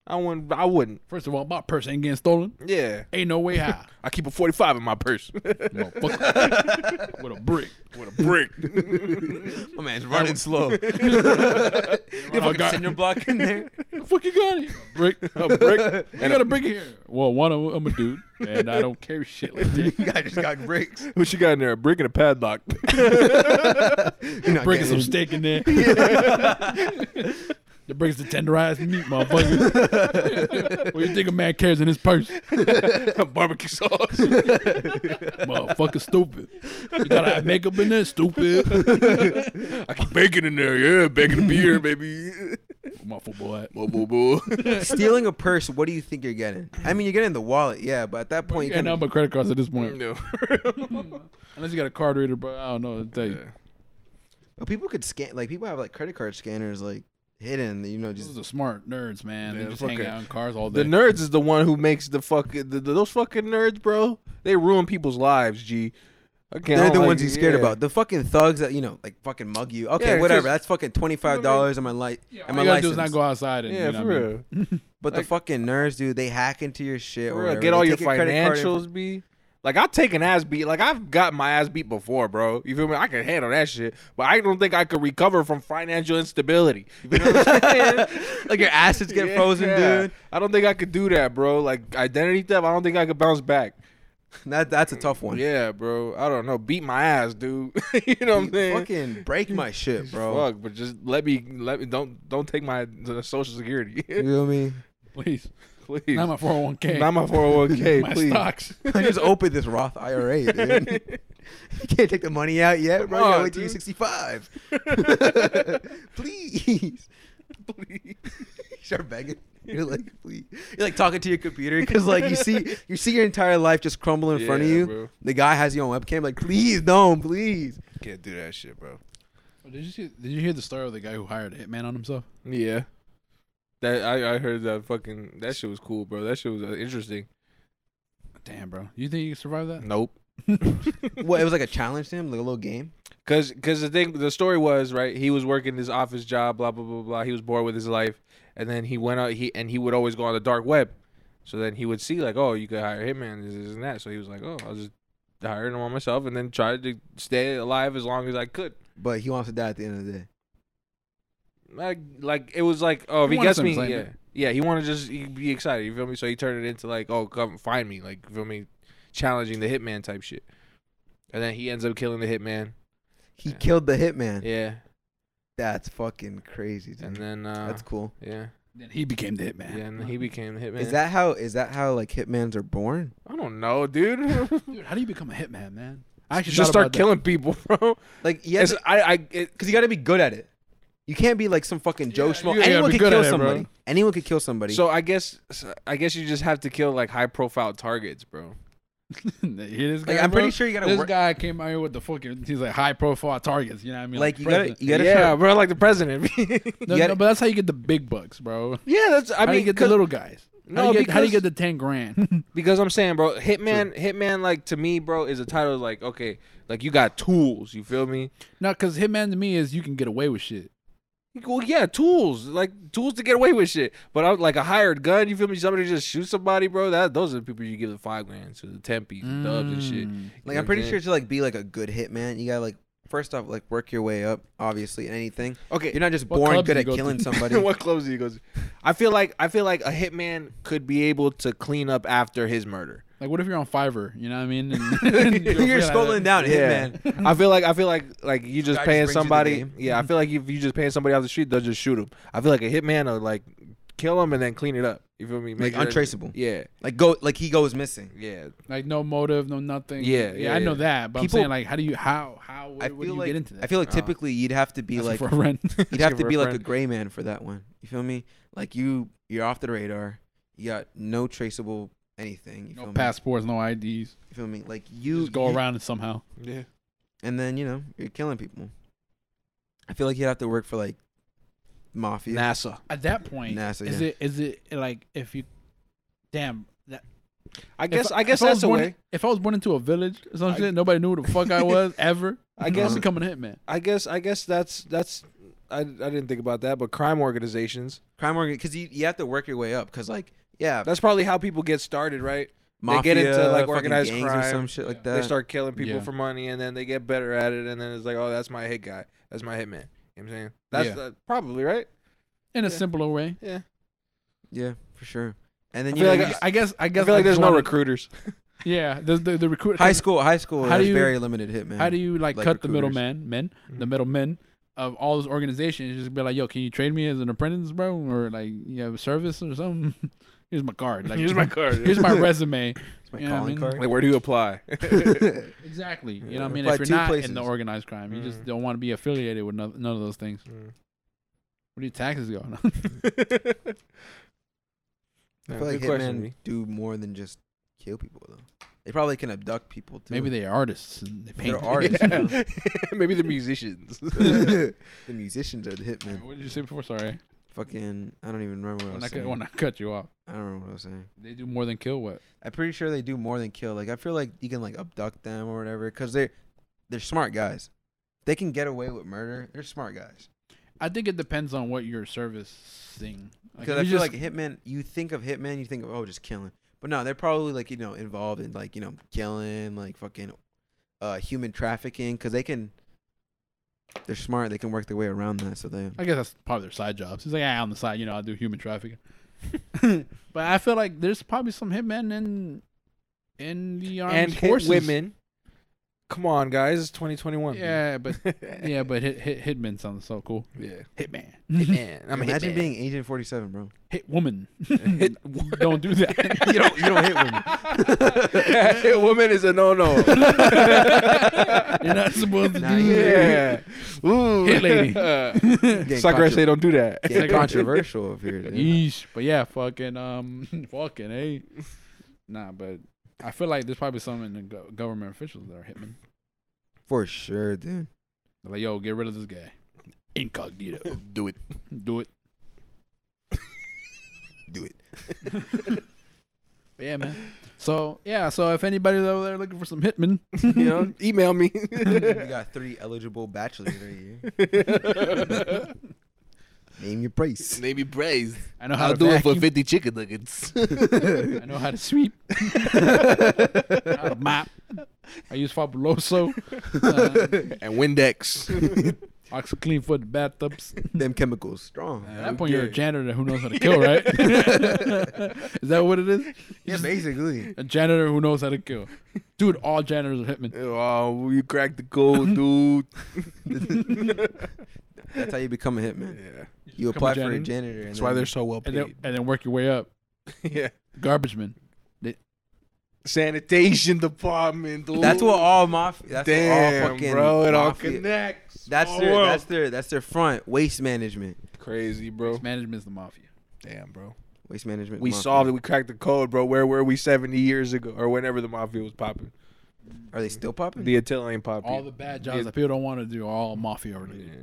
I wouldn't. I wouldn't.
First of all, my purse ain't getting stolen.
Yeah,
Ain't no way how.
I keep a 45 in my purse.
Motherfucker. With a brick.
What a brick.
My man's running slow. you
fucking
fucking
cinder
cinder block in there.
Fuck you got it. Brick.
a brick.
You got a brick here. Well, one, I'm I'm a dude, and I don't carry shit like that.
I just got bricks.
What you got in there? A brick and a padlock.
You're not
Breaking
getting
some
it.
steak in there. That brings the tenderized meat, motherfucker. what you think a man carries in his purse?
Barbecue sauce.
Motherfucker, stupid. You gotta have makeup in there, stupid.
I keep bacon in there. Yeah, bacon and beer, baby.
Muffle boy.
Boo, boo, boo.
Stealing a purse, what do you think you're getting? I mean, you're getting the wallet, yeah, but at that point, you
And
kind
I'm a credit cards at this point.
No.
Unless you got a card reader, but I don't know. what to tell you.
But people could scan, like people have like credit card scanners like hidden. You know,
These
just
are smart nerds, man.
Yeah,
they just hang
fucker.
out in cars all day.
the nerds is the one who makes the fuck the, the- those fucking nerds, bro. They ruin people's lives, G. Again,
they're the ones you're scared about. The fucking thugs that you know, like fucking mug you. Okay,
Yeah,
whatever.
'cause-
That's fucking twenty five dollars on my light.
yeah, all
and
you
my
gotta do
license.
is not go outside and
Yeah,
you know
for
what I mean?
real.
but the
like-
fucking nerds, dude, they hack into your shit.
For
or
real,
whatever.
Get all
They
your
take credit card info.
financials, be like I take an ass beat. Like I've got my ass beat before, bro. You feel me? I can handle that shit, but I don't think I could recover from financial instability. You know what I'm saying?
Like your assets get
Yeah,
frozen,
yeah.
dude.
I don't think I could do that, bro. Like identity theft, I don't think I could bounce back.
That that's a tough one.
Yeah, bro. I don't know. Beat my ass, dude. you know what I'm saying?
Fucking break my shit, bro.
Fuck, but just let me let me don't don't take my the social security,
You feel me?
Please.
please.
Not my 401k.
Not my 401k,
my
please.
stocks.
I just opened this Roth IRA, dude. you can't take the money out yet, bro. You
on,
gotta wait till you're
dude.
65. please. Please. Start begging. You're like, please. You're like talking to your computer because, like, you see, you see your entire life just crumble in front of
Yeah,
you.
bro.
The guy has you on webcam, like, please don't, please.
Can't do that shit, bro.
Did you see, did you hear the story of the guy who hired a hitman on himself?
Yeah. That I, I heard that fucking that shit was cool, bro. That shit was uh, interesting.
Damn, bro. You think you can survive that?
Nope.
What? It was like a challenge to him, like a little game.
Cause, cause the thing, the story was right. He was working his office job, blah blah blah blah. He was bored with his life, and then he went out. He and he would always go on the dark web. So then he would see like, oh, you could hire hitman, this, this and that. So he was like, oh, I'll just hire him on myself, and then try to stay alive as long as I could.
But he wants to die at the end of the day.
Like, like it was like, oh, if
He
he
wanted
gets
some
me, yeah,
excitement.
yeah. He wanted to just he be excited. You feel me? So he turned it into like, oh, come find me, like, you feel me, challenging the hitman type shit. And then he ends up killing the hitman.
He
Yeah.
killed the hitman.
Yeah,
That's fucking crazy, dude.
and then uh,
That's cool.
yeah,
Then he became the hitman.
yeah, and then he became the hitman.
Is that how? Is that how like hitmans are born?
I don't know, dude.
Dude, how do you become a hitman, man? I actually
just
thought
start
about that.
killing people, bro.
Like yes,
Yes, I, I, it,
because you got to be good at it. You can't be like some fucking Joe
Yeah,
Schmo.
you gotta
Anyone
be
could
good
kill
at it, bro.
somebody. Anyone could kill somebody.
so I guess, so I guess you just have to kill like high profile targets, bro.
Hear this guy,
like I'm pretty
bro?
sure you got to
This
work.
guy came out here with the fucking. He's like high profile targets. You know what I mean?
Like you got to
president.
you got to
yeah, bro, like the president.
No,
you gotta-
no, but that's how you get the big bucks, bro.
yeah, that's. I
how do
mean,
you get the
'cause-
little guys?
no,
how do you get,
because
how do you get the ten grand?
Because I'm saying, bro, Hitman, Hitman, like to me, bro, is a title like okay, like you got tools. You feel me?
no, because hitman to me is you can get away with shit.
Well, yeah, tools, like tools to get away with shit. But I'm like a hired gun. You feel me? Somebody just shoots somebody, bro. That those are the people you give the five grand to, the ten piece, the dubs and shit.
Mm.
like I'm pretty sure to like be like a good hitman. You got to like first off like work your way up. Obviously, in anything
Okay,
you're not just
What
born
clubs
good
do
at
you go
killing
to?
somebody.
what clubs do you go to? I feel like I feel like a hitman could be able to clean up after his murder.
Like, what if you're on Fiverr? You know what I mean?
You're scrolling down hitman.
Mm.
I feel like I feel like like you just
Guy just
paying
brings you the
somebody.
game.
Yeah, I feel like if you just paying somebody off the street, they'll just shoot him. I feel like a hitman will like kill him and then clean it up. You feel me?
Like
sure-
untraceable.
Yeah,
Like go like he goes missing.
yeah.
Like no motive, no nothing.
Yeah,
yeah,
yeah,
I know
yeah.
that, but
People-
I'm saying like, how do you how
I
how what,
feel
what do you
like
get into that?
I feel like
Uh,
typically you'd have to be
Asking
like
Oh. for a rent.
You'd have
Asking
to
for
be
a
like a
friend.
gray man for that one. You feel me? Like you, you're off the radar. You got no traceable anything. You feel
no
me?
passports, no IDs.
You feel me? Like
You
you
just go
you-
around and somehow.
Yeah.
and then you know you're killing people. I feel like you'd have to work for like mafia.
NASA.
At that point,
NASA,
is
yeah.
it is it like if you, damn,
I guess
If
I guess
if was
that's a
born-
way.
If I was born into a village or some
I-
shit, nobody knew who the fuck I was ever.
I guess-
I'm becoming a hitman.
I guess I guess that's that's I, I didn't think about that, but crime organizations.
Crime organ because you, you have to work your way up. Because like yeah,
That's probably how people get started, right?
mafia,
they get into, like,
fucking
organized
gangs or
crime.
some shit like that.
They start killing people
Yeah.
for money, and then they get better at it, and then it's like, oh, that's my hit guy, that's my hitman. You know what I'm saying that's
Yeah.
uh, probably right.
In a
Yeah.
simpler way.
Yeah,
yeah, for sure. And then
I
you
feel
know,
like
you-
I guess I
I
guess
feel like there's
just
no
wanna-
recruiters.
Yeah, the the, the recruit
high school, high school,
How do
has
you-
very limited hitman.
How do you like,
like
cut the
recruiters.
middleman, men, the middlemen of all those organizations? Just be like, yo, can you trade me as an apprentice, bro, or like you have a service or something? Here's my card. Like,
Here's my card.
here's my resume.
It's my
you know what I
calling
mean?
card.
Like, where do you apply?
Mm. Exactly. You know what I
Yeah.
mean?
Apply
if you're
two
not
places.
in the organized crime, you just
Mm.
don't want to be affiliated with none, none of those things. What are your taxes going on?
I feel like
good question,
hitmen
B.
do more than just kill people though. They probably can abduct people too.
Maybe they are artists. And they paint
They're artists, you know?
Maybe the musicians.
the musicians are the hitmen.
What did you say before? Sorry,
Fucking, I don't even remember what I
when I,
was
cut,
saying.
when I cut you off,
I don't remember what I was saying.
they do more than kill. What?
I'm pretty sure they do more than kill. Like I feel like you can like abduct them or whatever because they they're smart guys. They can get away with murder. They're smart guys.
I think it depends on what your service thing.
Because I feel like hitmen. You think of hitmen, you think of oh, just killing. But no, they're probably like you know involved in like you know killing, like fucking uh human trafficking. Because they can. They're smart. They can work their way around that. So they.
I guess that's probably their side jobs. He's like, yeah, on the side, you know, I do human trafficking. but I feel like there's probably some hitmen in in the armed
and hit
forces.
women. Come on, guys! It's 2021.
Yeah, but yeah, but hit, hit hitman sounds so cool.
yeah.
Hitman,
Hitman. I'm
Imagine
a hitman.
being Agent Forty Seven, bro.
hit woman.
Hit-
don't do that.
You don't. You don't hit women.
Hit woman is a no-no.
You're not supposed to
Nah,
do
you-
that.
yeah. Ooh.
Hit lady.
Getting
Sucker
contro-
say don't do that.
getting controversial up here. dude.
Yeesh. But yeah, fucking um, fucking hey. Nah, but I feel like there's probably some in the go- government officials that are hitmen.
For sure, dude.
They're like, yo, get rid of this guy. Incognito.
Do it.
Do it.
Do it.
But yeah, man. So yeah, so if anybody's over there looking for some hitmen,
You know, email me.
we got three eligible bachelors right here. Name your price.
Maybe praise.
I know how
I'll
to
do it for
vacuum.
50 chicken nuggets.
I know how to sweep. how to mop. I use Fabuloso. Uh,
and Windex.
OxyClean for the bathtubs.
Them chemicals strong.
At that point, you're a janitor who knows how to kill, right? is that what it is?
Yeah, basically.
A janitor who knows how to kill. Dude, all janitors are hitmen.
oh, you cracked the code, dude.
That's how you become a hitman.
Yeah.
You
become a
apply for a
janitor.
janitor. And
That's why
then-
they're so well
And then,
paid.
and then work your way up.
yeah.
Garbage man.
Sanitation department. Dude.
That's what all mafia. That's
Damn,
what all fucking
bro. It all
mafia-
connects.
That's
all
their.
world.
That's their. That's their front. Waste management.
crazy, bro.
Management is the mafia.
Damn, bro.
Waste management.
We
mafia.
solved it. We cracked the code, bro. Where were we 70 years ago or whenever the mafia was popping?
Are they still popping?
The Attila ain't popping.
All the bad jobs
Yeah.
that people don't want to do are all mafia related.
Yeah.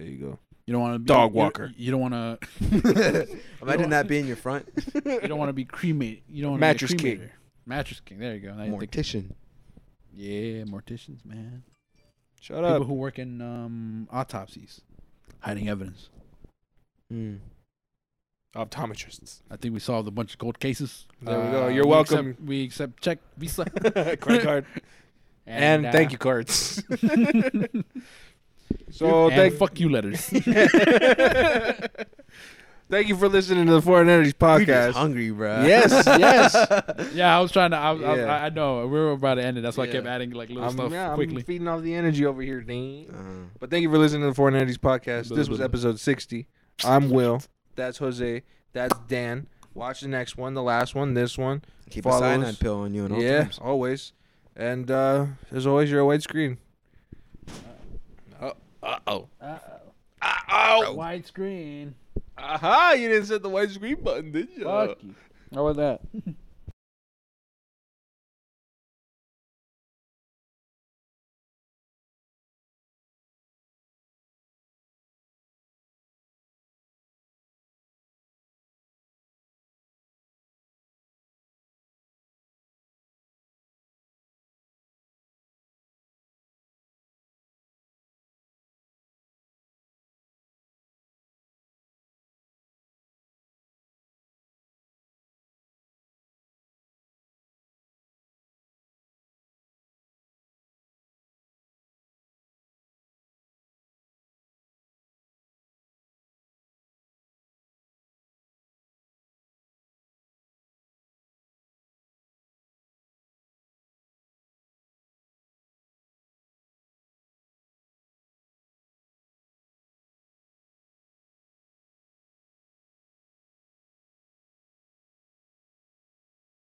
There you go.
You don't want to be
Dog
you don't-
walker.
You, don't want to.
Imagine that being your front.
You don't want to be cremated. You don't want
Mattress
to be a
king.
cremator. Mattress king. There you go. Now you think-
Mortician.
yeah, morticians, man.
Shut
People
up.
who work in um, autopsies, hiding evidence.
Mm.
Optometrists.
I think we solved a bunch of cold cases. Uh,
There we go. You're
we
welcome.
accept- we accept check, Visa,
Credit card. And,
uh,
thank you cards.
and
so thank
fuck you letters.
Thank you for listening to the Foreign Energies
We just
podcast.
hungry, bro.
Yes, yes.
yeah, I was trying to. I, was- I, was-
Yeah.
I, I know we were about to end it. That's why I kept
Yeah.
adding like little
I'm,
stuff
yeah, I'm
quickly.
feeding off the energy over here, Dean.
Uh,
But thank you for listening to the Foreign Energies podcast.
Blah,
This
blah,
was
blah.
episode 60. I'm Will. That's Jose. That's Dan. Watch the next one, the last one, this one.
keep
Follow
a cyanide
us.
pill on you at all
yeah,
times.
always. And uh, as always, you're a white screen.
Uh oh.
Uh
Uh oh.
Wide screen.
Aha! You didn't set the white screen button, did you?
Fuck you. How about that?